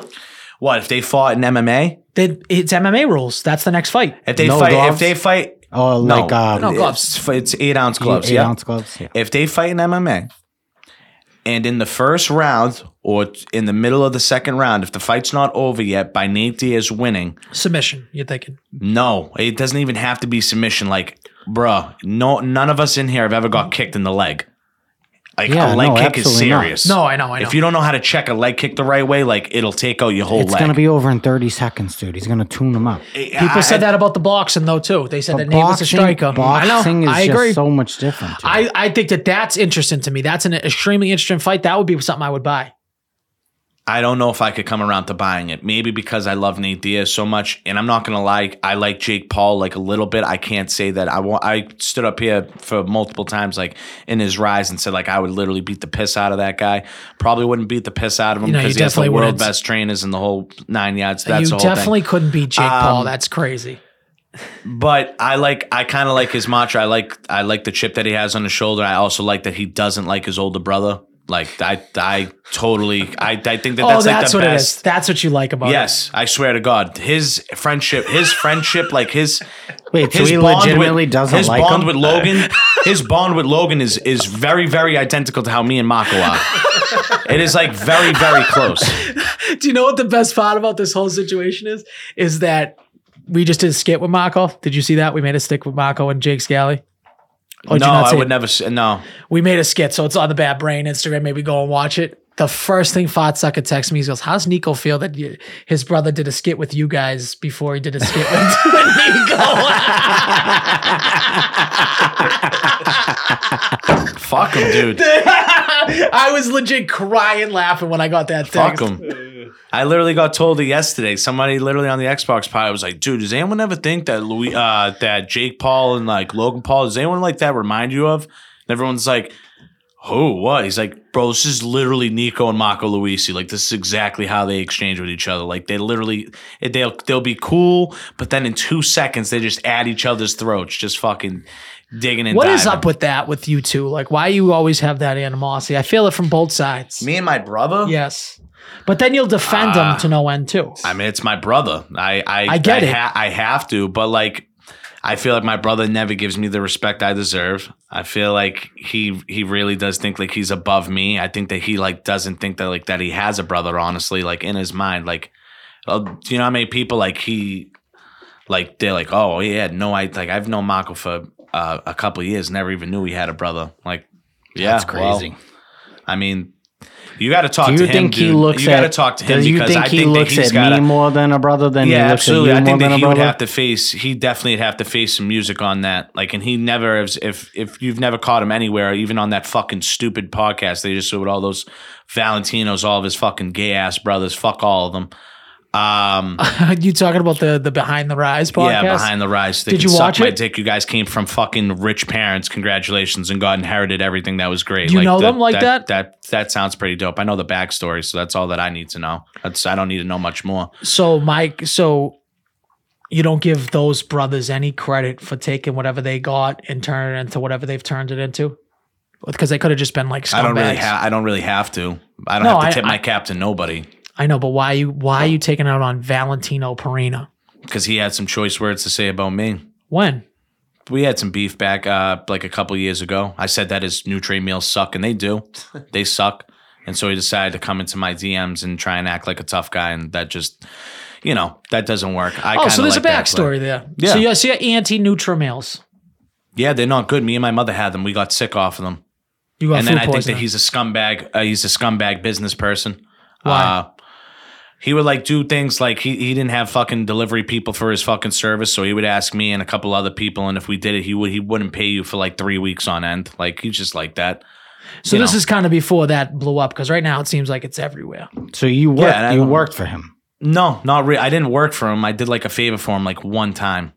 Speaker 3: What if they fought in MMA?
Speaker 2: They, it's MMA rules. That's the next fight.
Speaker 3: If they
Speaker 1: No
Speaker 3: fight,
Speaker 1: gloves?
Speaker 3: if they fight,
Speaker 1: Or
Speaker 3: no,
Speaker 1: like uh,
Speaker 2: No, gloves.
Speaker 3: It's, it's eight ounce gloves.
Speaker 1: eight
Speaker 3: yeah.
Speaker 1: ounce gloves. Yeah.
Speaker 3: If they fight in MMA and in the first round or t- in the middle of the second round, if the fight's not over yet by Nate Diaz winning,
Speaker 2: Submission. You're thinking
Speaker 3: no, it doesn't even have to be submission. Like, bruh, no, none of us in here have ever got kicked in the leg. Like
Speaker 1: Yeah,
Speaker 3: a leg
Speaker 1: no,
Speaker 3: kick is
Speaker 1: absolutely not.
Speaker 3: serious.
Speaker 2: no. I know. I know.
Speaker 3: If you don't know how to check a leg kick the right way, like it'll take out your whole
Speaker 1: It's
Speaker 3: leg.
Speaker 1: gonna be over in thirty seconds, dude. He's gonna tune them up.
Speaker 2: People said that about the boxing though too. They said that Nate was a striker.
Speaker 1: boxing
Speaker 2: I know.
Speaker 1: is
Speaker 2: I agree.
Speaker 1: just so much different. dude.
Speaker 2: I, I think that that's interesting to me. That's an extremely interesting fight. That would be something I would buy.
Speaker 3: I don't know if I could come around to buying it. Maybe because I love Nate Diaz so much, and I'm not gonna lie, I like Jake Paul like a little bit. I can't say that I want. I stood up here for multiple times, like in his rise, and said like I would literally beat the piss out of that guy. Probably wouldn't beat the piss out of him
Speaker 2: You know, you
Speaker 3: because he has the
Speaker 2: definitely
Speaker 3: world
Speaker 2: wouldn't.
Speaker 3: best trainers in the whole nine yards. That's
Speaker 2: you
Speaker 3: the whole
Speaker 2: definitely couldn't beat Jake
Speaker 3: Um,
Speaker 2: Paul. That's crazy.
Speaker 3: thing. But I like. I kind of like his mantra. I like. I like the chip that he has on his shoulder. I also like that he doesn't like his older brother. Like I, I totally. I, I think that
Speaker 2: oh,
Speaker 3: that's like
Speaker 2: that's
Speaker 3: the
Speaker 2: what
Speaker 3: best.
Speaker 2: it is. That's what you like
Speaker 1: Oh,
Speaker 2: about it.
Speaker 3: Yes, I swear to God, his friendship, his friendship, like his
Speaker 1: Wait, so
Speaker 3: his
Speaker 1: he legitimately doesn't
Speaker 3: his
Speaker 1: like
Speaker 3: bond
Speaker 1: him?
Speaker 3: with Logan, his bond with Logan is is very very identical to how me and Mako are. it is like very very close.
Speaker 2: Do you know what the best part about this whole situation is? Is that we just did a skit with Marco. Did you see that? We made a stick with Marco and Jake Scally. Or did
Speaker 3: no,
Speaker 2: you not
Speaker 3: I
Speaker 2: see
Speaker 3: would
Speaker 2: it?
Speaker 3: never. s- No,
Speaker 2: We made a skit, so it's on the Bad Brain Instagram. Maybe go and watch it. The first thing Fatsucker texts me, he goes, "How's Nico feel that you, his brother did a skit with you guys before he did a skit with Nico?"
Speaker 3: fuck him, dude.
Speaker 2: I was legit crying, laughing when I got that
Speaker 3: Fuck
Speaker 2: text.
Speaker 3: him. I literally got told it yesterday. Somebody literally on the Xbox pod was like, "Dude, does anyone ever think that Louis, uh, that Jake Paul and like Logan Paul, does anyone like that remind you of?" And everyone's like, "Who? What?" He's like, "Bro, this is literally Nico and Marco Luisi. Like, this is exactly how they exchange with each other. Like, they literally eh, they'll they'll be cool, but then in two seconds they just at each other's throats, just fucking digging and
Speaker 2: What is
Speaker 3: diving.
Speaker 2: up with that with you two? Like, why you always have that animosity? I feel it from both sides.
Speaker 3: Me and my brother.
Speaker 2: Yes. But then you'll defend
Speaker 3: Ah.
Speaker 2: them to no end too.
Speaker 3: I mean, it's my brother. I I,
Speaker 2: I get it.
Speaker 3: ha- I have to, but like, I feel like my brother never gives me the respect I deserve. I feel like he he really does think like he's above me. I think that he like doesn't think that like that he has a brother. Honestly, like in his mind, like, uh, do you know how many people like he, like they're like, oh yeah, no, I like I've known Marco for uh, a couple of years, never even knew he had a brother. Like, yeah,
Speaker 1: That's
Speaker 3: well,
Speaker 1: crazy.
Speaker 3: I mean. You got to talk
Speaker 1: do
Speaker 3: to
Speaker 1: you
Speaker 3: him.
Speaker 1: think he
Speaker 3: dude.
Speaker 1: looks
Speaker 3: you
Speaker 1: at?
Speaker 3: got to talk to him
Speaker 1: do you
Speaker 3: because
Speaker 1: think
Speaker 3: I
Speaker 1: he
Speaker 3: think
Speaker 1: looks
Speaker 3: that he's
Speaker 1: at
Speaker 3: got
Speaker 1: me more than a brother than
Speaker 3: yeah,
Speaker 1: he looks
Speaker 3: absolutely.
Speaker 1: at you
Speaker 3: I think
Speaker 1: more
Speaker 3: that
Speaker 1: than
Speaker 3: he
Speaker 1: a
Speaker 3: would
Speaker 1: brother?
Speaker 3: have to face. He definitely would have to face some music on that. Like, and he never has. If if you've never caught him anywhere, even on that fucking stupid podcast, they just showed all those Valentinos, all of his fucking gay ass brothers. Fuck all of them. Um,
Speaker 2: you talking about the the Behind the Rise podcast?
Speaker 3: yeah, behind the rise. They
Speaker 2: Did
Speaker 3: can
Speaker 2: you
Speaker 3: suck
Speaker 2: watch
Speaker 3: my
Speaker 2: it?
Speaker 3: dick. You guys came from fucking rich parents. Congratulations, and God inherited everything. That was great.
Speaker 2: Do you know them like
Speaker 3: That,
Speaker 2: that?
Speaker 3: that that sounds pretty dope. I know the backstory, so that's all that I need to know. That's I don't need to know much more.
Speaker 2: So Mike, so you don't give those brothers any credit for taking whatever they got and turn it into whatever they've turned it into? Because they could have just been like scumbags.
Speaker 3: I don't really have. I don't really have to. I don't
Speaker 2: No,
Speaker 3: have to
Speaker 2: I-
Speaker 3: tip my
Speaker 2: I-
Speaker 3: cap to nobody
Speaker 2: I know, but why you why are you taking out on Valentino Perina?
Speaker 3: because he had some choice words to say about me.
Speaker 2: When?
Speaker 3: We had some beef back uh, like a couple years ago. I said that his Nutrient meals suck, and they do. they suck. And so he decided to come into my DMs and try and act like a tough guy, and that just, you know, that doesn't work. I
Speaker 2: oh,
Speaker 3: kinda
Speaker 2: so there's
Speaker 3: like
Speaker 2: a
Speaker 3: that, but-
Speaker 2: backstory there.
Speaker 3: Yeah.
Speaker 2: So you see anti-neutral males.
Speaker 3: yeah, they're not good. Me and my mother had them. We got sick off of them.
Speaker 2: You got
Speaker 3: and then
Speaker 2: food
Speaker 3: I think that
Speaker 2: poisoning.
Speaker 3: he's a scumbag. Uh, he's a scumbag business person.
Speaker 2: Why?
Speaker 3: Uh, he would like do things like he, he didn't have fucking delivery people for his fucking service, so he would ask me and a couple other people, and if we did it, he would he wouldn't pay you for like three weeks on end. Like he's just like that.
Speaker 2: so
Speaker 3: you
Speaker 2: this
Speaker 3: know.
Speaker 2: is kind of before that blew up because right now it seems like it's everywhere.
Speaker 3: Oh.
Speaker 1: So you worked.
Speaker 3: and I
Speaker 1: you
Speaker 3: don't-
Speaker 1: worked for him.
Speaker 3: No, not really. I didn't work for him. I did like a favor for him like one time.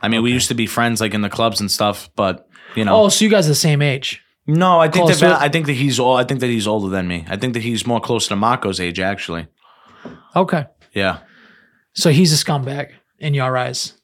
Speaker 3: I mean, we used to be friends like in the clubs and stuff, but you know.
Speaker 2: Oh, so you guys are the same age.
Speaker 3: no, I think
Speaker 2: close
Speaker 3: that Val-
Speaker 2: with-
Speaker 3: I think that he's old. I think that he's older than me. I think that he's more close to Marco's age actually.
Speaker 2: Okay.
Speaker 3: Yeah.
Speaker 2: So he's a scumbag in your eyes.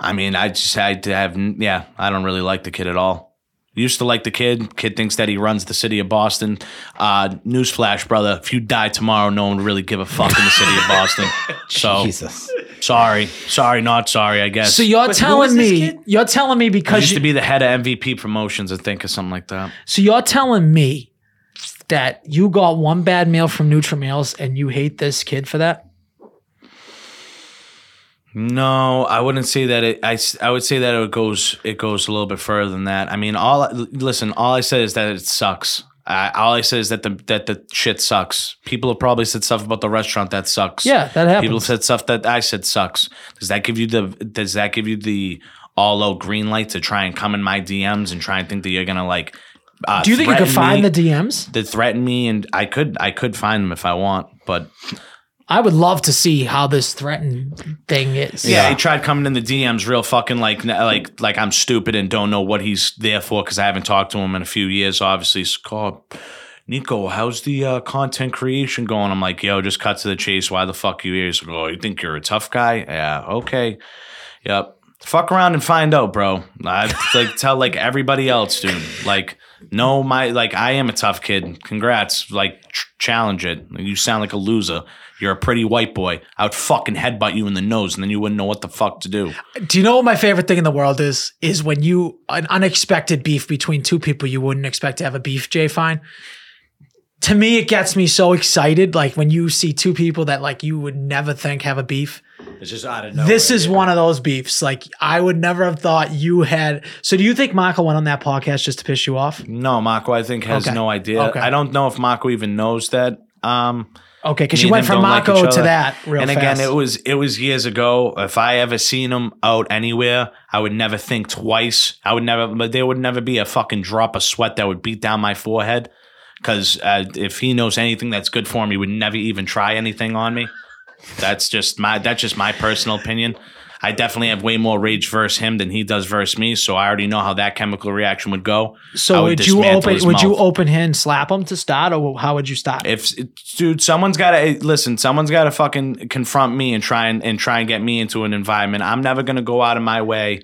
Speaker 3: I mean, I just had to have, yeah, I don't really like the kid at all. Used to like the kid. Kid thinks that he runs the city of Boston. Uh, newsflash, brother. If you die tomorrow, no one would really give a fuck in the city of Boston. So
Speaker 1: Jesus.
Speaker 3: sorry, sorry, not sorry. I guess.
Speaker 2: So you're
Speaker 4: Wait, who
Speaker 2: telling
Speaker 4: was this
Speaker 2: me
Speaker 4: kid?
Speaker 2: you're telling me
Speaker 3: I
Speaker 2: because
Speaker 3: used
Speaker 2: you,
Speaker 3: to be the head of MVP promotions, I think, or something like that.
Speaker 2: so you're telling me that you got one bad meal from Nutrimills and you hate this kid for that?
Speaker 3: No, I wouldn't say that. It, I s- I would say that it goes it goes a little bit further than that. I mean, all listen. All I said is that it sucks. I, all I said is that the that the shit sucks. People have probably said stuff about the restaurant that sucks.
Speaker 2: Yeah, that happens.
Speaker 3: People have said stuff that I said sucks. Does that give you the does that give you the all out green light to try and come in my DMs and try and think that you're gonna like uh,
Speaker 2: Do you think you could
Speaker 3: threaten
Speaker 2: find
Speaker 3: me,
Speaker 2: the DMs?
Speaker 3: that threaten me and I could I could find them if I want, but
Speaker 2: I would love to see how this threatened thing is.
Speaker 3: yeah, he tried coming in the DMs real fucking like like like I'm stupid and don't know what he's there for because I haven't talked to him in a few years. Obviously, so call Nico. How's the uh, content creation going? I'm like, yo, just cut to the chase. Why the fuck you here? He's like, oh, you think you're a tough guy? Yeah, okay, yep. Fuck around and find out, bro. I like tell like everybody else, dude. Like, no, my like I am a tough kid. Congrats. Like, ch- challenge it. You sound like a loser. You're a pretty white boy. I would fucking headbutt you in the nose, and then you wouldn't know what the fuck to do.
Speaker 2: Do you know what my favorite thing in the world is? Is when you an unexpected beef between two people you wouldn't expect to have a beef, Jay Fine. To me, it gets me so excited. Like when you see two people that like you would never think have a beef.
Speaker 4: It's just out of nowhere.
Speaker 2: this is one of those beefs. Like I would never have thought you had. So do you think Michael went on that podcast just to piss you off?
Speaker 3: No, Marco, I think has
Speaker 2: Okay.
Speaker 3: no idea.
Speaker 2: Okay.
Speaker 3: I don't know if Marco even knows that. Um,
Speaker 2: Okay, because
Speaker 3: Me
Speaker 2: you
Speaker 3: and
Speaker 2: went
Speaker 3: him
Speaker 2: from
Speaker 3: don't like
Speaker 2: Mako
Speaker 3: each
Speaker 2: to
Speaker 3: other.
Speaker 2: that real
Speaker 3: and
Speaker 2: fast.
Speaker 3: again, it was it was years ago. If I ever seen him out anywhere, I would never think twice. I would never, but there would never be a fucking drop of sweat that would beat down my forehead. Because uh, if he knows anything that's good for him, he would never even try anything on me. That's just my that's just my personal opinion. I definitely have way more rage verse him than he does verse me, so I already know how that chemical reaction would go. I
Speaker 2: so
Speaker 3: would
Speaker 2: would you
Speaker 3: dismantle
Speaker 2: open?
Speaker 3: his
Speaker 2: Would you
Speaker 3: mouth.
Speaker 2: open him, and slap him to start, or how would you stop?
Speaker 3: If dude, someone's got to listen. Someone's got to fucking confront me and try and, and try and get me into an environment. I'm never gonna go out of my way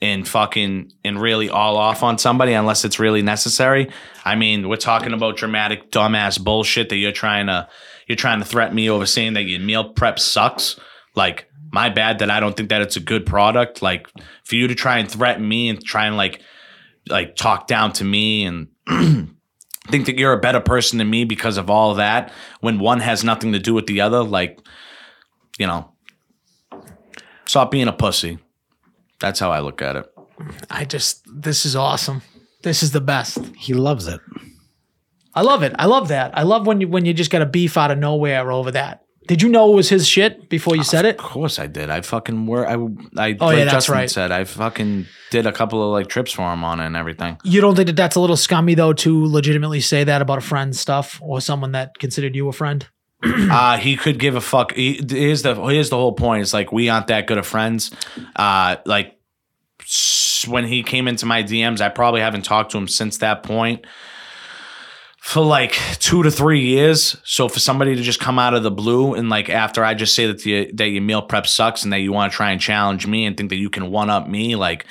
Speaker 3: and fucking and really all off on somebody unless it's really necessary. I mean, we're talking about dramatic dumbass bullshit that you're trying to you're trying to threaten me over saying that your meal prep sucks. Like my bad that I don't think that it's a good product. Like for you to try and threaten me and try and like like talk down to me and think that you're a better person than me because of all that when one has nothing to do with the other like you know stop being a pussy that's how i look at it
Speaker 2: I just this is awesome. This is the best.
Speaker 1: He loves it.
Speaker 2: I love it. I love that. I love when you when you just got a beef out of nowhere over that. Did you know it was his shit before you said it?
Speaker 3: of course i did i fucking were i i
Speaker 2: Oh,
Speaker 3: like
Speaker 2: yeah, that's
Speaker 3: justin
Speaker 2: right.
Speaker 3: said i fucking did a couple of like trips for him on it and everything
Speaker 2: You don't think that that's a little scummy though to legitimately say that about a friend's stuff or someone that considered you a friend?
Speaker 3: uh he could give a fuck he, here's the here's the whole point it's like we aren't that good of friends uh like s- when he came into my DMs, I probably haven't talked to him since that point for like two to three years. So for somebody to just come out of the blue and like after I just say that the that your meal prep sucks and that you want to try and challenge me and think that you can one up me, like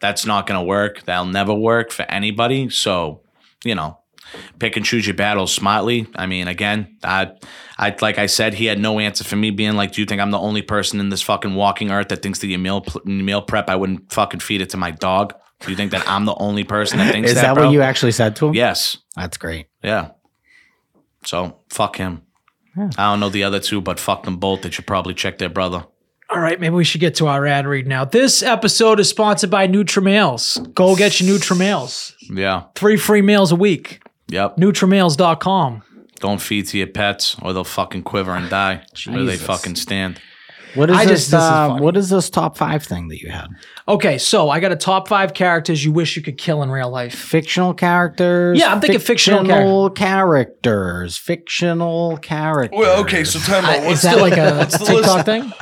Speaker 3: that's not gonna work. That'll never work for anybody. So you know. Pick and choose your battles smartly. I mean, again, I, I like I said, he had no answer for me being like, "Do you think I'm the only person in this fucking walking earth that thinks that your meal pl- meal prep? I wouldn't fucking feed it to my dog. Do you think that I'm the only person that thinks
Speaker 1: Is
Speaker 3: that
Speaker 1: that
Speaker 3: bro?
Speaker 1: what you actually said to him?
Speaker 3: yes,
Speaker 1: That's great.
Speaker 3: yeah. So fuck him. I don't know the other two, but fuck them both. They should probably check their brother.
Speaker 2: All right, maybe we should get to our ad read now. This episode is sponsored by Nutrimales. Go get your Nutrimales.
Speaker 3: Yeah.
Speaker 2: Three free meals a week.
Speaker 3: Yep.
Speaker 2: Nutrimales.com.
Speaker 3: Don't feed to your pets or they'll fucking quiver and die. Where they
Speaker 1: Jesus.
Speaker 3: fucking stand.
Speaker 1: What is
Speaker 2: I
Speaker 1: this?
Speaker 2: just- this is
Speaker 1: uh,
Speaker 2: funny.
Speaker 1: what is this top five thing that you had?
Speaker 2: Okay, so I got a top five characters you wish you could kill in real life.
Speaker 1: Fictional characters.
Speaker 2: Yeah, I'm thinking fictional
Speaker 1: fictional characters. Fictional characters.
Speaker 3: time
Speaker 2: I- is that like a TikTok thing?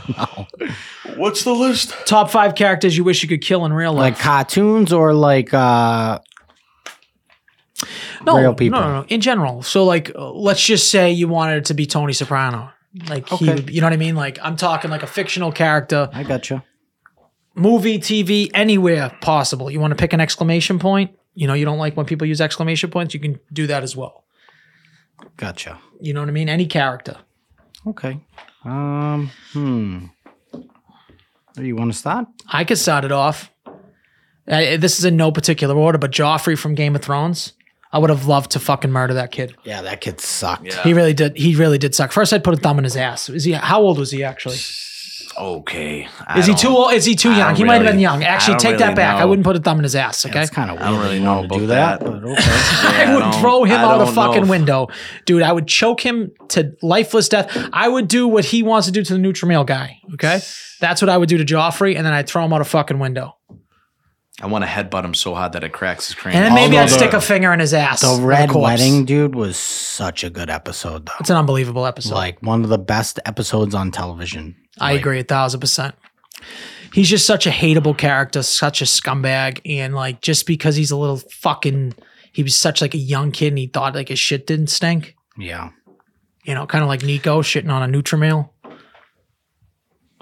Speaker 3: What's the list?
Speaker 2: Top five characters you wish you could kill in real life.
Speaker 1: like cartoons or like uh
Speaker 2: no,
Speaker 1: real people.
Speaker 2: No, no, no. In general. So, like, uh, let's just say you wanted it to be Tony Soprano. Like, he
Speaker 1: Okay.
Speaker 2: would, you know what I mean? Like, I'm talking like a fictional character,
Speaker 1: I gotcha.
Speaker 2: movie, TV, anywhere possible. You want to pick an exclamation point? You know, you don't like when people use exclamation points. You can do that as well.
Speaker 1: Gotcha.
Speaker 2: You know what I mean? Any character.
Speaker 1: Okay. Um hmm. Do you want to start?
Speaker 2: I could start it off. Uh, this is in no particular order, but Joffrey from Game of Thrones. I would have loved to fucking murder that kid.
Speaker 1: Yeah, that kid sucked.
Speaker 3: Yeah.
Speaker 2: He really did. He really did suck. First, I'd put a thumb in his ass. Is he? How old was he actually?
Speaker 3: Okay. I
Speaker 2: Is he
Speaker 3: don't-
Speaker 2: too old? Is he too
Speaker 3: I
Speaker 2: young?
Speaker 3: don't
Speaker 2: He might have
Speaker 3: really-
Speaker 2: been
Speaker 3: I
Speaker 2: young. Actually,
Speaker 3: don't
Speaker 2: take that
Speaker 3: really
Speaker 2: back. I
Speaker 3: know.
Speaker 2: wouldn't put a thumb in his ass. Okay.
Speaker 1: That's kind of weird.
Speaker 3: don't
Speaker 1: that
Speaker 3: really
Speaker 1: you
Speaker 3: know
Speaker 1: wanted to do
Speaker 3: about
Speaker 1: that, but okay.
Speaker 3: Yeah,
Speaker 2: I would
Speaker 3: don't-
Speaker 2: throw him
Speaker 3: I
Speaker 2: out a
Speaker 3: don't know
Speaker 2: fucking
Speaker 3: if-
Speaker 2: window, dude. I would choke him to lifeless death. I would do what he wants to do to the Nutrimale guy. Okay, that's what I would do to Joffrey, and then I'd throw him out a fucking window,
Speaker 3: I want to headbutt him so hard that it cracks his cranium.
Speaker 2: and then maybe
Speaker 1: Although
Speaker 2: I'd
Speaker 1: the-
Speaker 2: stick a finger in his ass.
Speaker 1: the
Speaker 2: on
Speaker 1: Red
Speaker 2: corpse.
Speaker 1: Wedding dude was such a good episode though.
Speaker 2: It's an unbelievable episode.
Speaker 1: like one of the best episodes on television.
Speaker 2: I
Speaker 1: Like,
Speaker 2: agree a thousand percent. He's just such a hateable character, such a scumbag, and like just because he's a little fucking, he was such like a young kid and he thought like his shit didn't stink.
Speaker 1: Yeah.
Speaker 2: You know, kind of like Nico shitting on a Nutrimale.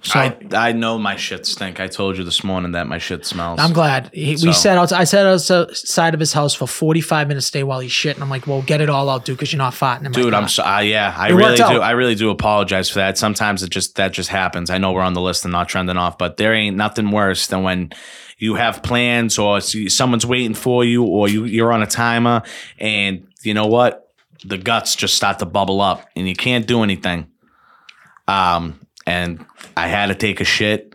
Speaker 2: So I,
Speaker 3: I, I know my shit stink. I told you this morning that my shit smells.
Speaker 2: am glad he,
Speaker 3: So-
Speaker 2: we sat outside. I sat outside of his house for 45 minutes today while he's shitting. I'm like, well, get it all out, dude, because you're not farting. I'm like,
Speaker 3: Dude,
Speaker 2: "Nah."
Speaker 3: I'm so uh, yeah. I
Speaker 2: It worked
Speaker 3: really do.
Speaker 2: out.
Speaker 3: I really do apologize for that. Sometimes it just that just happens. I know we're on the list and not trending off, but there ain't nothing worse than when you have plans or s- someone's waiting for you or you you're on a timer and you know what? The guts just start to bubble up and you can't do anything. Um, and I had to take a shit.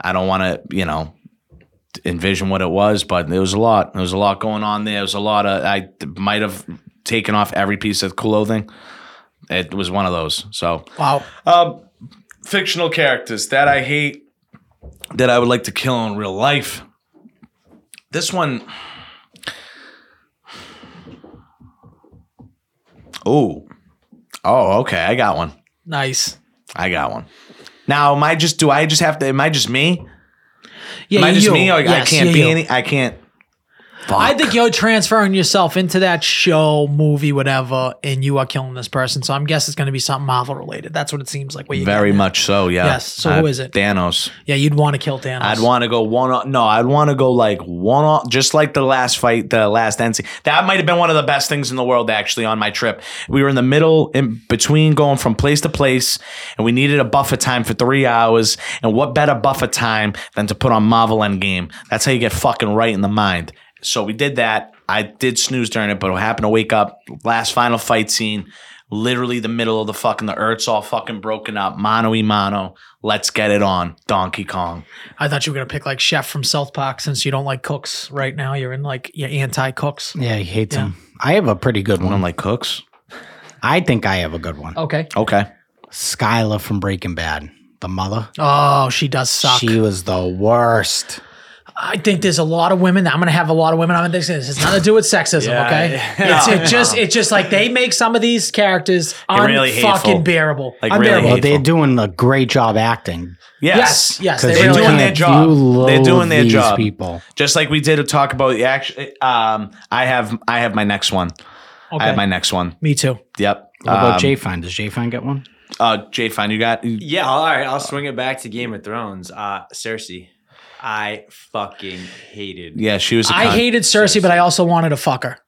Speaker 3: I don't want to, you know, envision what it was, but there was a lot. There was a lot going on there. There was a lot of I might have taken off every piece of clothing. It was one of those. So
Speaker 2: wow.
Speaker 3: fictional characters that I hate, that I would like to kill in real life. This one. Oh, oh, okay. I got one.
Speaker 2: Nice.
Speaker 3: I got one. Now, am I just? Do I just have to? Am I just me?
Speaker 2: Yeah,
Speaker 3: Am I just
Speaker 2: you.
Speaker 3: me? Or I
Speaker 2: Yes,
Speaker 3: can't
Speaker 2: yeah,
Speaker 3: be
Speaker 2: you.
Speaker 3: any. I can't.
Speaker 2: I
Speaker 3: Fuck.
Speaker 2: think you're transferring yourself into that show, movie, whatever, and you are killing this person. So I'm guess it's going to be something Marvel related. That's what it seems like. Where you
Speaker 3: very much so. Yeah. Uh,
Speaker 2: Yes, so who is it?
Speaker 3: Thanos.
Speaker 2: yeah, you'd want to kill Thanos.
Speaker 3: I'd want to go one. o- No, I'd want to go like one off, just like the last fight, the last NC. That might have been one of the best things in the world. Actually, on my trip, we were in the middle, in between going from place to place, and we needed a buffer time for three hours. And what better buffer time than to put on Marvel Endgame? That's how you get fucking right in the mind. So we did that. I did snooze during it, but I happened to wake up. Last final fight scene. Literally the middle of the fucking the earth's all fucking broken up, mano y mano. Let's get it on, Donkey Kong.
Speaker 2: I thought you were going to pick like Chef from South Park since you don't like cooks right now. You're in like you're anti cooks.
Speaker 1: Yeah, he hates him. I have a pretty good
Speaker 3: One
Speaker 1: one.
Speaker 3: like Cooks. Mm-hmm.
Speaker 1: I think I have a good
Speaker 3: Oh.
Speaker 1: one.
Speaker 2: Okay.
Speaker 3: Okay.
Speaker 1: Skyla from Breaking Bad, the mother.
Speaker 2: Oh, she does suck.
Speaker 1: She was the worst.
Speaker 2: I think there's a lot of women. I'm going to have a lot of women. I'm going to this has nothing to do with sexism.
Speaker 3: Yeah,
Speaker 2: okay.
Speaker 3: yeah.
Speaker 2: It's it just it's just like they make some of these characters
Speaker 3: really hateful.
Speaker 2: unfucking bearable.
Speaker 3: Like, really
Speaker 2: unbearable.
Speaker 3: hateful.
Speaker 1: Well, they're doing a great job acting.
Speaker 2: Yes. Yes.
Speaker 1: because
Speaker 2: they
Speaker 3: They're
Speaker 2: really
Speaker 3: doing
Speaker 2: are.
Speaker 3: their job. They're doing their job.
Speaker 1: People.
Speaker 3: Just like we did a talk about the action. Um, I have I have my next one. I
Speaker 2: Okay.
Speaker 3: have my next one.
Speaker 2: Me too.
Speaker 3: Yep.
Speaker 1: What about
Speaker 3: um,
Speaker 1: J Fine? Does J Fine get one?
Speaker 3: Uh, Jay Fine, you got
Speaker 4: Yeah, all right. I'll swing it back to Game of Thrones. Uh, Cersei, I fucking hated.
Speaker 3: yeah. She was. a
Speaker 2: I
Speaker 3: cunt.
Speaker 2: hated Cersei, but I also wanted to fuck her.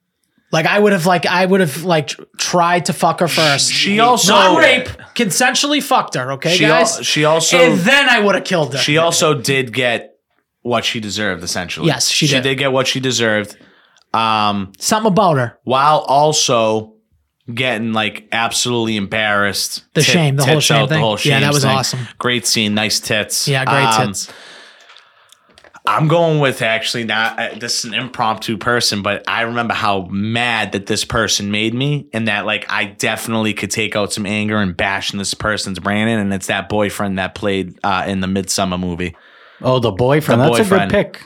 Speaker 2: Like I would have, like I would have, like tr- tried to fuck her first.
Speaker 3: Uh, She also
Speaker 2: not rape, consensually fucked her. Okay,
Speaker 3: She, al-
Speaker 2: guys.
Speaker 3: she also
Speaker 2: and then I would have killed her.
Speaker 3: she also did get what she deserved essentially.
Speaker 2: Yes, she
Speaker 3: she
Speaker 2: did.
Speaker 3: did get what she deserved. Um,
Speaker 2: Something about her.
Speaker 3: while also getting like absolutely embarrassed.
Speaker 2: The
Speaker 3: Tit-
Speaker 2: shame, the whole
Speaker 3: tits
Speaker 2: shame
Speaker 3: out, the
Speaker 2: thing.
Speaker 3: whole
Speaker 2: Yeah, that
Speaker 3: shame
Speaker 2: was
Speaker 3: thing.
Speaker 2: awesome.
Speaker 3: Great scene, nice tits.
Speaker 2: Yeah, great
Speaker 3: Um,
Speaker 2: tits.
Speaker 3: I'm going with actually not uh, this is an impromptu person, but I remember how mad that this person made me, and that like I definitely could take out some anger and bash in this person's brain in, and it's that boyfriend that played uh, in the Midsummer movie.
Speaker 1: Oh, the boyfriend.
Speaker 3: The
Speaker 1: That's
Speaker 3: boyfriend.
Speaker 1: a good pick.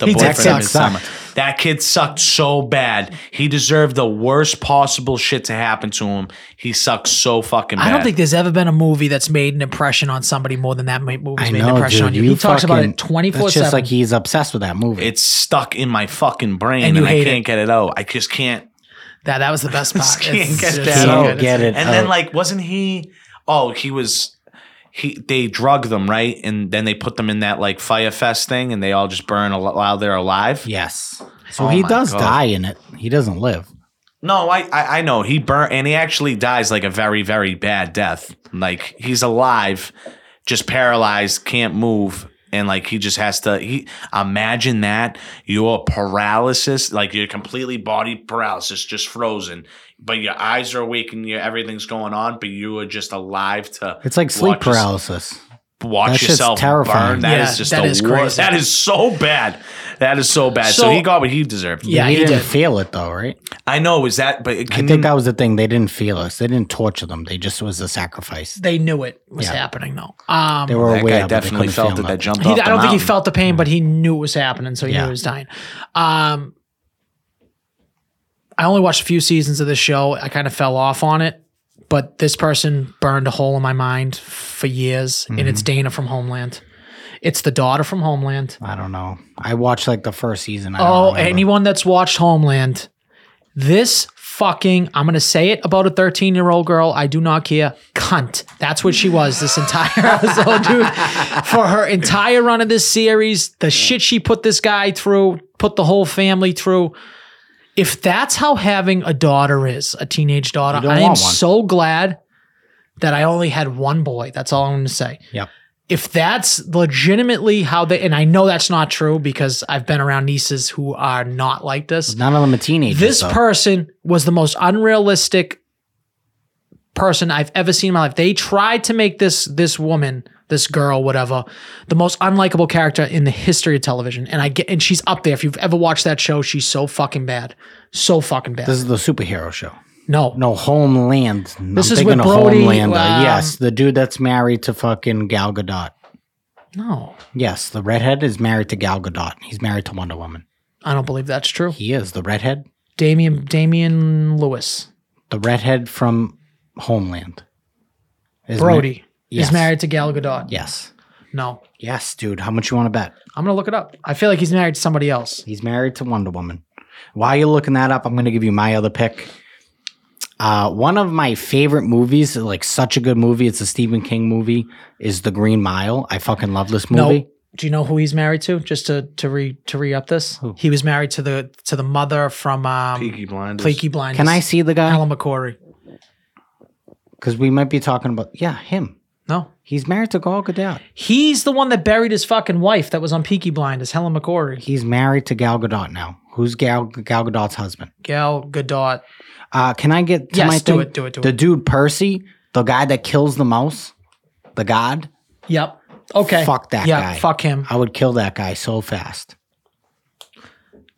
Speaker 3: The
Speaker 1: He
Speaker 3: boyfriend
Speaker 1: sucks,
Speaker 3: in
Speaker 1: sucks,
Speaker 3: Midsummer.
Speaker 1: sucks.
Speaker 3: That kid sucked so bad. He deserved the worst possible shit to happen to him. He sucked so fucking bad.
Speaker 2: I don't think there's ever been a movie that's made an impression on somebody more than that movie's
Speaker 1: I
Speaker 2: made
Speaker 1: know,
Speaker 2: an impression
Speaker 1: dude,
Speaker 2: on you. he talks about
Speaker 1: fucking-
Speaker 2: it 24
Speaker 1: It's just like
Speaker 2: seven.
Speaker 1: he's obsessed with that movie.
Speaker 3: it's stuck in my fucking brain,
Speaker 2: And
Speaker 3: and,
Speaker 2: you
Speaker 3: I
Speaker 2: hate
Speaker 3: can't
Speaker 2: it.
Speaker 3: get it out. I just can't.
Speaker 2: That that was the best part.
Speaker 3: Can't
Speaker 2: It's-
Speaker 3: get
Speaker 2: it's
Speaker 3: that
Speaker 2: so
Speaker 3: out.
Speaker 2: good.
Speaker 1: Get it
Speaker 3: And then
Speaker 1: out.
Speaker 3: like wasn't he oh, he was he they drug them, right? And then they put them in that like fire fest thing and they all just burn al- while they're alive.
Speaker 1: yes. So
Speaker 3: Oh
Speaker 1: he
Speaker 3: my
Speaker 1: does
Speaker 3: God.
Speaker 1: die in it. He doesn't live.
Speaker 3: No, I, I I know. He burn and he actually dies like a very, very bad death. Like he's alive, just paralyzed, can't move. And like he just has to he imagine that your paralysis, like you're completely body paralysis, just frozen. But your eyes are awake and your everything's going on, but you are just alive to
Speaker 1: It's like sleep
Speaker 3: Watch this.
Speaker 1: paralysis.
Speaker 3: watch
Speaker 1: That shit's
Speaker 3: yourself
Speaker 1: terrifying.
Speaker 3: burn. That is
Speaker 2: Yeah,
Speaker 3: just
Speaker 2: that
Speaker 3: the
Speaker 2: is
Speaker 3: worst.
Speaker 2: crazy.
Speaker 3: That is so bad. That is so bad. So,
Speaker 2: So-
Speaker 3: he got what he deserved.
Speaker 2: Yeah,
Speaker 1: he,
Speaker 2: he
Speaker 1: didn't
Speaker 2: did.
Speaker 1: feel it though, right?
Speaker 3: I know. Is that? But
Speaker 1: I
Speaker 3: can
Speaker 1: think
Speaker 3: you-
Speaker 1: that was the thing. They didn't feel us. They didn't torture them. They just it was a sacrifice.
Speaker 2: They knew it was
Speaker 1: Yeah.
Speaker 2: happening though. Um,
Speaker 1: They were
Speaker 3: that
Speaker 1: aware.
Speaker 3: guy
Speaker 1: but they
Speaker 3: definitely
Speaker 1: couldn't
Speaker 3: felt
Speaker 1: feel
Speaker 3: it. That
Speaker 1: nothing.
Speaker 3: jumped.
Speaker 2: He,
Speaker 3: off the
Speaker 2: I don't think he
Speaker 3: mountain.
Speaker 2: felt the pain, but he knew it was happening, so he knew
Speaker 1: Yeah.
Speaker 2: he was dying. Um, I only watched a few seasons of this show. I kind of fell off on it, but this person burned a hole in my mind for years, and it's
Speaker 1: Mm-hmm.
Speaker 2: Dana from Homeland. It's the daughter from Homeland.
Speaker 1: I don't know. I watched like the first season. I don't
Speaker 2: Oh,
Speaker 1: remember.
Speaker 2: anyone that's watched Homeland, this fucking, I'm going to say it about a 13 year old girl. I do not care. Cunt. That's what she was this entire episode, dude. For her entire run of this series, the shit she put this guy through, put the whole family through. If that's how having a daughter is, a teenage daughter,
Speaker 1: You don't
Speaker 2: I am
Speaker 1: want one.
Speaker 2: so glad that I only had one boy. That's all I'm going to say
Speaker 1: Yep.
Speaker 2: if that's legitimately how they and I know that's not true because I've been around nieces who are not like this.
Speaker 1: None of them are teenagers.
Speaker 2: This
Speaker 1: though.
Speaker 2: person was the most unrealistic person I've ever seen in my life. They tried to make this this woman, this girl, whatever, the most unlikable character in the history of television. And I get and she's up there. If you've ever watched that show, she's so fucking bad. So fucking bad.
Speaker 1: This is the superhero show.
Speaker 2: no.
Speaker 1: No, Homeland.
Speaker 2: This
Speaker 1: I'm
Speaker 2: is
Speaker 1: thinking
Speaker 2: with
Speaker 1: of
Speaker 2: Brody,
Speaker 1: Homelander.
Speaker 2: um,
Speaker 1: yes, the dude that's married to fucking Gal Gadot.
Speaker 2: No.
Speaker 1: Yes, the redhead is married to Gal Gadot. He's married to Wonder Woman.
Speaker 2: I don't believe that's true.
Speaker 1: He is the redhead.
Speaker 2: Damian Damian Lewis.
Speaker 1: The redhead from Homeland. Is mar-
Speaker 2: Brody
Speaker 1: Yes.
Speaker 2: is married to Gal Gadot.
Speaker 1: yes.
Speaker 2: No.
Speaker 1: Yes, dude. How much you want to bet?
Speaker 2: I'm gonna look it up. I feel like he's married to somebody else.
Speaker 1: He's married to Wonder Woman. While you're looking that up, I'm going to give you my other pick. Uh, one of my favorite movies, like such a good movie, it's a Stephen King movie, is The Green Mile. I fucking love this movie.
Speaker 2: No. Do you know who he's married to? Just to to re to re up this.
Speaker 1: Who?
Speaker 2: He was married to the to the mother from um
Speaker 3: Peaky Blinders.
Speaker 2: Peaky Blinders.
Speaker 1: Can I see the guy?
Speaker 2: Helen McCory?
Speaker 1: Because we might be talking about, yeah, him.
Speaker 2: No.
Speaker 1: He's married to Gal Gadot.
Speaker 2: He's the one that buried his fucking wife that was on Peaky Blinders, Helen McCory.
Speaker 1: He's married to Gal Gadot now. Who's Gal, Gal Gadot's husband?
Speaker 2: Gal Gadot.
Speaker 1: Uh, can I get to
Speaker 2: Yes,
Speaker 1: my
Speaker 2: do
Speaker 1: thing?
Speaker 2: it, do it, do
Speaker 1: The
Speaker 2: it.
Speaker 1: dude Percy, the guy that kills the mouse, the god.
Speaker 2: Yep. Okay.
Speaker 1: Fuck that
Speaker 2: yeah,
Speaker 1: guy.
Speaker 2: Fuck him.
Speaker 1: I would kill that guy so fast.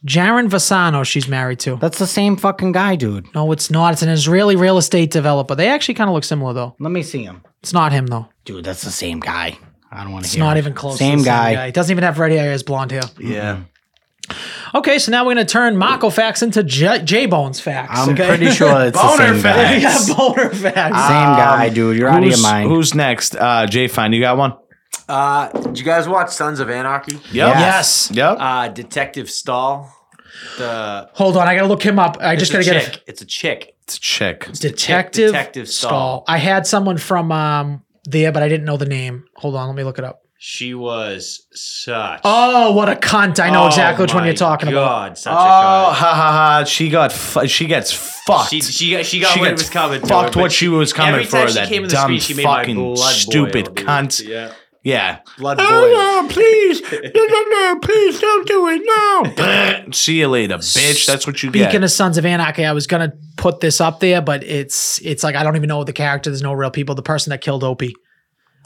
Speaker 2: Jaren Vasano, she's married to.
Speaker 1: That's the same fucking guy, dude.
Speaker 2: No, it's not. It's an Israeli real estate developer. They actually kind of look similar though.
Speaker 1: Let me see him.
Speaker 2: It's not him though.
Speaker 1: Dude, that's the same guy. I don't want to
Speaker 2: It's
Speaker 1: hear.
Speaker 2: not
Speaker 1: it.
Speaker 2: even close. to
Speaker 1: Same
Speaker 2: the
Speaker 1: guy.
Speaker 2: He doesn't even have red hair. He has blonde hair.
Speaker 3: yeah.
Speaker 2: Okay, so now we're going to turn Mako facts into J, J- Bones facts.
Speaker 1: I'm
Speaker 2: okay?
Speaker 1: pretty sure it's the
Speaker 3: Boner
Speaker 1: same guy.
Speaker 3: fat.
Speaker 2: yeah, boner facts.
Speaker 1: Same guy,
Speaker 2: Um,
Speaker 1: dude. You're out of your
Speaker 3: Who's-
Speaker 1: mind.
Speaker 3: Who's next? Uh, Jay Fine, you got one?
Speaker 4: Uh, did you guys watch Sons of Anarchy?
Speaker 3: Yep.
Speaker 2: yes.
Speaker 3: Yep.
Speaker 4: Uh, Detective Stahl. The
Speaker 2: Hold on, I got to look him up. I just got
Speaker 4: it's
Speaker 2: to
Speaker 4: a
Speaker 2: get
Speaker 4: chick. It's a chick.
Speaker 3: it's a chick.
Speaker 2: a detective.
Speaker 4: Detective Stahl.
Speaker 2: I had someone from um there, but I didn't know the name. Hold on, let me look it up.
Speaker 4: She was such.
Speaker 2: Oh, what a cunt! I know exactly which one you're talking about.
Speaker 4: God, such
Speaker 3: Oh, ha ha
Speaker 4: a
Speaker 3: ha!
Speaker 4: cunt.
Speaker 3: She got fu- she gets fucked.
Speaker 4: She, she got she got
Speaker 3: She
Speaker 4: what
Speaker 3: gets
Speaker 4: was coming. to her,
Speaker 3: fucked
Speaker 4: but
Speaker 3: what she was coming
Speaker 4: every
Speaker 3: for.
Speaker 4: time she
Speaker 3: that
Speaker 4: came in the
Speaker 3: dumb
Speaker 4: street, she made my
Speaker 3: fucking
Speaker 4: blood
Speaker 3: stupid
Speaker 4: boil, dude.
Speaker 3: cunt. Oh, Yeah.
Speaker 4: Yeah,
Speaker 3: yeah.
Speaker 4: blood boil.
Speaker 3: please! No, no, no, please don't do it! No! See you later, bitch. That's what you
Speaker 2: Speaking
Speaker 3: get.
Speaker 2: of Sons of Anarchy, I was gonna put this up there, but it's it's like I don't even know the character. There's no real people. The person that killed Opie.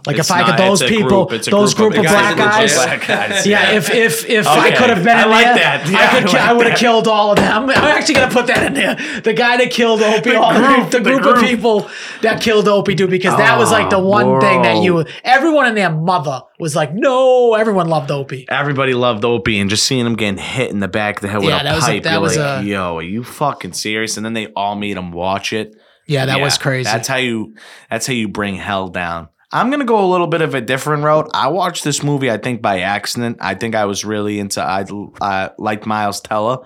Speaker 2: Like
Speaker 3: It's
Speaker 2: if I
Speaker 3: not-
Speaker 2: could those
Speaker 3: it's a
Speaker 2: people,
Speaker 3: group- it's a
Speaker 2: those group of,
Speaker 3: guys
Speaker 2: black
Speaker 3: that look like
Speaker 2: guys.
Speaker 3: black guys,
Speaker 2: Yeah, if if if I
Speaker 3: Okay.
Speaker 2: could have been
Speaker 3: I
Speaker 2: in
Speaker 3: like
Speaker 2: there,
Speaker 3: that. Yeah,
Speaker 2: I could
Speaker 3: I
Speaker 2: ki- I,
Speaker 3: like
Speaker 2: would have
Speaker 3: that.
Speaker 2: killed all of them. I'm actually gonna put that in there. The guy that killed Opie, all the
Speaker 3: group,
Speaker 2: the,
Speaker 3: the
Speaker 2: group, of
Speaker 3: group. Oh,
Speaker 2: people that killed Opie, dude, because that was like the one thing that you everyone and their mother was like, no, everyone loved Opie.
Speaker 3: Everybody loved Opie and just seeing him getting hit in the back of the head with
Speaker 2: Yeah,
Speaker 3: a
Speaker 2: that was a-
Speaker 3: pipe.
Speaker 2: that
Speaker 3: you're
Speaker 2: was
Speaker 3: like,
Speaker 2: a-
Speaker 3: yo, are you fucking serious? And then they all made him watch it.
Speaker 2: Yeah, that
Speaker 3: Yeah,
Speaker 2: was crazy.
Speaker 3: That's how you. That's how you bring hell down. I'm gonna go a little bit of a different route. I watched this movie, I think, by accident. I think I was really into. I uh, like Miles Teller.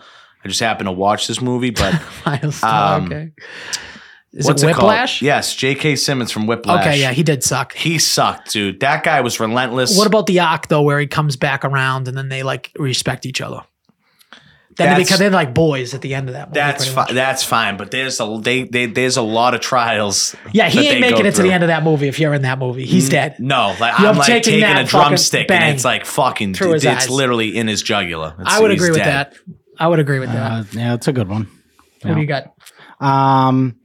Speaker 3: I just happened to watch this movie, but
Speaker 2: Miles
Speaker 3: Um,
Speaker 2: Teller, okay. Is
Speaker 3: what's
Speaker 2: it
Speaker 3: called?
Speaker 2: Whiplash?
Speaker 3: Yes, J.K. Simmons from Whiplash.
Speaker 2: Okay, yeah, he did suck.
Speaker 3: he sucked, dude. That guy was relentless.
Speaker 2: What about the arc though, where he comes back around and then they like respect each other? Then they
Speaker 3: That's-
Speaker 2: become they're like boys at the end of that. Movie,
Speaker 3: that's
Speaker 2: pretty
Speaker 3: fi-
Speaker 2: much.
Speaker 3: that's fine, but there's a they, they there's a lot of trials.
Speaker 2: Yeah, he
Speaker 3: that
Speaker 2: ain't
Speaker 3: they go
Speaker 2: making it to
Speaker 3: through. Mm.
Speaker 2: the end of that movie. If you're in that movie, he's dead.
Speaker 3: No, like
Speaker 2: You're
Speaker 3: I'm like
Speaker 2: taking
Speaker 3: taking,
Speaker 2: that
Speaker 3: a
Speaker 2: fucking
Speaker 3: drumstick
Speaker 2: bang
Speaker 3: and it's like fucking.
Speaker 2: through his
Speaker 3: It's
Speaker 2: eyes.
Speaker 3: literally in his jugular. It's-
Speaker 2: I would
Speaker 3: he's
Speaker 2: agree with
Speaker 3: dead.
Speaker 2: that. I would agree with that.
Speaker 1: Uh, yeah, that's a good one.
Speaker 2: what do you got?
Speaker 1: Um,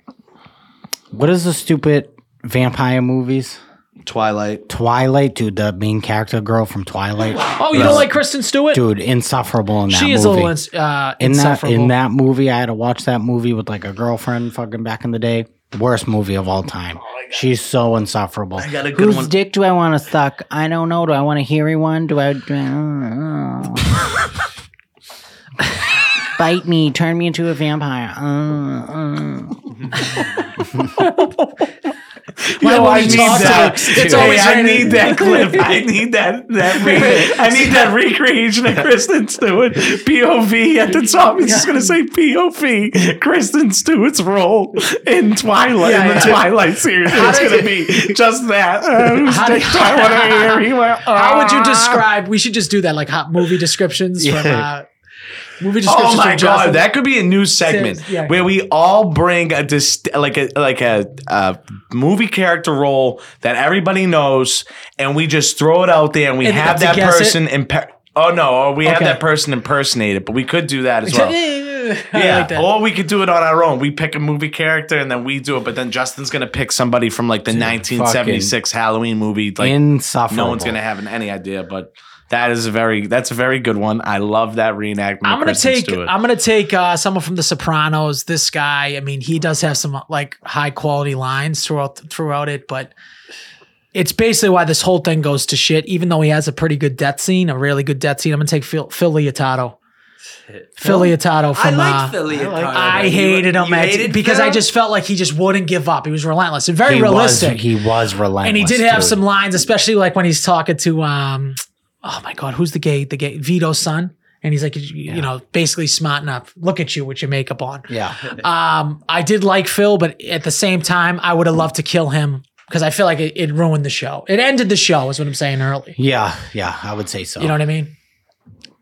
Speaker 1: what is the stupid vampire movies?
Speaker 3: Twilight.
Speaker 1: Twilight, dude. The main character girl from Twilight,
Speaker 2: Oh, you don't like Kristen Stewart?
Speaker 1: dude. Insufferable in that
Speaker 2: she is a
Speaker 1: movie.
Speaker 2: little ins- uh,
Speaker 1: in that
Speaker 2: insufferable.
Speaker 1: in that movie, I had to watch that movie with like a girlfriend, fucking back in the day. Worst movie of all time. She's so insufferable. I
Speaker 3: got a good
Speaker 1: Whose
Speaker 3: one.
Speaker 1: dick do I want to suck? I don't know. Do I want a hairy one? Do I? Do I- uh, uh. Bite me, turn me into a vampire. Uh, uh.
Speaker 2: Why
Speaker 3: Oh,
Speaker 2: would
Speaker 3: I
Speaker 2: you
Speaker 3: need
Speaker 2: talk to
Speaker 3: that.
Speaker 2: her? It's always
Speaker 3: I
Speaker 2: raining.
Speaker 3: need that clip. I need that that re- I need that recreation of Kristen Stewart. POV at the top. It's just gonna say POV Kristen Stewart's role in Twilight in the Twilight series. It's gonna be just that. Uh, who's
Speaker 2: How did-
Speaker 3: next? I wanna hear you. Uh,
Speaker 2: How would you describe? We should just do that, like hot movie descriptions from uh, movie descriptions.
Speaker 3: Oh my
Speaker 2: from Justin.
Speaker 3: god, that could be a new segment
Speaker 2: Serious, yeah.
Speaker 3: where we all bring a dist- like a like a, a movie character role that everybody knows, and we just throw it out there, and we
Speaker 2: And
Speaker 3: have
Speaker 2: you
Speaker 3: that
Speaker 2: have to guess
Speaker 3: person. Imper- oh no, or we have
Speaker 2: Okay.
Speaker 3: that person impersonate it, but we could do that as well.
Speaker 2: I
Speaker 3: Yeah,
Speaker 2: like that.
Speaker 3: or we could do it on our own. We pick a movie character and then we do it, but then Justin's gonna pick somebody from like the 1976 Halloween movie. Like
Speaker 1: Insufferable.
Speaker 3: no one's gonna have any idea, but. That is a very that's a very good one. I love that reenactment.
Speaker 2: I'm
Speaker 3: of
Speaker 2: gonna
Speaker 3: Kristen
Speaker 2: take
Speaker 3: Stewart.
Speaker 2: I'm gonna take uh, someone from The Sopranos. This guy, I mean, he does have some like high quality lines throughout throughout it, but it's basically why this whole thing goes to shit. Even though he has a pretty good death scene, a really good death scene. I'm gonna take Phil Phil Liotato. Phil Liotato
Speaker 5: I
Speaker 2: from. uh,
Speaker 5: liked Philly. I,
Speaker 2: I hated him at- because I just felt like he just wouldn't give up. He was relentless and very
Speaker 1: He
Speaker 2: realistic.
Speaker 1: Was, he was relentless.
Speaker 2: and he did have
Speaker 1: dude.
Speaker 2: some lines, especially like when he's talking to um, oh my god, who's the gay the gay Vito's son, and he's like, you, you know, basically smarten up, look at you with your makeup on.
Speaker 1: Yeah.
Speaker 2: Um, I did like Phil, but at the same time, I would have loved to kill him because I feel like it, it ruined the show. It ended the show, is what I'm saying early.
Speaker 1: Yeah. Yeah. I would say so.
Speaker 2: You know what I mean?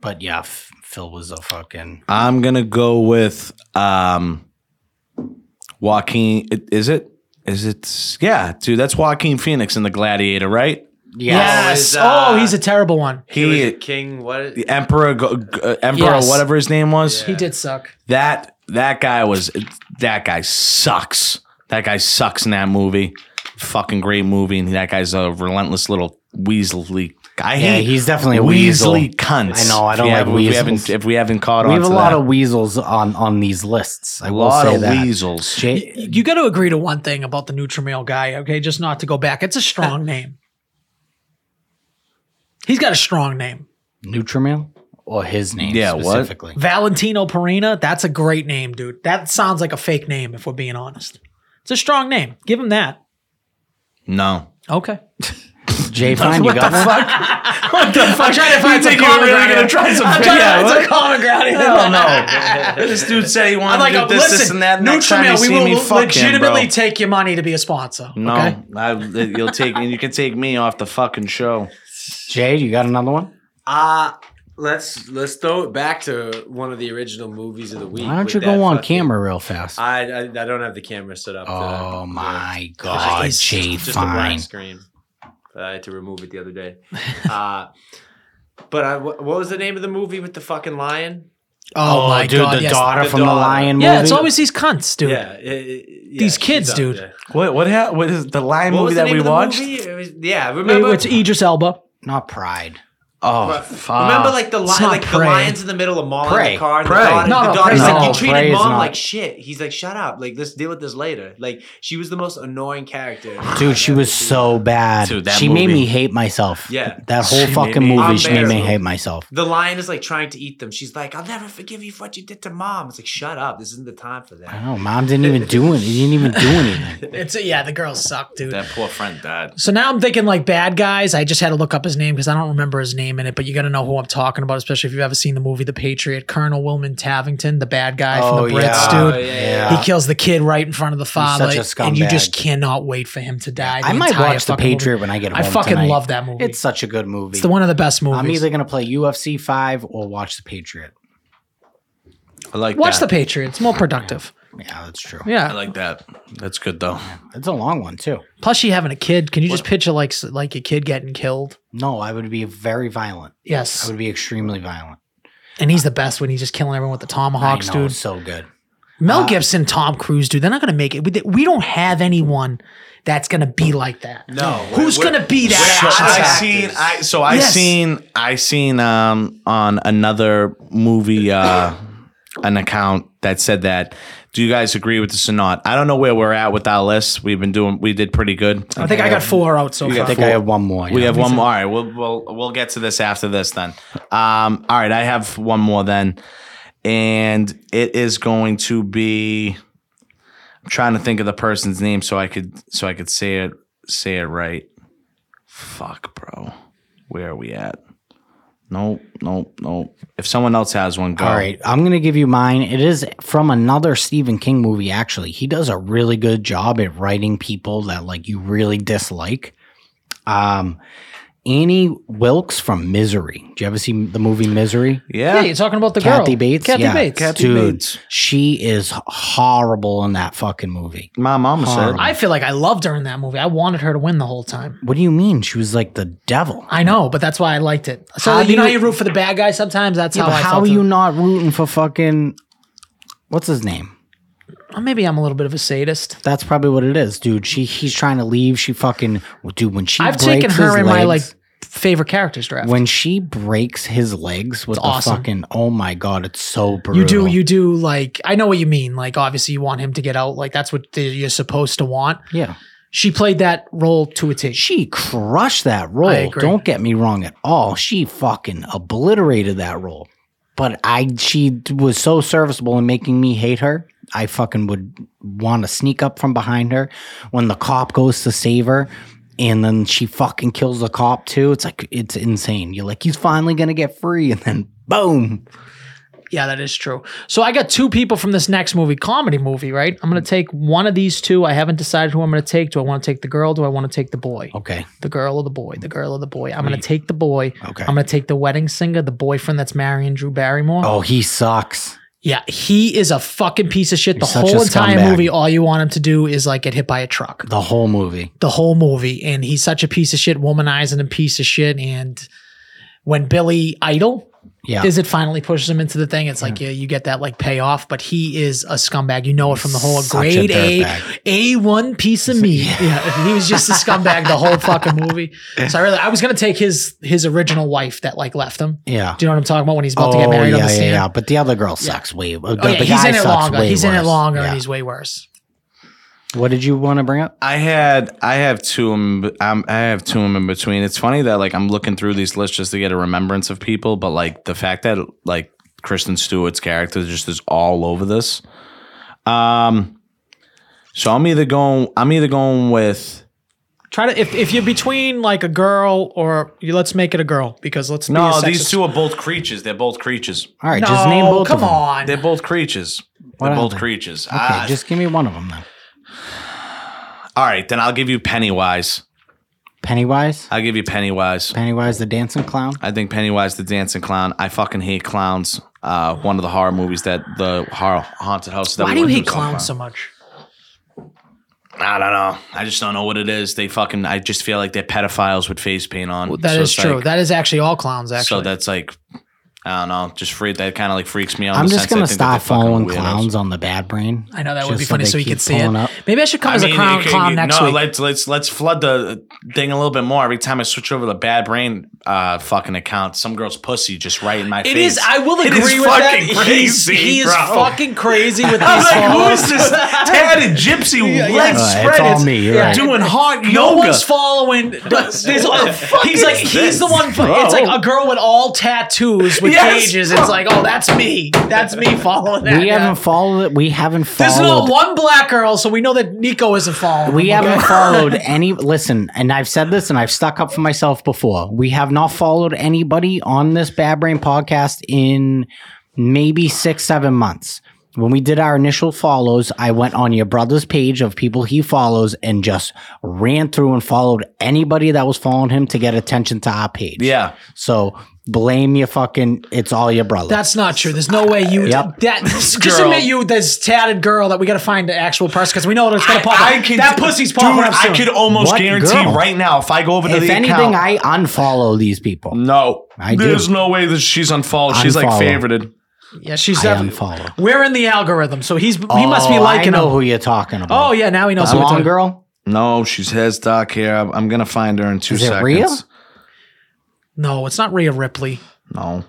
Speaker 1: but yeah, F- Phil was a fucking.
Speaker 3: I'm gonna go with um Joaquin. Is it? Is it? Yeah, dude, that's Joaquin Phoenix in the Gladiator, right?
Speaker 1: Yeah.
Speaker 5: is,
Speaker 2: oh,
Speaker 5: uh,
Speaker 2: he's a terrible one.
Speaker 3: He,
Speaker 5: King. What?
Speaker 3: the Emperor, Go- Go- Emperor,
Speaker 2: Yes.
Speaker 3: whatever his name was.
Speaker 2: He did suck.
Speaker 3: That that guy was. That guy sucks. That guy sucks in that movie. Fucking great movie, and that guy's a relentless little Weasley. I
Speaker 1: Yeah,
Speaker 3: hate
Speaker 1: he's definitely a
Speaker 3: Weasley
Speaker 1: weasel.
Speaker 3: cunts.
Speaker 1: I know, I
Speaker 3: If
Speaker 1: don't
Speaker 3: we
Speaker 1: like
Speaker 3: haven't- if we
Speaker 1: weasels.
Speaker 3: haven't, if we haven't caught on,
Speaker 1: We have a
Speaker 3: to
Speaker 1: lot
Speaker 3: that.
Speaker 1: of weasels on on these lists. I
Speaker 3: a
Speaker 1: will
Speaker 3: lot
Speaker 1: say
Speaker 3: of
Speaker 1: that.
Speaker 3: weasels.
Speaker 1: Jay-
Speaker 2: You got to agree to one thing about the Nutrimale guy, okay? Just not to go back. It's a strong name. He's got a strong name.
Speaker 1: Nutrimil or his name
Speaker 3: Yeah, what?
Speaker 1: specifically.
Speaker 2: Valentino Perina, that's a great name, dude. That sounds like a fake name if we're being honest. It's a strong name. Give him that.
Speaker 3: No.
Speaker 2: Okay.
Speaker 1: Jay Fine, you got one?
Speaker 2: I'm trying to find some
Speaker 3: think you were
Speaker 2: common
Speaker 3: really
Speaker 2: ground.
Speaker 3: gonna try some-
Speaker 2: I'm trying
Speaker 3: Yeah,
Speaker 2: to find some
Speaker 3: what?
Speaker 2: common ground. here.
Speaker 3: this dude said he
Speaker 2: Oh. I'm
Speaker 3: wanted
Speaker 2: like,
Speaker 3: to do this,
Speaker 2: listen,
Speaker 3: this, and that. Next time you
Speaker 2: Nutrimale, we
Speaker 3: see
Speaker 2: will
Speaker 3: me, fuck
Speaker 2: legitimately
Speaker 3: him, bro.
Speaker 2: take your money to be a sponsor.
Speaker 3: no,
Speaker 2: Okay.
Speaker 3: I, you'll take you can take me off the fucking show.
Speaker 1: Jay, you got another one?
Speaker 5: Uh let's let's throw it back to one of the original movies of the week.
Speaker 1: Why don't
Speaker 5: with
Speaker 1: you
Speaker 5: that
Speaker 1: go on
Speaker 5: fucking-
Speaker 1: camera real fast?
Speaker 5: I, I I don't have the camera set up. to-
Speaker 1: oh my
Speaker 2: It's
Speaker 1: God,
Speaker 2: just-
Speaker 1: Jay
Speaker 5: just a
Speaker 1: Fine.
Speaker 5: black screen. I had to remove it the other day. Uh, but I, wh- what was the name of the movie with the fucking lion?
Speaker 2: Oh, my
Speaker 1: dude,
Speaker 2: god,
Speaker 1: the
Speaker 2: yes.
Speaker 1: daughter
Speaker 4: The
Speaker 1: from the
Speaker 4: daughter.
Speaker 1: Lion
Speaker 2: Yeah,
Speaker 1: movie.
Speaker 2: it's always these cunts, dude.
Speaker 4: Yeah, it- it- yeah,
Speaker 2: These kids,
Speaker 4: she's up
Speaker 2: dude.
Speaker 4: there.
Speaker 3: What what hap- what is the lion
Speaker 4: What
Speaker 3: movie
Speaker 4: was the
Speaker 3: that
Speaker 4: name
Speaker 3: we
Speaker 4: of the
Speaker 3: watched?
Speaker 4: movie? It was- yeah, remember?
Speaker 2: Remember, it's Idris Elba.
Speaker 1: not Pride.
Speaker 3: Oh, fuck.
Speaker 4: Remember, like the
Speaker 2: It's
Speaker 4: lion,
Speaker 2: not
Speaker 4: like the
Speaker 2: Prey.
Speaker 4: lions in the middle of mauling
Speaker 1: Prey.
Speaker 4: the car. And
Speaker 3: Prey.
Speaker 4: The daughter,
Speaker 2: No,
Speaker 4: the
Speaker 2: no, Prey's
Speaker 4: daughter's like,
Speaker 1: not.
Speaker 4: you
Speaker 1: Prey
Speaker 4: treated
Speaker 1: is
Speaker 4: mom
Speaker 1: not.
Speaker 4: like shit. He's like, shut up. Like, let's deal with this later. Like, she was the most annoying character.
Speaker 1: Dude, she was so bad.
Speaker 3: Dude, that
Speaker 1: she made
Speaker 3: movie-
Speaker 1: me hate myself.
Speaker 4: Yeah.
Speaker 1: That whole
Speaker 3: She made
Speaker 1: fucking
Speaker 3: me-
Speaker 1: movie, she made me
Speaker 4: Unbearable.
Speaker 1: hate myself.
Speaker 4: The lion is like trying to eat them. She's like, I'll never forgive you for what you did to mom. It's like, shut up. This isn't the time for
Speaker 1: I
Speaker 4: that.
Speaker 1: don't know. Mom didn't even do it. Didn't even do anything.
Speaker 2: It's yeah, the girls suck, dude.
Speaker 3: that poor friend died.
Speaker 2: So now I'm thinking like bad guys. I just had to look up his name because I don't remember his name in it, but you got to know who I'm talking about, especially if you've ever seen the movie The Patriot. Colonel Wilman Tavington, the bad guy from the Brits, dude.
Speaker 1: Oh, yeah.
Speaker 2: He kills the kid right in front of the father,
Speaker 1: such a
Speaker 2: and you
Speaker 1: scumbag.
Speaker 2: just cannot wait for him to die.
Speaker 1: I
Speaker 2: the
Speaker 1: might
Speaker 2: entire
Speaker 1: watch The
Speaker 2: fucking movie.
Speaker 1: Patriot when I get home.
Speaker 2: I fucking
Speaker 1: tonight.
Speaker 2: love that movie.
Speaker 1: It's
Speaker 2: It's,
Speaker 1: such a good movie.
Speaker 2: the one of the best movies.
Speaker 1: I'm either gonna play UFC five or watch The Patriot.
Speaker 3: I like
Speaker 2: watch The
Speaker 3: that.
Speaker 2: Patriot. It's more productive.
Speaker 1: Yeah, that's true.
Speaker 2: Yeah.
Speaker 3: I like that. That's good though.
Speaker 1: It's a long one too.
Speaker 2: Plus, you having a kid. Can you just picture like s- like a kid getting killed?
Speaker 1: No, I would be very violent. I
Speaker 2: Yes.
Speaker 1: would be extremely violent.
Speaker 2: And he's the best when he's just killing everyone with the tomahawks,
Speaker 1: I know,
Speaker 2: dude.
Speaker 1: it's so good.
Speaker 2: Mel
Speaker 1: Uh,
Speaker 2: Gibson, Tom Cruise, dude, they're not gonna make it. We, we don't have anyone that's gonna be like that.
Speaker 4: No.
Speaker 2: Who's
Speaker 4: we're-
Speaker 2: gonna be that?
Speaker 3: So
Speaker 4: Shots
Speaker 3: I
Speaker 4: actors.
Speaker 3: seen I so I
Speaker 2: Yes.
Speaker 3: seen I seen um on another movie uh an account that said that do you guys agree with this or not? I don't know where we're at with our list. We've been doing we did pretty good.
Speaker 2: I think I got four out so
Speaker 1: I
Speaker 2: far.
Speaker 1: think I have one more.
Speaker 3: We
Speaker 1: yeah.
Speaker 3: have one more. All right, we'll we'll we'll get to this after this then. Um, all right, I have one more then, and it is going to be. I'm trying to think of the person's name so I could so I could say it say it right. Fuck, bro, where are we at? Nope, nope, nope. If someone else has one, go.
Speaker 1: All right, I'm going to give you mine. It is from another Stephen King movie, actually. He does a really good job at writing people that like you really dislike. Um, Annie Wilkes from Misery. Did you ever see the movie Misery?
Speaker 2: yeah,
Speaker 3: Yeah,
Speaker 2: you're talking about the
Speaker 1: Kathy
Speaker 2: girl,
Speaker 1: Bates.
Speaker 2: Kathy
Speaker 1: yeah.
Speaker 2: Bates.
Speaker 3: Kathy
Speaker 1: Dude,
Speaker 3: Bates.
Speaker 1: she is horrible in that fucking movie.
Speaker 3: my mama said.
Speaker 1: Horrible.
Speaker 2: I feel like I loved her in that movie. I wanted her to win the whole time.
Speaker 1: What do you mean? She was like the devil.
Speaker 2: I know, but that's why I liked it. So
Speaker 1: How
Speaker 2: like, you
Speaker 1: do
Speaker 2: know how
Speaker 1: you-
Speaker 2: you root for the bad guy sometimes. That's
Speaker 1: Yeah,
Speaker 2: how
Speaker 1: but
Speaker 2: Oh, I
Speaker 1: how
Speaker 2: felt.
Speaker 1: are
Speaker 2: it.
Speaker 1: you not rooting for fucking what's his name?
Speaker 2: Well, Uh, maybe I'm a little bit of a sadist.
Speaker 1: That's probably what it is, dude. She he's trying to leave. She fucking dude when she
Speaker 2: I've
Speaker 1: breaks
Speaker 2: taken her
Speaker 1: his
Speaker 2: in my like
Speaker 1: legs-
Speaker 2: favorite characters draft.
Speaker 1: when she breaks his legs with the
Speaker 2: awesome.
Speaker 1: fucking oh my god, it's so brutal.
Speaker 2: you do, you do like I know what you mean. Like obviously you want him to get out. Like that's what th- you're supposed to want.
Speaker 1: yeah.
Speaker 2: She played that role to a T.
Speaker 1: She crushed that role.
Speaker 2: agree.
Speaker 1: Don't get me wrong at all. She fucking obliterated that role. But I she was so serviceable in making me hate her. I fucking would want to sneak up from behind her when the cop goes to save her. And then she fucking kills the cop too. It's like it's insane. You're like, he's finally gonna get free, and then boom.
Speaker 2: Yeah, that is true. So I got two people from this next movie, comedy movie, right? I'm gonna take one of these two. I haven't decided who I'm gonna take. Do I want to take the girl? Do I want to take the boy?
Speaker 1: Okay.
Speaker 2: The girl or the boy? The girl or the boy? I'm gonna take the boy.
Speaker 1: Okay.
Speaker 2: I'm gonna take the wedding singer, the boyfriend that's marrying Drew Barrymore.
Speaker 1: Oh, he sucks.
Speaker 2: Yeah, he is a fucking piece of shit. The
Speaker 1: such a
Speaker 2: whole entire
Speaker 1: scumbag.
Speaker 2: movie, all you want him to do is like get hit by a truck.
Speaker 1: The whole movie.
Speaker 2: the whole movie and he's such a piece of shit womanizing a piece of shit and when billy idol
Speaker 1: Yeah.
Speaker 2: is it finally pushes him into the thing it's like yeah you get that like payoff but he is a scumbag you know it from the whole
Speaker 1: Such a
Speaker 2: grade a
Speaker 1: dirtbag.
Speaker 2: a one piece of meat yeah. he was just a scumbag the whole fucking movie so i really i was gonna take his his original wife that like left him
Speaker 1: yeah.
Speaker 2: do you know what i'm talking about when he's about to get married
Speaker 1: Oh, yeah,
Speaker 2: on the
Speaker 1: yeah,
Speaker 2: stand
Speaker 1: yeah. But the other girl sucks way. The,
Speaker 2: Oh, yeah,
Speaker 1: the
Speaker 2: he's
Speaker 1: guy
Speaker 2: in it
Speaker 1: sucks
Speaker 2: longer.
Speaker 1: way
Speaker 2: He's in it
Speaker 1: worse.
Speaker 2: longer, and
Speaker 1: Yeah.
Speaker 2: he's way worse.
Speaker 1: What did you want to bring up?
Speaker 3: I had I have two in, um, I have two in between. It's funny that like I'm looking through these lists just to get a remembrance of people, but like the fact that like Kristen Stewart's character just is all over this. Um, so I'm either going I'm either going with
Speaker 2: Try to if, if you're between like a girl or you, let's make it a girl because let's be
Speaker 3: no.
Speaker 2: a
Speaker 3: These
Speaker 2: sexist.
Speaker 3: two are both creatures. They're both creatures.
Speaker 1: All right, just name both
Speaker 2: come
Speaker 1: of them.
Speaker 2: on.
Speaker 3: They're both creatures.
Speaker 1: What
Speaker 3: They're
Speaker 1: are
Speaker 3: both
Speaker 1: they?
Speaker 3: creatures.
Speaker 1: Okay,
Speaker 3: Ah,
Speaker 1: just give me one of them then.
Speaker 3: all right, then I'll give you Pennywise.
Speaker 1: Pennywise.
Speaker 3: I'll give you Pennywise.
Speaker 1: Pennywise the dancing clown.
Speaker 3: I think Pennywise the Dancing Clown. I fucking hate clowns. Uh, one of the horror movies that the horror haunted house. That
Speaker 2: Why
Speaker 3: we
Speaker 2: do you
Speaker 3: went to
Speaker 2: hate
Speaker 3: was all
Speaker 2: clowns so much?
Speaker 3: I don't know. I just don't know what it is. They fucking. I just feel like they're pedophiles with face paint on.
Speaker 2: That is
Speaker 3: So it's
Speaker 2: true.
Speaker 3: like-
Speaker 2: that is actually all clowns.
Speaker 3: so
Speaker 2: Actually,
Speaker 3: that's like I don't know. Just freak that kind of like freaks me out. in
Speaker 1: I'm
Speaker 3: the
Speaker 1: just
Speaker 3: sense I
Speaker 1: gonna
Speaker 3: think that they're
Speaker 1: stop following
Speaker 3: fucking weirdos.
Speaker 1: clowns on the bad brain.
Speaker 2: I know that would
Speaker 1: Just
Speaker 2: be funny,
Speaker 1: they
Speaker 2: so we
Speaker 1: keep
Speaker 2: could see it.
Speaker 1: pulling up.
Speaker 2: Maybe I should come
Speaker 3: I
Speaker 2: as
Speaker 3: mean,
Speaker 2: a crown
Speaker 3: it could-
Speaker 2: clown next
Speaker 3: no,
Speaker 2: week.
Speaker 3: let's let's let's flood the thing a little bit more every time I switch over to the bad brain uh, fucking account. Some girl's pussy just right in my face.
Speaker 2: It is. I will agree
Speaker 3: It is
Speaker 2: with that.
Speaker 3: fucking
Speaker 2: He's-
Speaker 3: crazy,
Speaker 2: he is
Speaker 3: bro.
Speaker 2: fucking crazy with these
Speaker 3: I was like, who
Speaker 2: followers.
Speaker 3: is this tatted gypsy legs
Speaker 1: Uh,
Speaker 3: spread?
Speaker 1: it's all me. You're right.
Speaker 3: doing hot yoga.
Speaker 2: No one's following. There's- he's like, he's the one. It's like a girl with all tattoos with
Speaker 3: Yes.
Speaker 2: cages. It's like, oh, that's me. That's me following that.
Speaker 1: We
Speaker 2: guy.
Speaker 1: haven't followed it. We haven't
Speaker 2: There's
Speaker 1: followed.
Speaker 2: not one black girl, so we know that Nico isn't following.
Speaker 1: we
Speaker 2: him, okay?
Speaker 1: haven't followed any. Listen, and I've said this, and I've stuck up for myself before. We have not followed anybody on this Bad Brain podcast in maybe six, seven months. When we did our initial follows, I went on your brother's page of people he follows and just ran through and followed anybody that was following him to get attention to our page.
Speaker 3: Yeah.
Speaker 1: So blame your fucking. It's all your brother.
Speaker 2: That's not true. There's no way you.
Speaker 1: Yep.
Speaker 2: That just
Speaker 3: girl-
Speaker 2: admit you this tatted girl that we got to find the actual person because we know that it's gonna pop. up. that pussy's popping
Speaker 3: Dude,
Speaker 2: up soon.
Speaker 3: I could almost
Speaker 1: What
Speaker 3: guarantee
Speaker 1: girl?
Speaker 3: right now if I go over to
Speaker 1: if
Speaker 3: the
Speaker 1: anything,
Speaker 3: account.
Speaker 1: I unfollow these people.
Speaker 3: no,
Speaker 1: I do.
Speaker 3: there's no way that she's unfollowed. She's like
Speaker 1: Unfollow.
Speaker 3: favorited.
Speaker 2: yeah, she's
Speaker 1: I
Speaker 2: definitely.
Speaker 1: unfollow.
Speaker 2: We're in the algorithm, so he's he must be
Speaker 1: Oh, I
Speaker 2: liking
Speaker 1: know
Speaker 2: him.
Speaker 1: who you're talking about.
Speaker 2: oh yeah, now he knows.
Speaker 1: the
Speaker 2: who we're
Speaker 1: blonde
Speaker 2: talking-
Speaker 1: girl.
Speaker 3: No, she has dark hair. I'm, I'm gonna find her in two
Speaker 1: Is it
Speaker 3: seconds.
Speaker 1: Rhea?
Speaker 2: No, it's not Rhea Ripley.
Speaker 3: No.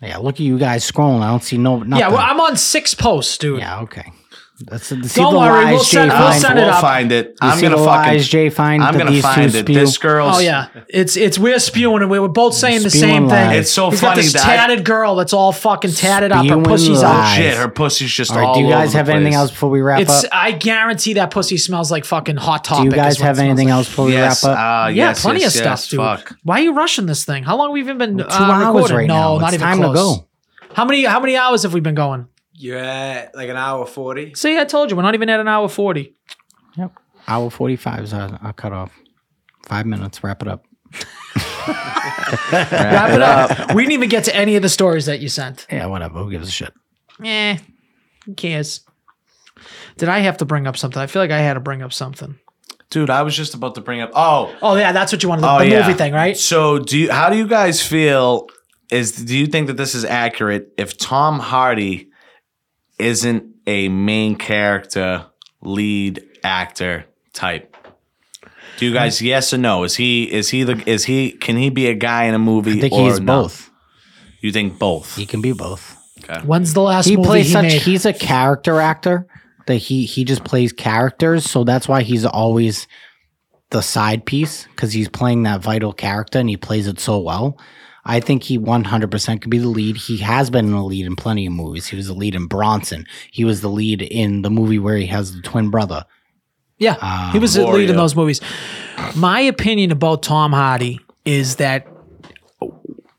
Speaker 1: Yeah, look at you guys scrolling. I don't see no. Nothing.
Speaker 2: Yeah, well, I'm on six posts, dude.
Speaker 1: yeah, okay. That's see
Speaker 2: Don't
Speaker 1: the
Speaker 2: worry,
Speaker 1: lies
Speaker 2: we'll
Speaker 1: Jay
Speaker 2: send- we'll
Speaker 1: find.
Speaker 2: send it
Speaker 3: we'll
Speaker 2: up.
Speaker 3: find it.
Speaker 1: You
Speaker 3: I'm
Speaker 1: see
Speaker 3: gonna
Speaker 1: the
Speaker 3: fucking.
Speaker 1: lies Jay find.
Speaker 3: I'm
Speaker 1: that
Speaker 3: gonna
Speaker 1: these two
Speaker 3: find it.
Speaker 1: spew.
Speaker 3: This girl's.
Speaker 2: Oh yeah, it's it's we're spewing and we were both saying the
Speaker 1: Spewing
Speaker 2: same
Speaker 1: lies.
Speaker 2: thing.
Speaker 3: It's so
Speaker 2: He's
Speaker 3: funny
Speaker 2: got this
Speaker 3: that-
Speaker 2: tatted girl that's all fucking tatted up. Her
Speaker 1: Spewing
Speaker 2: pussy's
Speaker 1: lies.
Speaker 2: out.
Speaker 3: Shit, her pussy's just
Speaker 1: All right,
Speaker 3: all
Speaker 1: do you guys
Speaker 3: over
Speaker 1: have
Speaker 3: the
Speaker 1: anything
Speaker 3: place.
Speaker 1: else before we wrap
Speaker 2: It's
Speaker 1: up?
Speaker 2: I guarantee that pussy smells like fucking hot
Speaker 1: Do
Speaker 2: topic.
Speaker 1: you
Speaker 2: is
Speaker 1: guys
Speaker 2: what it
Speaker 1: have
Speaker 2: smells
Speaker 1: anything
Speaker 2: like.
Speaker 1: else before
Speaker 3: Yes,
Speaker 1: we wrap up?
Speaker 3: uh,
Speaker 2: Yeah,
Speaker 3: yes,
Speaker 2: plenty
Speaker 3: yes,
Speaker 2: of
Speaker 3: yes,
Speaker 2: stuff, dude.
Speaker 3: Fuck.
Speaker 2: Why are you rushing this thing? How long have we even been?
Speaker 1: Two
Speaker 2: uh,
Speaker 1: hours
Speaker 2: recording?
Speaker 1: right
Speaker 2: no,
Speaker 1: now.
Speaker 2: not
Speaker 1: It's
Speaker 2: even
Speaker 1: time
Speaker 2: close.
Speaker 1: to go.
Speaker 2: How many how many hours have we been going?
Speaker 5: You're at like an hour forty.
Speaker 2: See, I told you we're not even at an hour forty.
Speaker 1: Yep. Hour forty-five is our, our cutoff. Five minutes. Wrap it up.
Speaker 2: Wrap it up. we didn't even get to any of the stories that you sent.
Speaker 1: Yeah, whatever. Who gives a shit?
Speaker 2: Eh, who cares? Did I have to bring up something? I feel like I had to bring up something.
Speaker 3: Dude, I was just about to bring up. Oh,
Speaker 2: Oh yeah, that's what you wanted. The,
Speaker 3: oh
Speaker 2: the
Speaker 3: yeah.
Speaker 2: movie thing, right?
Speaker 3: So, do you, how do you guys feel? Is do you think that this is accurate? If Tom Hardy isn't a main character, lead actor type, do you guys yes or no? Is he is he the is he can he be a guy in a movie?
Speaker 1: I think
Speaker 3: or
Speaker 1: he's
Speaker 3: no?
Speaker 1: both.
Speaker 3: You think both?
Speaker 1: He can be both.
Speaker 2: When's the last
Speaker 1: he
Speaker 2: movie
Speaker 1: plays
Speaker 2: he
Speaker 1: such
Speaker 2: made?
Speaker 1: he's a character actor that he he just plays characters so that's why he's always the side piece because he's playing that vital character and he plays it so well i think he 100% could be the lead he has been the lead in plenty of movies he was the lead in bronson he was the lead in the movie where he has the twin brother
Speaker 2: yeah, he was the lead
Speaker 3: Ah, Gloria.
Speaker 2: in those movies. My opinion about Tom Hardy is that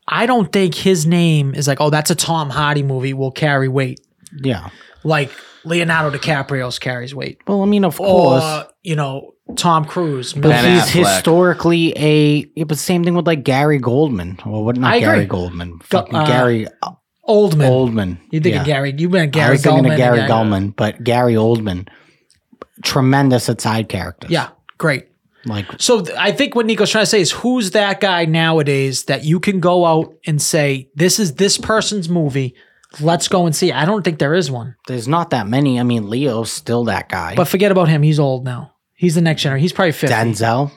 Speaker 2: I don't think his name is like, oh, that's a Tom Hardy movie. Will carry weight
Speaker 1: yeah
Speaker 2: like Leonardo DiCaprio's carries weight,
Speaker 1: well i mean of
Speaker 2: or
Speaker 1: course
Speaker 2: you know Tom Cruise.
Speaker 1: but
Speaker 3: Ben
Speaker 1: he's
Speaker 3: Affleck.
Speaker 1: historically a yeah, but same thing with like gary goldman well what not
Speaker 2: I
Speaker 1: gary
Speaker 2: agree.
Speaker 1: goldman
Speaker 2: Go-
Speaker 1: fucking
Speaker 2: uh,
Speaker 1: gary
Speaker 2: Oldman.
Speaker 1: oldman
Speaker 2: you think
Speaker 1: Yeah.
Speaker 2: of Gary? You meant
Speaker 1: I
Speaker 2: Gary
Speaker 1: was thinking
Speaker 2: Goldman.
Speaker 1: of
Speaker 2: and
Speaker 1: Gary
Speaker 2: Gary-
Speaker 1: Goldman, but Gary Oldman, tremendous at side characters.
Speaker 2: Yeah, great.
Speaker 1: like
Speaker 2: So th- I think what Nico's trying to say is who's that guy nowadays that you can go out and say, this is this person's movie. Let's go and see. I don't think there is one.
Speaker 1: there's not that many. I mean, Leo's still that guy.
Speaker 2: But forget about him. He's old now. He's the next generation. He's probably 50.
Speaker 1: Denzel,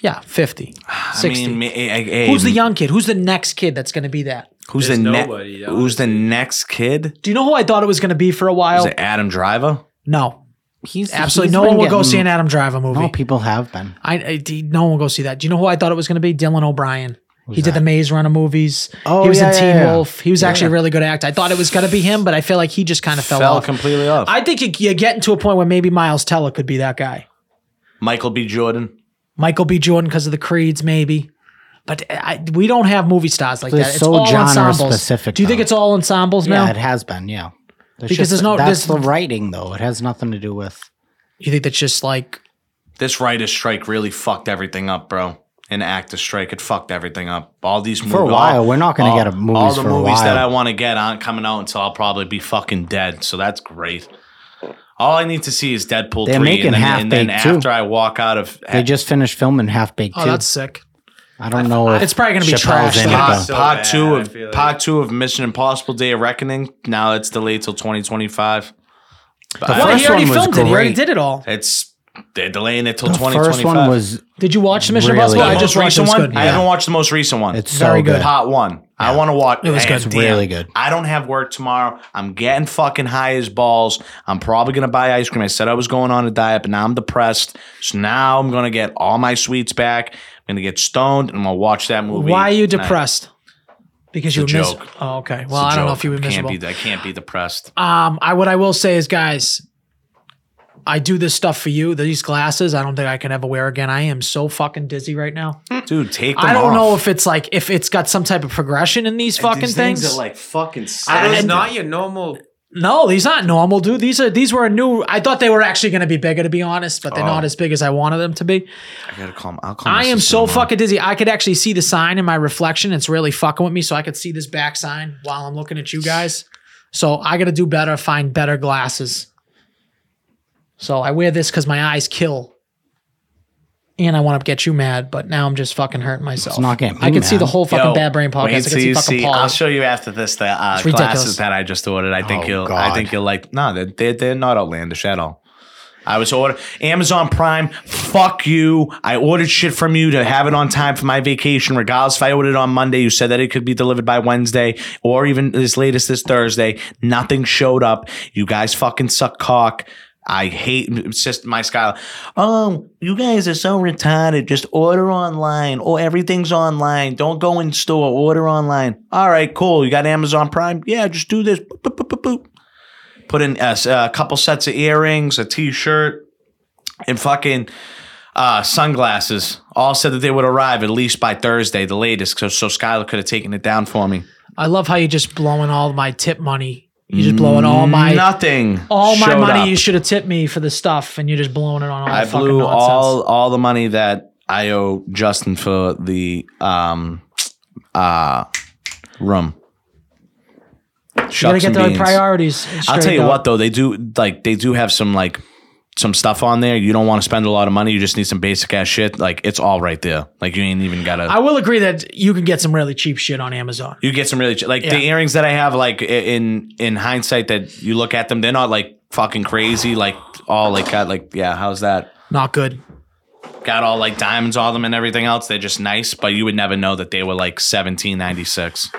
Speaker 2: Yeah, 50.
Speaker 3: I
Speaker 2: 60.
Speaker 3: mean, ma- eh, eh,
Speaker 2: who's the young kid? Who's the next kid that's going to be that?
Speaker 3: who's the
Speaker 5: There's
Speaker 3: ne-
Speaker 5: nobody, yeah.
Speaker 3: who's the next kid?
Speaker 2: Do you know who I thought it was going to be for a
Speaker 3: Is
Speaker 2: while?
Speaker 3: it Adam Driver?
Speaker 2: No,
Speaker 1: he's
Speaker 2: absolutely.
Speaker 1: he's
Speaker 2: No
Speaker 1: been
Speaker 2: one will go
Speaker 1: getting-
Speaker 2: see an Adam Driver movie.
Speaker 1: No, people have been.
Speaker 2: I, I d- no one will go see that. Do you know who I thought it was going to be? Dylan O'Brien. he did the Maze Runner movies.
Speaker 1: Oh,
Speaker 2: he was
Speaker 1: yeah,
Speaker 2: in
Speaker 1: yeah,
Speaker 2: Teen
Speaker 1: yeah.
Speaker 2: Wolf. He was actually a really good actor. I thought it was going to be him, but I feel like he just kind of fell,
Speaker 3: Fell
Speaker 2: off.
Speaker 3: completely off.
Speaker 2: I think you- you're getting to a point where maybe Miles Teller could be that guy.
Speaker 3: Michael B. Jordan.
Speaker 2: Michael B. Jordan because of the creeds, maybe. But I, we don't have movie stars like
Speaker 1: They're
Speaker 2: that. It's
Speaker 1: so
Speaker 2: all
Speaker 1: genre
Speaker 2: ensembles.
Speaker 1: specific,
Speaker 2: Do you think
Speaker 1: though.
Speaker 2: it's all ensembles
Speaker 1: Yeah,
Speaker 2: now?
Speaker 1: it has been. Yeah, There's
Speaker 2: Because there's no-
Speaker 1: that's
Speaker 2: there's-
Speaker 1: the writing though. It has nothing to do with.
Speaker 2: you think that's just like
Speaker 3: This writer's strike really fucked everything up, bro. An actor strike, it fucked everything up. All these movies
Speaker 1: For a while, we're not going to get a
Speaker 3: All
Speaker 1: movies
Speaker 3: the
Speaker 1: for a
Speaker 3: movies
Speaker 1: while.
Speaker 3: that I want to get aren't coming out until I'll probably be fucking dead. So that's great. All I need to see is Deadpool
Speaker 1: They're
Speaker 3: three,
Speaker 1: making
Speaker 3: and then, and then
Speaker 1: Half-Baked, too.
Speaker 3: after I walk out of,
Speaker 1: they just finished filming Half Baked
Speaker 2: oh
Speaker 1: too.
Speaker 2: that's sick.
Speaker 1: I don't know if
Speaker 2: It's probably gonna be
Speaker 1: Chappelle's
Speaker 2: trash.
Speaker 1: in it,
Speaker 2: though.
Speaker 3: Part,
Speaker 4: so
Speaker 3: part
Speaker 4: bad,
Speaker 3: two
Speaker 4: I
Speaker 3: of
Speaker 4: feel like-
Speaker 3: part two of Mission Impossible: Day of Reckoning. Now it's delayed till 2025. But
Speaker 1: The
Speaker 3: I-
Speaker 2: Well,
Speaker 1: first
Speaker 2: he already
Speaker 1: one was
Speaker 2: filmed it. He already
Speaker 1: great.
Speaker 2: did it all.
Speaker 3: it's they're delaying it till
Speaker 1: the
Speaker 3: 2025.
Speaker 1: first one was
Speaker 2: Did you watch the Mission
Speaker 1: Really?
Speaker 2: Impossible?
Speaker 1: The
Speaker 2: I
Speaker 3: most
Speaker 2: just watched it.
Speaker 3: recent
Speaker 2: It's
Speaker 3: one.
Speaker 2: good.
Speaker 3: I haven't watched the most recent one.
Speaker 1: it's
Speaker 2: Very
Speaker 1: so
Speaker 2: good.
Speaker 1: good.
Speaker 3: part one. I want to watch.
Speaker 2: It was
Speaker 3: Man,
Speaker 2: good. It's
Speaker 3: damn,
Speaker 1: really good.
Speaker 3: I don't have work tomorrow. I'm getting fucking high as balls. I'm probably gonna buy ice cream. I said I was going on a diet, but now I'm depressed. So now I'm gonna get all my sweets back. I'm gonna get stoned and I'm gonna watch that movie.
Speaker 2: Why are you
Speaker 3: And I-
Speaker 2: depressed? Because you were
Speaker 3: It's a
Speaker 2: mis-
Speaker 3: joke.
Speaker 2: Oh, okay.
Speaker 3: it's
Speaker 2: Well,
Speaker 3: a
Speaker 2: I don't know
Speaker 3: joke.
Speaker 2: if you were
Speaker 3: I can't
Speaker 2: miserable.
Speaker 3: be. I can't be depressed.
Speaker 2: Um, I what I will say is, guys, I do this stuff for you. These glasses, I don't think I can ever wear again. I am so fucking dizzy right now.
Speaker 3: Dude, take them
Speaker 2: I don't
Speaker 3: off.
Speaker 2: know if it's like if it's got some type of progression in these fucking
Speaker 3: These
Speaker 2: things.
Speaker 3: are like fucking.
Speaker 5: That
Speaker 2: I-
Speaker 5: is
Speaker 3: sad.
Speaker 5: not your normal.
Speaker 2: no, these aren't normal, dude. These are these were a new. I thought they were actually going to be bigger, to be honest, but they're
Speaker 3: Oh.
Speaker 2: not as big as I wanted them to be.
Speaker 3: I gotta call. I'll call. my
Speaker 2: I am
Speaker 3: sister
Speaker 2: so
Speaker 3: tomorrow.
Speaker 2: fucking dizzy. I could actually see the sign in my reflection. It's really fucking with me, so I could see this back sign while I'm looking at you guys. So I got to do better, find better glasses. So I wear this because my eyes kill. And I want to get you mad, but now I'm just fucking hurting myself.
Speaker 1: not getting
Speaker 2: I
Speaker 1: me
Speaker 2: can see
Speaker 1: mad.
Speaker 2: the whole fucking
Speaker 3: Yo,
Speaker 2: Bad Brain podcast. I can
Speaker 3: wait till
Speaker 2: see
Speaker 3: you
Speaker 2: fucking
Speaker 3: see-
Speaker 2: Paul.
Speaker 3: I'll show you after this the uh,
Speaker 2: It's ridiculous.
Speaker 3: glasses that I just ordered. I think
Speaker 1: Oh,
Speaker 3: you'll. I
Speaker 1: God.
Speaker 3: think you'll like. No, they're, they're they're not outlandish at all. I was order Amazon Prime. Fuck you! I ordered shit from you to have it on time for my vacation. Regardless, if I ordered it on Monday, you said that it could be delivered by Wednesday or even as latest this Thursday. Nothing showed up. You guys fucking suck cock. I hate it's just my Skylar. Oh, you guys are so retarded. Just order online. Oh, everything's online. Don't go in store. Order online. All right, cool. You got Amazon Prime? Yeah, just do this. Boop, boop, boop, boop, boop put in a, a couple sets of earrings, a t-shirt, and fucking uh, sunglasses. All said that they would arrive at least by Thursday, the latest. So, so Skylar could have taken it down for me.
Speaker 2: I love how you're just blowing all my tip money. You're just blowing all my
Speaker 3: nothing.
Speaker 2: all my
Speaker 3: showed
Speaker 2: money.
Speaker 3: up.
Speaker 2: You should have tipped me for the stuff, and you're just blowing it on all.
Speaker 3: I
Speaker 2: that fucking
Speaker 3: blew
Speaker 2: nonsense.
Speaker 3: all all the money that I owe Justin for the um uh room.
Speaker 2: You gotta
Speaker 3: Shucks
Speaker 2: get
Speaker 3: and
Speaker 2: the right
Speaker 3: beans.
Speaker 2: priorities.
Speaker 3: I'll
Speaker 2: straight
Speaker 3: tell you
Speaker 2: up.
Speaker 3: what though, they do like they do have some like some stuff on there. You don't want to spend a lot of money. You just need some basic ass shit. Like it's all right there. Like you ain't even gotta.
Speaker 2: I will agree that you can get some really cheap shit on Amazon.
Speaker 3: you get some really ch- like the
Speaker 2: Yeah.
Speaker 3: earrings that I have. Like i- in in hindsight, that you look at them, they're not like fucking crazy. Like all like got like yeah, how's that?
Speaker 2: Not good.
Speaker 3: Got all like diamonds on them and everything else. They're just nice, but you would never know that they were like seventeen ninety six.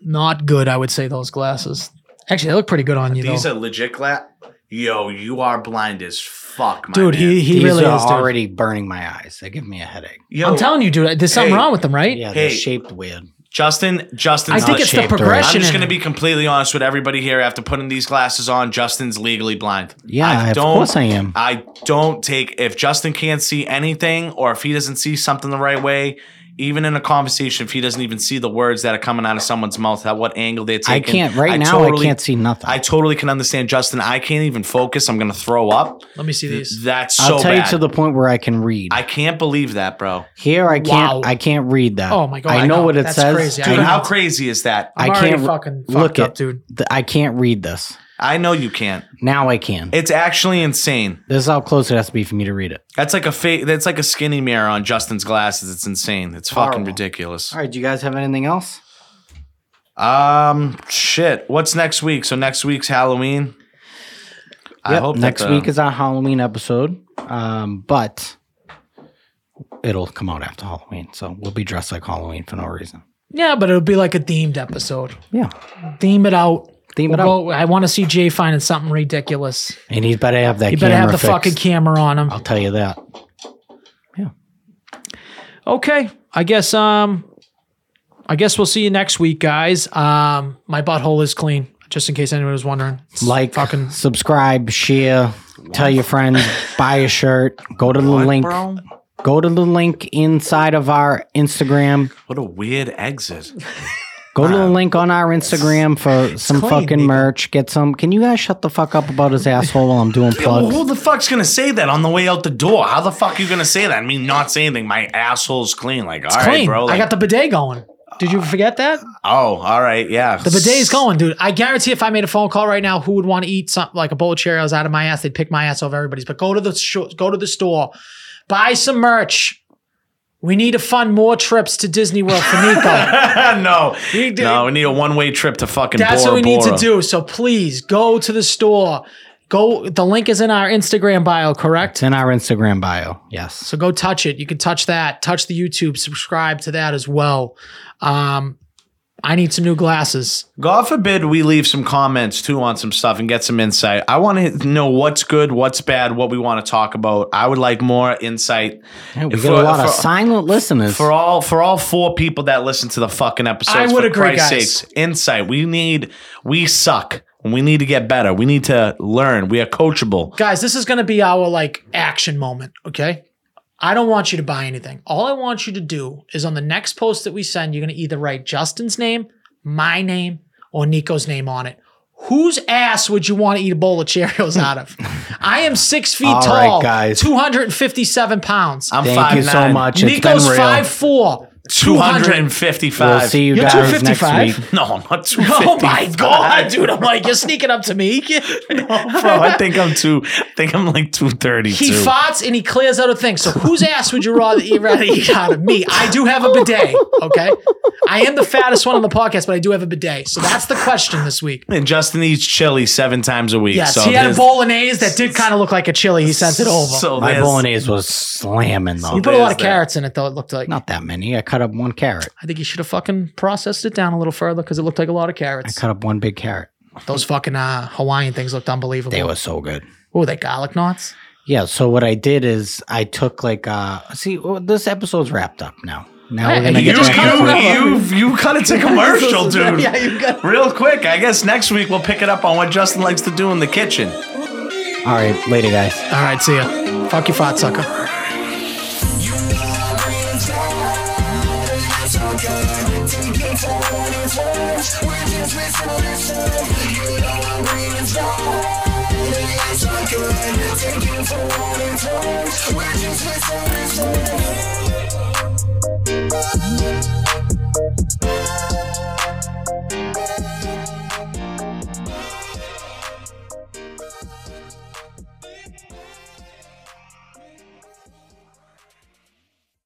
Speaker 2: Not good, I would say, those glasses. Actually, they look pretty good on you,
Speaker 3: These
Speaker 2: though.
Speaker 3: are legit glass. Yo, you are blind as fuck, my
Speaker 2: dude,
Speaker 3: man.
Speaker 2: he, he
Speaker 1: These
Speaker 2: really
Speaker 1: are
Speaker 2: is. dude.
Speaker 1: already burning my eyes. They give me a headache.
Speaker 3: Yo,
Speaker 2: I'm telling you, dude, there's something
Speaker 3: Hey.
Speaker 2: wrong with them, right?
Speaker 1: Yeah, they're
Speaker 3: Hey.
Speaker 1: shaped weird.
Speaker 3: Justin, Justin,
Speaker 2: I think it's the
Speaker 1: shaped right.
Speaker 2: progression.
Speaker 3: I'm just
Speaker 2: in
Speaker 3: going to
Speaker 2: it.
Speaker 3: be completely honest with everybody here. After putting these glasses on, Justin's legally blind.
Speaker 1: Yeah, of course I am.
Speaker 3: I don't take if Justin can't see anything or if he doesn't see something the right way, even in a conversation, if he doesn't even see the words that are coming out of someone's mouth, at what angle they're
Speaker 1: I
Speaker 3: taking.
Speaker 1: can't right now. I
Speaker 3: totally-
Speaker 1: can't see nothing.
Speaker 3: I totally can understand Justin. I can't even focus. I'm going to throw up.
Speaker 2: Let me see these.
Speaker 3: That's so
Speaker 1: I'll tell
Speaker 3: bad.
Speaker 1: you to the point where I can read.
Speaker 3: I can't believe that, bro.
Speaker 1: Here I can't.
Speaker 2: Wow.
Speaker 1: I can't read that.
Speaker 2: Oh my God, I
Speaker 1: I know,
Speaker 2: know.
Speaker 1: what it
Speaker 2: That's
Speaker 1: says.
Speaker 2: crazy. I
Speaker 3: Dude,
Speaker 2: couldn't-
Speaker 3: how crazy is that?
Speaker 1: I
Speaker 2: I'm already
Speaker 1: can't
Speaker 2: fucking fucked
Speaker 1: look
Speaker 2: up,
Speaker 1: it.
Speaker 2: dude.
Speaker 1: Th- I can't read this.
Speaker 3: I know you can't.
Speaker 1: Now I can.
Speaker 3: It's actually insane.
Speaker 1: this is how close it has to be for me to read it.
Speaker 3: That's like a fa- that's like a skinny mirror on Justin's glasses. It's insane. It's fucking
Speaker 1: Horrible.
Speaker 3: ridiculous.
Speaker 1: All right. Do you guys have anything else?
Speaker 3: Um shit. What's next week? So next week's Halloween. I
Speaker 1: Yep,
Speaker 3: hope
Speaker 1: next
Speaker 3: that the-
Speaker 1: week is our Halloween episode, um, but it'll come out after Halloween, so we'll be dressed like Halloween for no reason.
Speaker 2: Yeah, but it'll be like a themed episode.
Speaker 1: Yeah,
Speaker 2: Theme it out.
Speaker 1: theme it
Speaker 2: We'll
Speaker 1: up,
Speaker 2: go- I want to see Jay finding something ridiculous.
Speaker 1: and he better have that.
Speaker 2: You
Speaker 1: camera
Speaker 2: better have the
Speaker 1: fixed.
Speaker 2: fucking camera on him.
Speaker 1: I'll tell you that.
Speaker 2: Okay. I guess um I guess we'll see you next week, guys. Um my butthole is clean, just in case anyone was wondering. It's
Speaker 1: Like,
Speaker 2: fucking
Speaker 1: subscribe, share, tell your friends, buy a shirt. Go to the link.
Speaker 3: bro?
Speaker 1: Go to the link inside of our Instagram.
Speaker 3: What a weird exit.
Speaker 1: Go to the link on our Instagram for some
Speaker 2: clean,
Speaker 1: fucking
Speaker 2: nigga.
Speaker 1: merch. Get some. Can you guys shut the fuck up about his asshole while I'm doing
Speaker 3: Well,
Speaker 1: plugs?
Speaker 3: who the fuck's gonna say that on the way out the door? How the fuck you gonna say that? I mean, not say anything. My asshole's clean. Like, all right,
Speaker 2: clean.
Speaker 3: bro.
Speaker 2: I
Speaker 3: Like,
Speaker 2: got the bidet going. Did you forget that?
Speaker 3: oh, all right, yeah.
Speaker 2: The bidet is going, dude. I guarantee if I made a phone call right now, who would want to eat something like a bowl of Cheerios out of my ass? They'd pick my ass off everybody's. But go to the sh- go to the store, buy some merch. We need to fund more trips to Disney World for Nico.
Speaker 3: no,
Speaker 2: He did-
Speaker 3: no, we need a one-way trip to fucking.
Speaker 2: That's
Speaker 3: Bora
Speaker 2: what we need to
Speaker 3: Bora.
Speaker 2: do. So please go to the store. Go. The link is in our Instagram bio, correct?
Speaker 1: It's in our Instagram bio. Yes.
Speaker 2: So go touch it. You can touch that. Touch the YouTube. Subscribe to that as well. Um, I need some new glasses.
Speaker 3: God forbid we leave some comments too on some stuff and get some insight. I want to know what's good, what's bad, what we want to talk about. I would like more insight
Speaker 1: Yeah, we
Speaker 3: If
Speaker 1: get a
Speaker 3: we're-
Speaker 1: lot of
Speaker 3: for-
Speaker 1: silent listeners.
Speaker 3: for all for all four people that listen to the fucking episodes.
Speaker 2: I would
Speaker 3: for
Speaker 2: agree,
Speaker 3: Christ's
Speaker 2: guys.
Speaker 3: sakes, insight. We need. We suck. and We need to get better. We need to learn. We are coachable.
Speaker 2: guys this is going to be our like action moment okay i don't want you to buy anything all i want you to do is on the next post that we send you're going to either write justin's name my name or nico's name on it whose ass would you want to eat a bowl of cheerios out of i am six feet
Speaker 1: All right,
Speaker 2: tall
Speaker 1: guys.
Speaker 2: 257 pounds
Speaker 3: I'm
Speaker 1: Thank
Speaker 3: five
Speaker 1: you so much. It's
Speaker 2: nico's
Speaker 1: been real.
Speaker 2: 5'4
Speaker 3: Two hundred
Speaker 2: 200
Speaker 3: and fifty-five.
Speaker 1: We'll see you
Speaker 2: You're
Speaker 1: guys next
Speaker 2: 255?
Speaker 1: week.
Speaker 3: No, I'm not two fifty.
Speaker 2: Oh my god, dude! I'm like, you're sneaking up to me.
Speaker 3: Bro, I think I'm two. I think I'm like two thirty
Speaker 2: He
Speaker 3: two.
Speaker 2: farts and he clears out a thing. So whose ass would you rather eat, rather eat out of me? I do have a bidet. Okay, I am the fattest one on the podcast, but I do have a bidet. So that's the question this week.
Speaker 3: and Justin eats chili seven times a week.
Speaker 2: Yes,
Speaker 3: so
Speaker 2: he had a
Speaker 3: there's-
Speaker 2: bolognese that did kind of look like a chili. He sent it over.
Speaker 3: So
Speaker 1: My
Speaker 3: there's-
Speaker 1: bolognese was slamming though.
Speaker 2: you put a lot
Speaker 3: there's
Speaker 2: of
Speaker 3: that.
Speaker 2: carrots in it, though. It looked like.
Speaker 1: Not that many. I cut up one carrot.
Speaker 2: I think you should have fucking processed it down a little further because it looked like a lot of
Speaker 1: I
Speaker 2: carrots.
Speaker 1: cut up one big carrot.
Speaker 2: Those fucking uh, Hawaiian things looked unbelievable.
Speaker 1: They were so good.
Speaker 2: Oh, they garlic knots.
Speaker 1: Yeah. So what I did is I took like uh see well, this episode's wrapped up now. Now
Speaker 2: Hey,
Speaker 1: we're gonna
Speaker 2: you
Speaker 1: get
Speaker 2: just
Speaker 1: back
Speaker 2: cut
Speaker 1: to
Speaker 2: it up.
Speaker 1: it.
Speaker 3: you, you, you cut it to commercial, dude.
Speaker 2: Yeah, you got.
Speaker 3: Real quick, I guess next week we'll pick it up on what Justin likes to do in the kitchen.
Speaker 1: All right, later, guys.
Speaker 2: All right, see ya. Fuck you, fat sucker.
Speaker 6: We're just